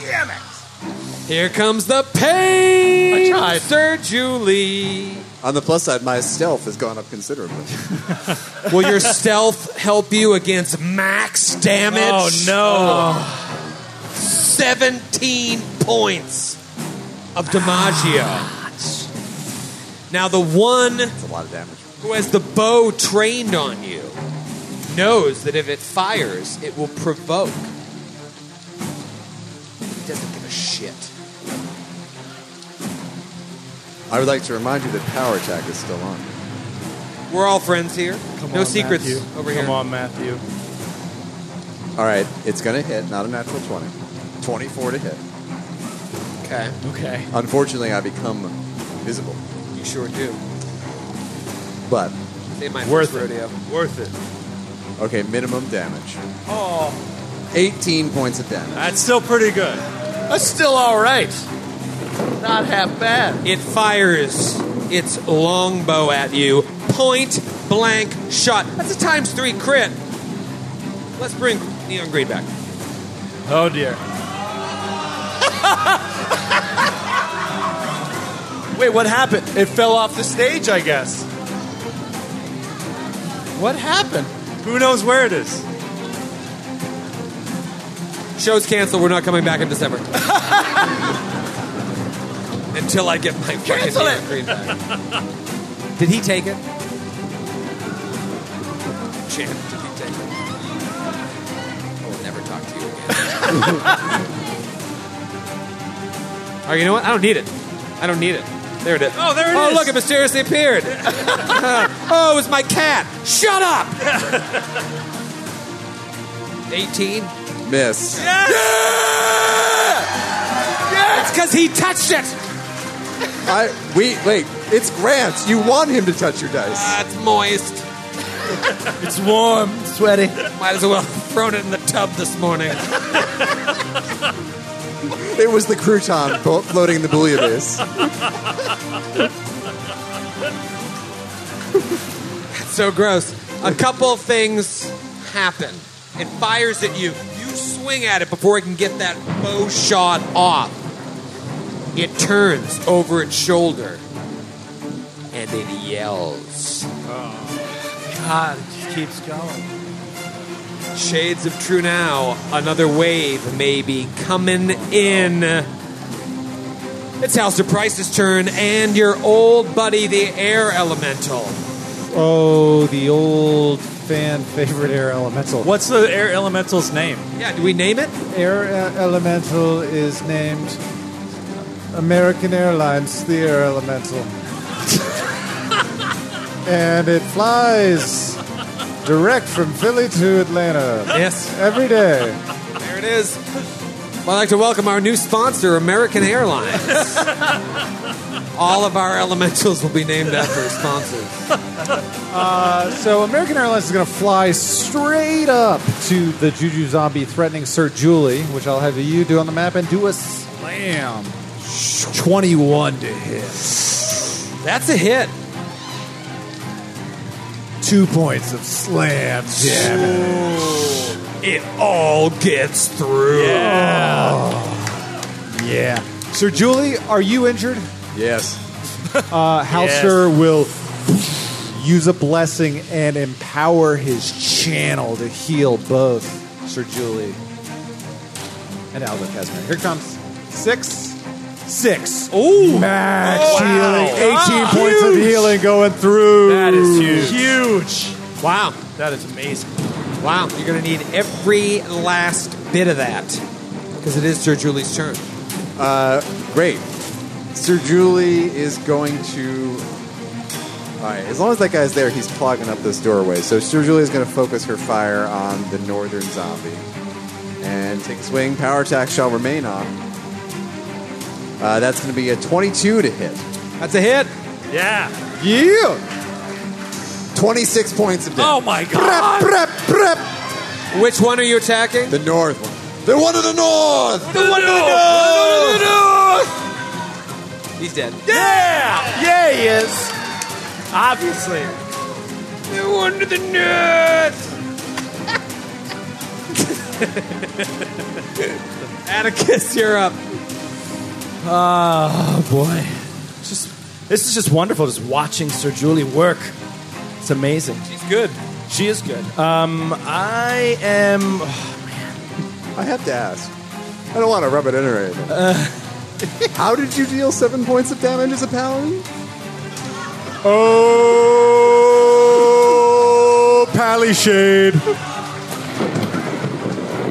A: damn it! Here comes the pain! I tried. Sir Julie.
D: On the plus side, my stealth has gone up considerably.
A: Will your stealth help you against max damage?
C: Oh, no.
A: 17 points of Dimaggio. Now, the one
D: That's a lot of damage.
A: who has the bow trained on you knows that if it fires, it will provoke. He doesn't give a shit.
D: I would like to remind you that power attack is still on.
A: We're all friends here. no secrets over here.
E: Come on, Matthew.
D: All right, it's going to hit, not a natural 20. 24 to hit.
A: Okay.
E: Okay.
D: Unfortunately, I become visible,
A: You sure do.
D: but
A: They might
E: Worth
A: first
E: it.
A: rodeo.
C: Worth it.
D: okay, minimum damage. Oh. 18 points of damage.
C: That's still pretty good.
P: That's still all right. Not half bad.
A: It fires its longbow at you. Point blank shot. That's a times three crit. Let's bring Neon Green back.
E: Oh dear.
P: Wait, what happened? It fell off the stage, I guess. What happened?
C: Who knows where it is?
A: Show's canceled. We're not coming back in <laughs> December. Until I get my fucking
P: Cancel
A: Neon
P: it.
A: Green back. Did he take it? Chan, did he take it? I will never talk to you again. <laughs> All right, you know what? I don't need it. I don't need it. There it is.
C: Oh, there it
A: oh,
C: is.
A: look, it mysteriously appeared. <laughs> oh, it was my cat. Shut <laughs> up. 18.
D: Miss.
A: That's because he touched it.
D: I we wait. It's Grant. You want him to touch your dice.
A: That's Ah, moist.
E: It's warm, sweaty.
A: Might as well have thrown it in the tub this morning.
D: It was the crouton bo- floating in the bouillabaisse.
A: so gross. A couple things happen. It fires at you. You swing at it before it can get that bow shot off. It turns over its shoulder and it yells.
E: Oh. God, it just keeps going.
A: Shades of True Now, another wave may be coming in. It's Halster Price's turn and your old buddy, the Air Elemental.
H: Oh, the old fan favorite air elemental.
C: What's the air elemental's name?
A: Yeah, do we name it?
H: Air uh, elemental is named American Airlines, the air elemental. and it flies direct from Philly to Atlanta
A: Yes.
H: every day.
A: There it is. Well, I'd like to welcome our new sponsor, American Airlines. All of our elementals will be named after sponsors.
H: So American Airlines is going to fly straight up to the Juju Zombie threatening Sir Julie, which I'll have you do on the map and do a slam. 21 to hit.
A: That's a hit.
H: Two points of slam damage.
A: It all gets through.
H: Yeah. Sir Julie, are you injured?
D: Yes.
H: Uh, Halster will use a blessing and empower his channel to heal both Sir Julie and Alvin Casimir. Here comes six. Six. Oh, max healing. 18 points of healing going through.
E: That is huge.
A: Huge. Wow.
E: That is amazing.
A: Wow. You're going to need every last bit of that because it is Sir Julie's turn.
D: Great. Sir Julie is going to. All right. As long as that guy's there, he's clogging up this doorway. So Sir Julie is going to focus her fire on the northern zombie and take a swing. Power attack shall remain on. Uh, that's going to be a 22 to hit.
A: That's a hit.
C: Yeah.
D: Yeah. 26 points of damage.
C: Oh my god.
D: Prep, prep.
A: Which one are you attacking?
D: The north one. The one to the north.
A: The one He's dead.
E: Yeah! Yeah, he is. Obviously.
A: The one to the
E: <laughs>
A: north. Atticus, you're up.
E: Oh boy. It's Just this is just wonderful. Just watching Sir Julie work. It's amazing.
A: He's good.
E: She is good. Um, I am.
D: I have to ask. I don't want to rub it in or anything. How did you deal seven points of damage as a paladin?
Q: Oh, Pally Shade.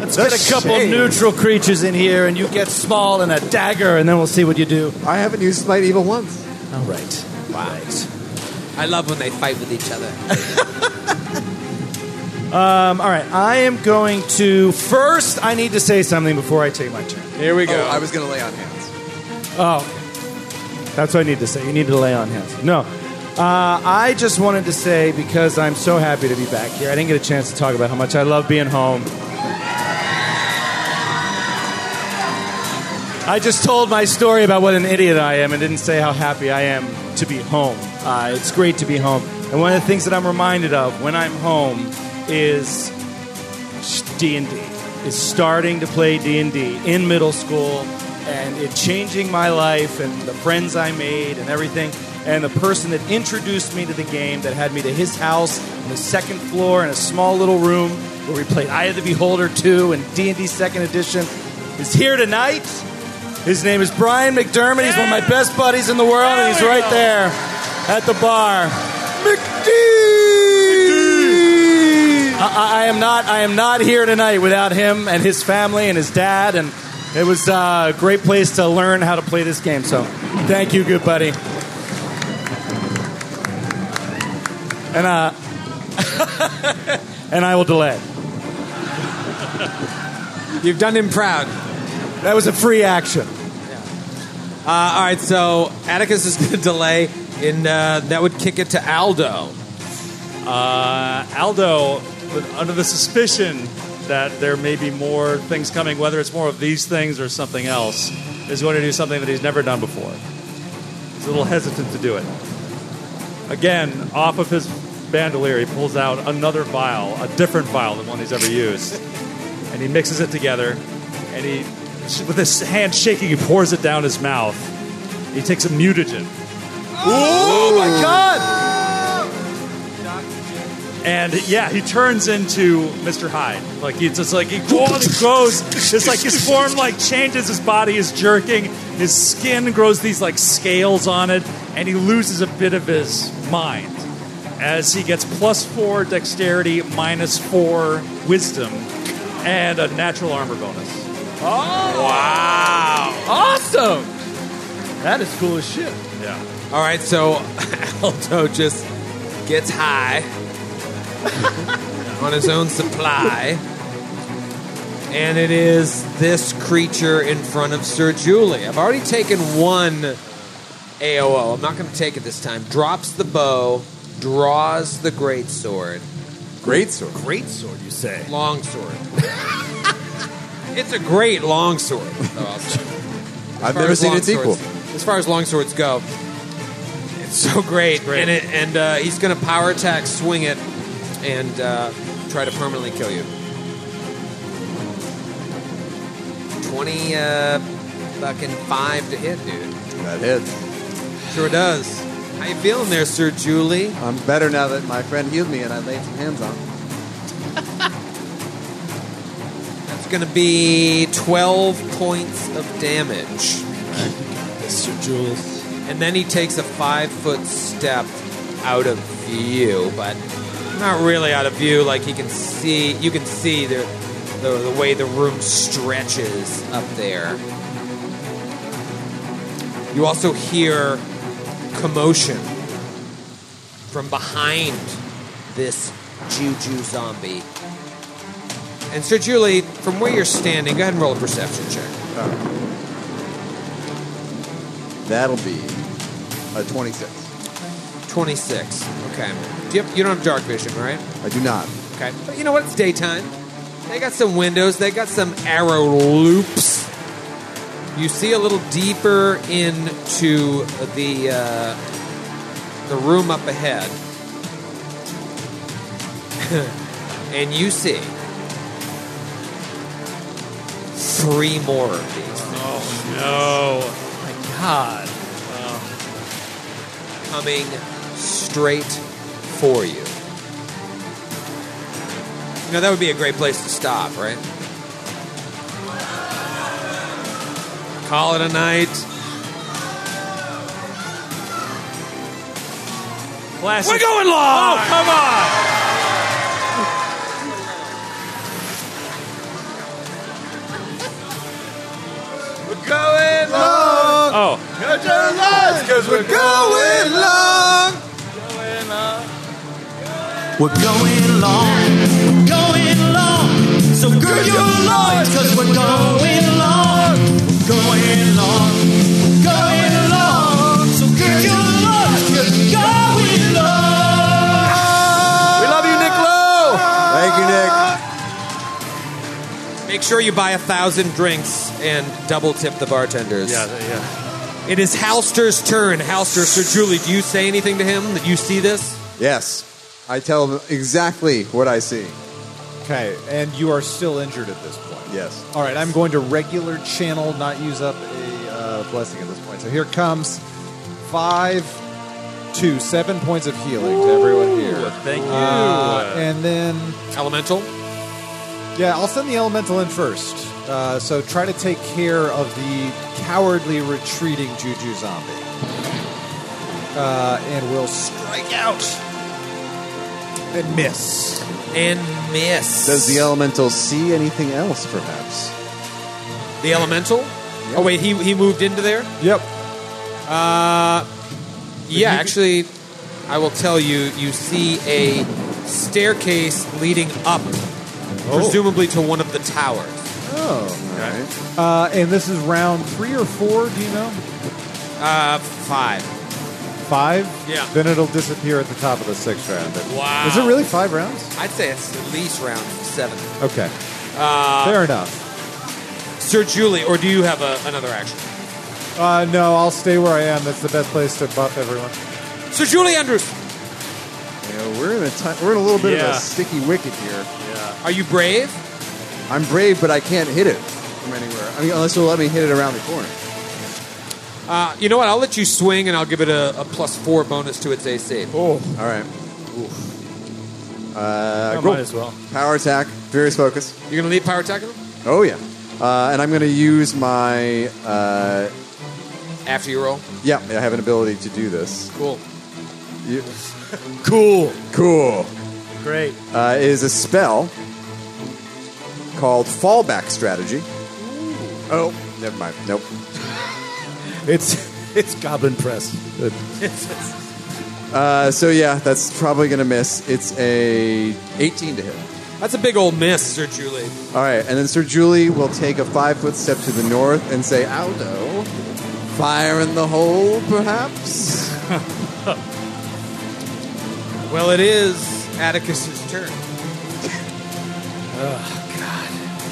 E: Let's get a couple neutral creatures in here, and you get small and a dagger, and then we'll see what you do.
D: I haven't used Smite Evil once.
E: All right. Right.
R: I love when they fight with each other.
E: Um, all right. I am going to first. I need to say something before I take my turn.
D: Here we go. I was going to lay on hands.
E: Oh, that's what I need to say. You need to lay on hands. No. Uh, I just wanted to say because I'm so happy to be back here. I didn't get a chance to talk about how much I love being home. I just told my story about what an idiot I am and didn't say how happy I am to be home. Uh, it's great to be home. And one of the things that I'm reminded of when I'm home is D&D. Is starting to play D&D in middle school and it changing my life and the friends I made and everything. And the person that introduced me to the game that had me to his house on the second floor in a small little room where we played Eye of the Beholder 2 and D&D 2nd Edition is here tonight. His name is Brian McDermott. He's one of my best buddies in the world and he's right there at the bar. I, I- I am not. I am not here tonight without him and his family and his dad. And it was uh, a great place to learn how to play this game. So, thank you, good buddy. And uh, <laughs> and I will delay.
A: You've done him proud.
E: That was a free action.
A: Uh, all right, so Atticus is <laughs> going to delay, and uh, that would kick it to Aldo.
C: Uh, Aldo, with, under the suspicion that there may be more things coming, whether it's more of these things or something else, is going to do something that he's never done before. He's a little hesitant to do it. Again, off of his bandolier, he pulls out another vial, a different vial than one he's ever used, and he mixes it together, and he, with his hand shaking, he pours it down his mouth. He takes a mutagen.
E: Oh my God!
C: And yeah, he turns into Mr. Hyde. Like he's just like he grows and grows. It's like his form like changes. His body is jerking. His skin grows these like scales on it, and he loses a bit of his mind as he gets plus four dexterity, minus four wisdom, and a natural armor bonus.
S: Oh! Awesome. That is cool as shit.
C: Yeah.
A: All right, so <laughs> Aldo just gets high <laughs> on his own supply. And it is this creature in front of Sir Julie. I've already taken one AOO. I'm not going to take it this time. Drops the bow, draws the great sword.
D: Great sword.
A: Great sword, you say? Long sword. it's a great long sword. though, I'll say.
D: I've
A: As far
D: never
A: as
D: seen its equal.
A: longswords- As far as longswords go, it's so great. And, it, and uh, he's going to power attack, swing it, and uh, try to permanently kill you. 20 uh, fucking 5 to hit, dude.
D: That hits.
A: Sure does. How you feeling there, Sir Julie?
D: I'm better now that my friend healed me and I laid some hands on him.
A: That's going to be 12 points of damage.
G: Sir Jules.
A: And then he takes a five foot step out of view, but not really out of view. Like he can see, you can see the, the, the way the room stretches up there. You also hear commotion from behind this juju zombie. And Sir Julie, from where you're standing, go ahead and roll a perception check.
D: That'll be a 26.
A: 26. Okay. Do you, have- you don't have dark vision, right?
D: I do not.
A: Okay. But you know what? It's daytime. They got some windows, they got some arrow loops. You see a little deeper into the uh, the room up ahead. <laughs> and you see three more of these
S: Oh,
C: No.
A: coming straight for you. You know, that would be a great place to stop, right? Call it a night.
C: Classic. We're going long. Oh, come on.
A: We're going long.
C: Oh,
D: Because we're going long.
B: We're going long, we're going long. So gird your loins, cause we're going long, we're going long, we're going long. So gird your loins, cause we're going long.
D: We love you, Nick Lowe. Thank you, Nick.
A: Make sure you buy a thousand drinks and double tip the bartenders.
C: yeah, yeah.
A: It is Halster's turn. Halster, Sir Julie, do you say anything to him that you see this?
D: Yes, I tell him exactly what I see.
H: Okay, and you are still injured at this point.
D: Yes.
H: All right, I'm going to regular channel, not use up a uh, blessing at this point. So here comes five, two, seven points of healing to everyone here.
C: Thank you.
H: Uh, and then,
A: Elemental?
H: yeah, I'll send the elemental in first. Uh, so try to take care of the cowardly retreating Juju zombie. Uh, and we'll strike out and miss.
A: And miss.
D: Does the elemental see anything else, perhaps?
A: The elemental? Oh wait, he he moved into there.
H: Yep.
A: Yeah, actually, I will tell you. You see a staircase leading up, presumably to one of the towers.
H: Oh.
D: All right.
H: Uh, and this is round three or four, do you know?
A: Uh, five.
H: Five?
A: Yeah.
H: Then it'll disappear at the top of the sixth round.
A: Wow.
H: Is it really five rounds?
A: I'd say it's at least round seven.
H: Okay.
A: Uh,
H: Fair enough.
A: Sir Julie, or do you have a, another action?
H: Uh, no, I'll stay where I am. That's the best place to buff everyone.
A: Sir Julie Andrews,
D: Yeah, we're in a ti- we're in a little bit of
C: Yeah.
D: a sticky wicket here.
A: are you brave?
D: I'm brave, but I can't hit it from anywhere. I mean, unless you'll let me hit it around the corner.
A: Uh, you know what? I'll let you swing, and I'll give it a, a plus four bonus to its AC.
D: All right. Uh,
G: might as well.
D: power attack, furious focus.
A: You're gonna leave power attack him
D: Oh yeah. Uh, and I'm going to use my uh,
A: after you roll.
D: yeah. I have an ability to do this.
A: Cool.
D: You- cool. Cool.
G: Great.
D: Uh, is a spell called Fallback Strategy. Oh, never mind. Nope.
H: <laughs>
G: It's it's Goblin Press.
D: Uh, so yeah, that's probably going to miss. It's a 18 to hit.
A: That's a big old miss, Sir Julie.
D: All right, and then Sir Julie will take a five foot step to the north and say, Aldo, fire in the hole, perhaps?
A: Well, it is Atticus's turn.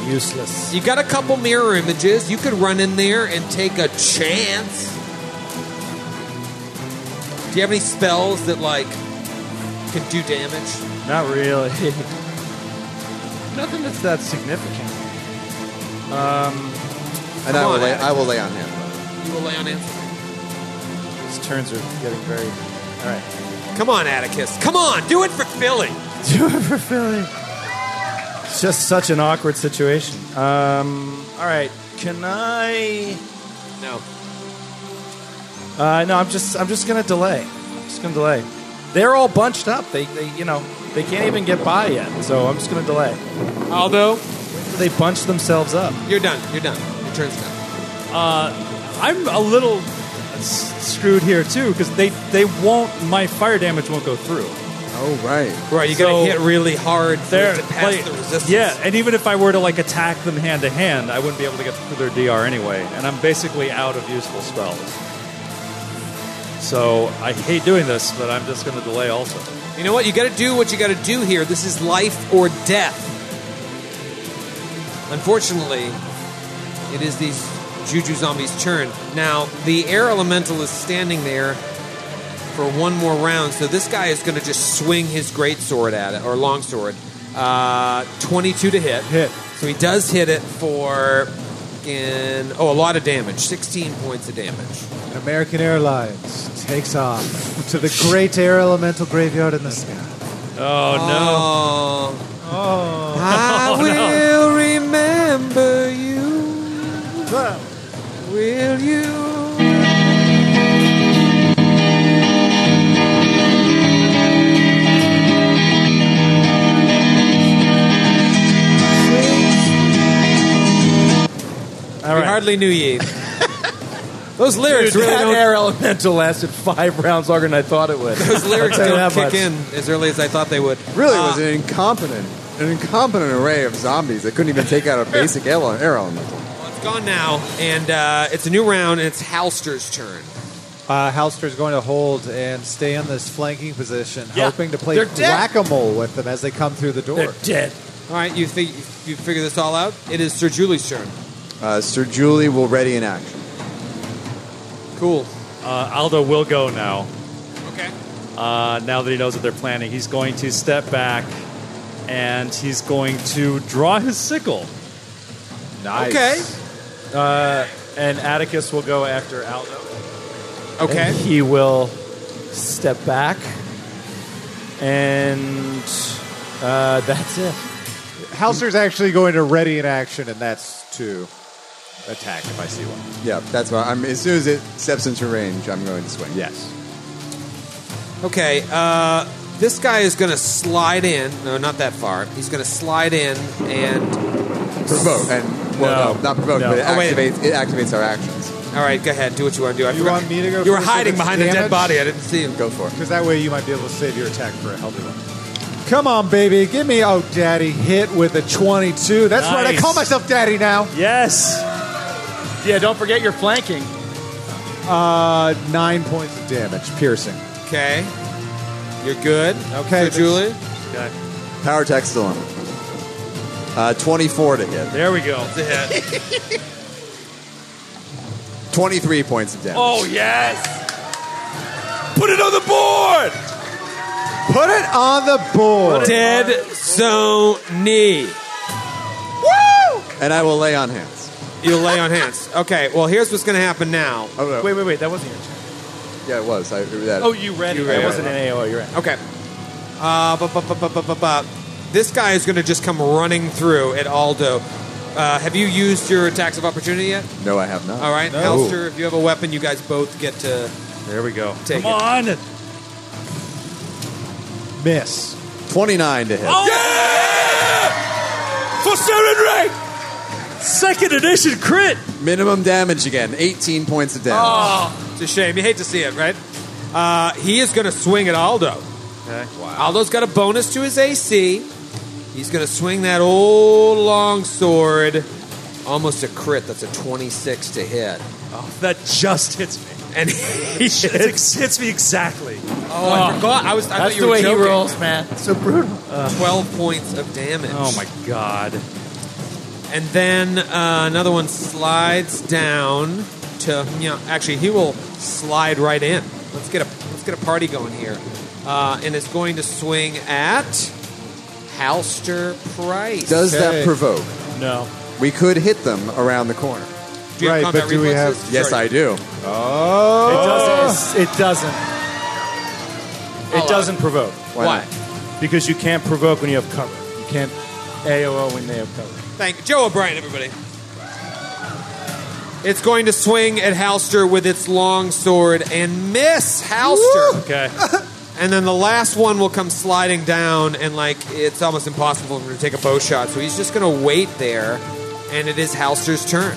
G: Useless.
A: You got a couple mirror images. You could run in there and take a chance. Do you have any spells that like can do damage?
G: Not really. <laughs> Nothing that's that significant.
D: And I
A: Come
D: will,
A: on,
D: lay,
A: Atticus.
D: I will lay on him.
A: You will lay on him.
G: These turns are getting very
I: All right. Come on, Atticus. Come on, do it for Philly.
G: Do it for Philly. It's just such an awkward situation. Um, all right, can I?
I: No.
G: Uh, no, I'm just I'm just gonna delay. I'm just gonna delay. They're all bunched up. They, they you know they can't even get by yet. So I'm just gonna delay.
A: Aldo,
G: They bunch themselves up.
A: you're done. You're done. Your turn's done.
C: I'm a little s- screwed here too because they they won't. My fire damage won't go through.
D: Oh, right.
A: Right, you
C: So-
A: gotta hit really hard for
C: They're
A: it to pass
C: like-
A: the resistance.
C: Yeah, and even if I were to like attack them hand to hand, I wouldn't be able to get through their DR anyway, and I'm basically out of useful spells. So I hate doing this, but I'm just going to delay also.
A: You know what? You gotta do what you gotta do here. This is life or death. Unfortunately, it is these Juju zombies' turn. Now, the air elemental is standing there for one more round, so this guy is gonna just swing his great sword at it, or long sword. Uh, 22 to hit.
G: Hit.
A: So he does hit it for. In, oh, a lot of damage. 16 points of damage.
J: American Airlines takes off to the great air elemental graveyard in the sky.
C: Oh
A: Oh. I
G: Oh,
A: will remember you. Will you?
G: All
A: We
G: right.
A: hardly knew
G: <laughs>
A: ye. Those lyrics
G: Dude,
A: really
G: that
A: don't.
G: air elemental lasted five rounds longer than I thought it would.
A: Those lyrics
G: I'll tell you
A: don't
G: that much.
A: kick in as early as I thought they would.
D: Really, it
A: Uh,
D: was an incompetent, an incompetent array of zombies that couldn't even take out a basic ele- air elemental.
A: well, it's gone now, and uh, it's a new round, and it's Halster's turn.
J: Uh, Halster is going to hold and stay in this flanking position,
C: Yeah.
J: hoping to play
C: They're dead.
J: whack-a-mole with them as they come through the
C: no!
J: door.
C: They're dead.
A: All right, you think you figure this all out? It is Sir Julie's turn.
D: Uh, Sir Julie will ready in action.
A: Cool.
C: Uh, Aldo will go now.
A: Okay.
C: Uh, now that he knows what they're planning, he's going to step back and he's going to draw his sickle.
H: Nice.
A: Okay.
G: Uh, and Atticus will go after Aldo.
A: Okay.
G: And he will step back, and uh, <laughs> that's it.
F: Hauser's actually going to ready in action, and that's two.
H: Attack if I see one.
D: Yeah, that's why. I'm, as soon as it steps into range, I'm going to swing.
H: Yes.
A: Okay, uh, this guy is going to slide in. No, not that far. He's going to slide in and.
D: provoke and well, no,
C: No.
D: not provoke,
C: No.
D: but it
A: Oh, wait.
D: activates it activates our actions.
A: All right, go ahead. Do what you want to do. I
F: You
A: forgot-
F: want me to go
A: You were
F: first if
A: hiding
F: it's
A: behind a dead
F: damage?
A: body. I didn't see him.
D: Go for it.
F: Because that way you might be able to save your attack for a healthy one.
J: Come on, baby, give me oh, daddy hit with a twenty-two. That's right, I
C: Nice.
J: call myself daddy now.
C: Yes!
E: Yeah, don't forget your flanking.
J: Uh, nine points of damage, piercing.
A: Okay. You're good.
J: Okay,
A: So, Julie?
D: Power attack still on. Uh, 24 to hit.
C: There we go.
D: 23 points of damage.
C: Oh, yes! Put it on the board!
J: Put it on the board.
A: Dead Zony.
D: And I will lay on hands.
A: You lay on hands. Okay, well, here's what's going to happen now.
D: Oh, no.
G: Wait, wait, wait. That wasn't your turn.
D: Yeah, it was. I, that,
G: Oh, you read it.
D: read
G: It
D: it.
G: wasn't an AOE. You're right.
A: Okay. Uh, bu- bu- bu- bu- bu- bu- bu- This guy is going to just come running through at Aldo. Uh, have you used your attacks of opportunity yet?
D: No, I have not.
A: All right, Halster, if you have a weapon, you guys both get to
C: There we go.
A: Take
C: Come on!
J: Miss.
D: 29 to hit.
C: For Saren Ray! Second edition crit!
D: Minimum damage again. 18 points of
A: Oh.
D: damage.
A: It's a shame. You hate to see it, right? Uh, he is going to swing at Aldo. Aldo's got a bonus to his AC. He's going to swing that old long sword. Almost a crit. That's a 26 to hit.
C: That just hits me.
A: And he
C: It ex- hits me exactly.
A: Oh, I forgot. I was. I
E: That's
A: thought you
E: the
A: were
E: way
A: joking.
E: he rolls, man.
G: So brutal.
A: 12 points of damage.
C: Oh my god.
A: And then uh, another one slides down to. You know, actually, he will slide right in. Let's get a let's get a party going here. Uh, and it's going to swing at Halster Price.
D: Does that
J: Okay.
D: provoke?
C: No.
D: We could hit them around the corner.
A: do you have
F: Right,
A: combat
F: but do we
A: reflexes?
D: Yes,
A: Sure.
D: I do.
J: Oh,
G: It doesn't. It doesn't.
C: Oh.
G: It doesn't provoke.
D: Why?
G: Because you can't provoke when you have cover. You can't AOO when they have cover.
A: Thank Joe O'Brien, everybody. It's going to swing at Halster with its long sword and miss Halster.
C: <laughs> Okay.
A: And then the last one will come sliding down, and like it's almost impossible for him to take a bow shot. So he's just going to wait there, and it is Halster's turn.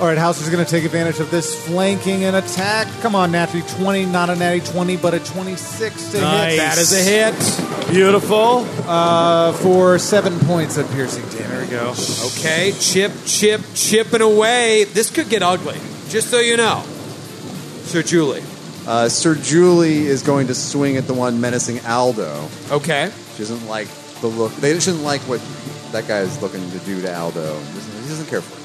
J: All right, House is going to take advantage of this flanking and attack. Come on, Natty 20, not a Natty 20, but a 26 to hit.
C: Nice.
J: That is
A: a hit.
G: Beautiful.
J: uh, for seven points of piercing damage.
C: Go.
A: Okay, chip, chip, chipping away. This could get ugly. Just so you know, Sir Julie.
D: Uh, Sir Julie is going to swing at the one menacing Aldo.
A: Okay.
D: She doesn't like the look. They just didn't like what that guy is looking to do to Aldo. He doesn't, he doesn't care for him.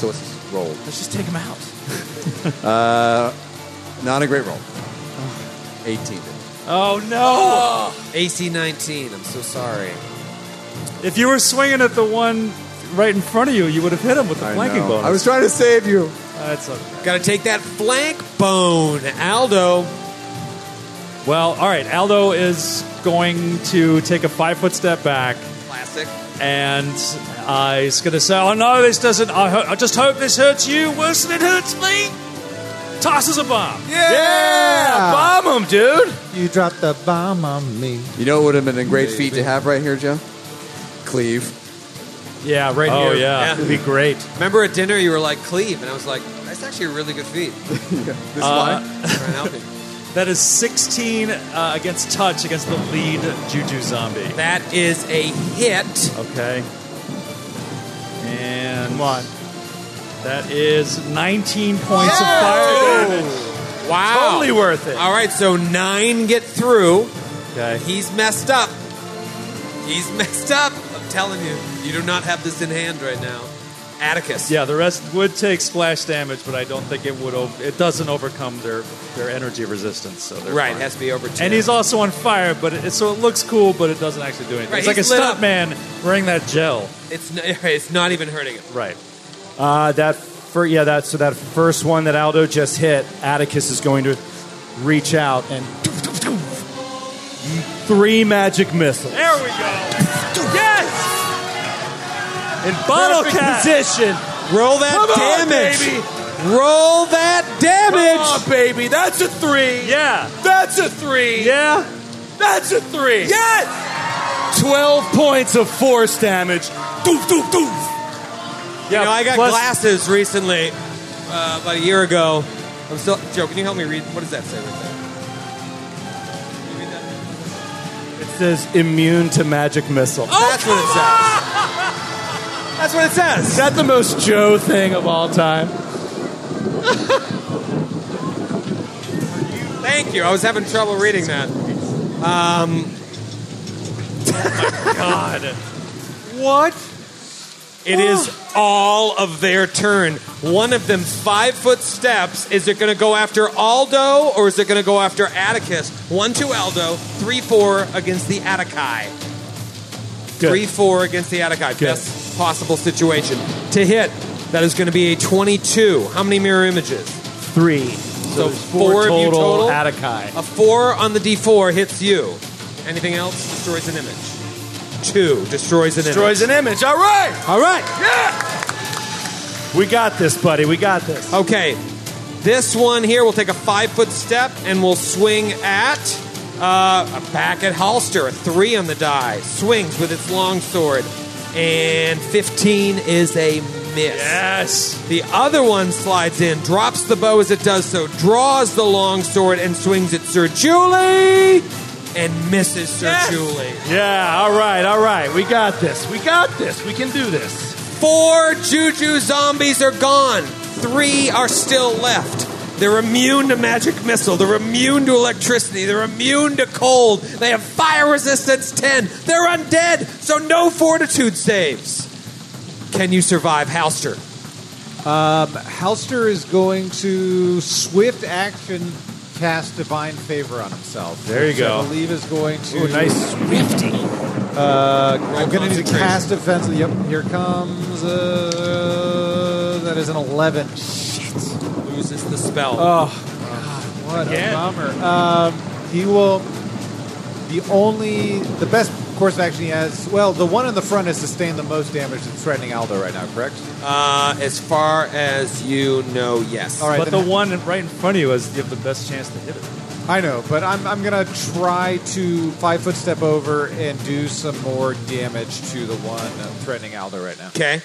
D: So let's just roll.
E: Let's just take him out.
D: <laughs> Uh, Not a
E: <sighs>
D: great roll. 18.
C: Oh no!
A: AC 19. I'm so sorry.
C: If you were swinging at the one right in front of you, you would have hit him with the flanking
D: know.
C: bonus.
D: I was trying to save you.
C: That's okay.
A: Got to take that flank bone, Aldo.
C: Well, all right. Aldo is going to take a five foot step back.
A: Classic.
C: and uh, he's going to say, "Oh no, this doesn't. I, ho- I just hope this hurts you worse than it hurts me." Tosses a bomb.
J: Yeah!
C: bomb him, dude.
J: You dropped the bomb on me.
D: You know what would have been a great feat to have right here, Joe? Cleave.
G: Yeah, right
C: Oh,
G: here.
C: yeah.
G: It'd be great.
A: Remember at dinner you were like Cleve, and I was like, that's actually a really good feat. Uh,
D: This line.
A: Try and help him.
C: That is 16 uh, against touch against the lead Juju zombie.
A: That is a hit.
C: Okay. And come on. That is 19 points of fire damage.
A: Wow.
C: Totally worth it.
A: All right, so nine get through.
C: Okay.
A: He's messed up. He's <laughs> messed up. I'm telling you, you do not have this in hand right now. Atticus.
C: Yeah, the rest would take splash damage, but I don't think it would. Over- it doesn't overcome their their energy resistance. So they're
A: Right,
C: fine.
A: has to be over 10.
C: And he's also on fire, but it, so it looks cool, but it doesn't actually do anything.
A: Right,
C: it's like a
A: he's lit up.
C: stunt man wearing that gel.
A: it's, n- <laughs> it's not even hurting him.
C: Right.
G: Uh, that fir- yeah, that so that first one that Aldo just hit, Atticus is going to reach out and three magic missiles.
C: There we go. Yes! In bottle
G: Perfect
C: cap.
G: position.
A: Roll that
G: Come on,
A: damage.
G: baby.
A: Roll that damage.
G: baby, that's a three.
C: Yeah.
G: That's a three. Yeah. That's a three. Yes. Twelve points of force damage. Doof doof doof.
A: You know, I got
C: plus-
A: glasses recently, uh, about a year ago. I'm still. Joe, can you help me read? What does that say right there? Can you read that?
G: It says immune to magic missile.
A: That's what it says. That's what it
G: Is
A: says.
G: that the most Joe thing of all time?
A: Thank you. I was having trouble reading that.
C: God.
A: What? It is all of their turn. One of them five foot steps. Is it going to go after Aldo or is it going to go after Atticus? One, two, Aldo. Three, four against the Atticai.
G: Good.
A: Three, four against the Atticai. Best possible situation. To hit, that is going to be a 22. How many mirror images?
G: Three.
A: So
G: So,
A: there's
G: four,
A: four of
G: total,
A: you total?
G: Attikai.
A: A four on the D4 hits you. Anything else destroys an image. Two destroys an image.
G: an image. All right.
A: All right.
G: We got this, buddy. We got this.
A: Okay. This one here will take a five foot step and will swing at uh, back at Halster. A three on the die. Swings with its long sword. And 15 is a miss.
C: Yes.
A: The other one slides in, drops the bow as it does so, draws the long sword, and swings at Sir Julie. And misses Sir Julie.
G: Yeah. All right. All right. We got this. We got this. We can do this.
A: Four Juju zombies are gone. Three are still left. They're immune to magic missile. They're immune to electricity. They're immune to cold. They have fire resistance 10. They're undead, so no fortitude saves. Can you survive, Halster?
J: Um, Halster is going to swift action cast divine favor on himself.
G: There you
J: which
G: go.
J: I believe is going to
G: Ooh, nice swifty.
J: Uh, I'm going to need to
A: concentration.
J: cast defense. Yep, here comes. Uh, that is an 11. Shit.
A: Loses the spell.
C: Oh,
J: Oh, God, what a bummer. Um,
H: he will. The only, the best course of action he has. Well, the one in the front has sustained the most damage that's threatening Aldo right now. Correct.
A: Uh, as far as you know, yes.
H: All right.
C: but the
H: then-
C: one right in front of you is you have the best chance to hit it.
H: I know, but I'm, I'm gonna try to five foot step over and do some more damage to the one threatening Aldo right now.
A: Okay.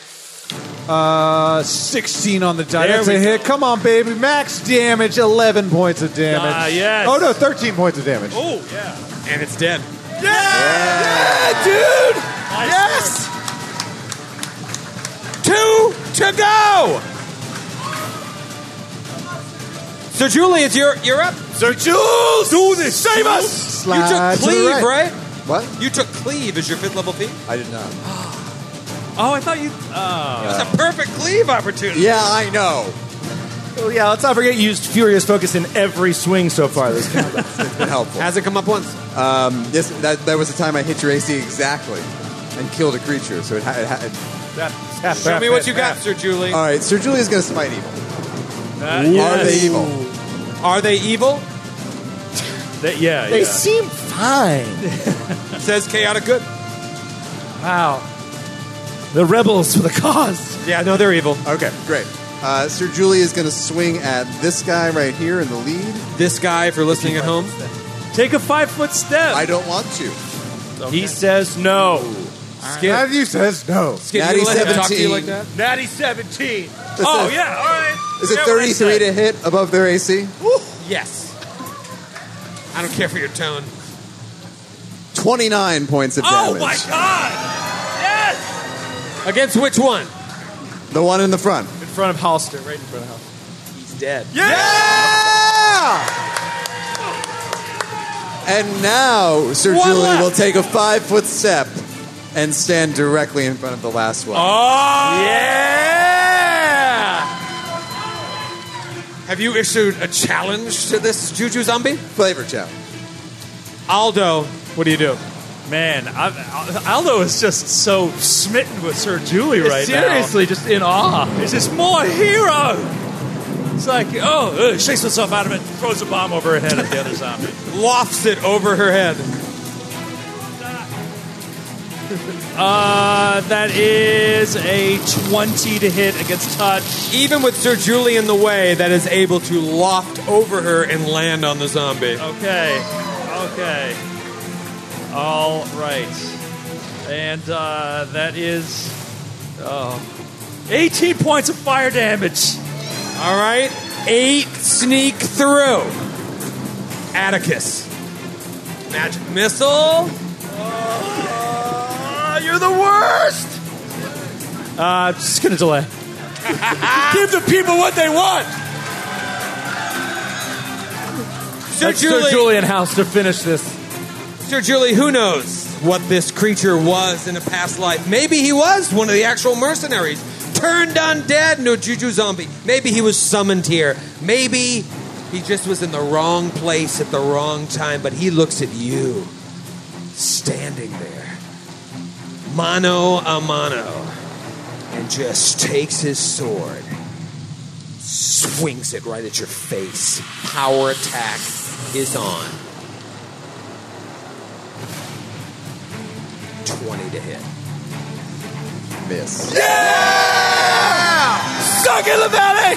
H: Uh, 16 on the die.
C: There
H: That's
C: we
H: a hit. Come on, baby. Max damage, 11 points of damage.
C: Ah, yes.
H: Oh, no, 13 points of damage.
C: Oh yeah.
A: And it's dead.
C: Yes.
A: Two to go. Sir Julius, you're you're up.
C: Sir Jules, do this. Save us.
H: Slide
A: you took
H: to the
A: cleave,
H: right.
A: right.
D: What?
A: You took cleave as your fifth level feat.
D: I did not.
C: Oh, I thought you. Oh.
A: That's a perfect cleave opportunity.
D: Yeah, I know.
C: oh,
T: Well, yeah, let's not forget you used Furious Focus in every swing so far. This game.
D: It's been helpful.
A: Hasn't come up once.
D: Yes, that, that was the time I hit your AC exactly and killed a creature. So it, ha- it, ha- it-
A: Show me what you got, Sir Julie.
D: all right. Sir Julia's gonna smite evil. Are they evil?
A: Are they evil?
C: That- yeah.
T: They
C: yeah.
T: seem fine.
A: Says chaotic good.
T: Wow. The rebels for the cause.
A: Yeah, no, they're evil.
D: Okay, great. Uh, Sir Julia is gonna swing at this guy right here in the lead.
A: This guy, if you're listening at home,
C: Take a five foot step.
D: I don't want to.
T: He says no.
A: Skip.
H: Matthew says no.
A: Skip,
D: Natty
A: you let him talk to you
D: 17.
A: like that?
C: Natty seventeen. Oh
D: a-
C: yeah. All right.
D: Is it
C: Yeah, what I
D: 33
C: said.
D: to hit above their AC?
A: Yes. I don't care for your tone.
D: 29 points of
C: Oh
D: damage.
C: my god. Yes.
A: Against which one?
D: The one in the front.
T: In front of Holster, right in front of Holster.
A: He's dead.
D: Yeah! And now Sir
A: One
D: Julie
A: left.
D: will take a five foot step and stand directly in front of the last one.
A: Oh! Yeah! Have you issued a challenge to this Juju zombie?
D: Flavor challenge.
A: Aldo, what do you do?
C: Man, I've, Al- Aldo is just so smitten with Sir Julie right
U: Seriously, just in awe.
C: now. He's just more hero. It's like, oh, uh, shakes himself out of it, throws a bomb over her head at the other zombie.
A: Lofts it over her head.
C: Uh, that is a 20 to hit against touch.
A: Even with Sir Julie in the way, that is able to loft over her and land on the zombie.
C: Okay. Okay. All right. And uh, that is oh, 18 points of fire damage.
A: All right, eight sneak through. Atticus, magic missile.
C: Oh, you're the worst! Uh, just gonna delay. Give the people what they want!
A: Sir
T: Sir
A: Julie,
T: Julian House to finish this.
A: Sir Julie, who knows what this creature was in a past life? Maybe he was one of the actual mercenaries, turned undead, no juju zombie. Maybe he was summoned here. Maybe he just was in the wrong place at the wrong time. But he looks at you, standing there, mano a mano, and just takes his sword, swings it right at your face. Power attack is on. 20 to hit.
D: Miss.
C: Suck in the valley!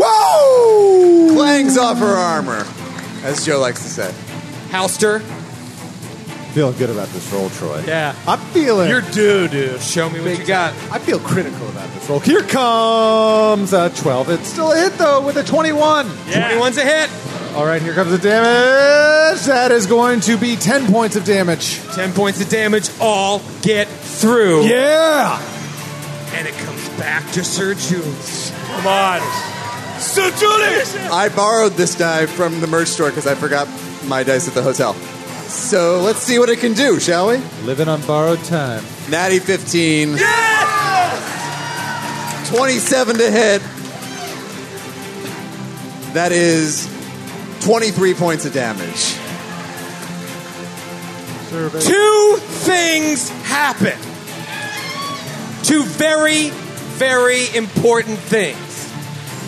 D: Whoa! Clangs off her armor, as Joe likes to say.
A: Halster,
H: Feeling good about this roll, Troy.
C: Yeah.
H: I'm feeling.
C: You're due, dude.
A: show me what you got.
H: I feel critical about this roll. Here comes a 12. It's still a hit, though, with a 21.
C: Yeah.
A: 21's a hit.
H: All right, here comes the damage. That is going to be 10 points of damage.
A: 10 points of damage. All get through.
H: Yeah!
A: And it comes back to Sir Jules.
C: Come on. So Julius!
D: I borrowed this die from the merch store because I forgot my dice at the hotel. So let's see what it can do, shall we?
H: Living on borrowed time.
D: Natty 15.
C: Yes!
D: 27 to hit. That is 23 points of damage.
A: Two things happen. Two very, very important things.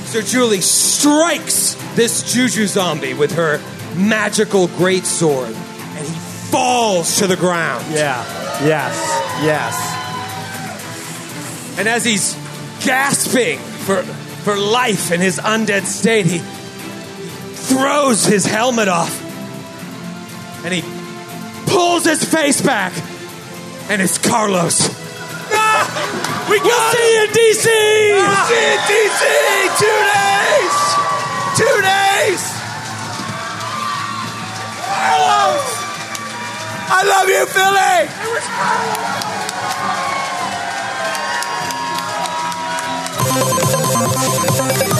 A: Sir Julie strikes this Juju zombie with her magical greatsword, and he falls to the ground.
V: Yeah. Yes. Yes.
A: And as he's gasping for, for life in his undead state, he throws his helmet off and he pulls his face back, and it's Carlos. we will see you in DC! See you in DC! Two days! Two days! Carlos! I love you, Philly! It was Carlos!
B: Thank you.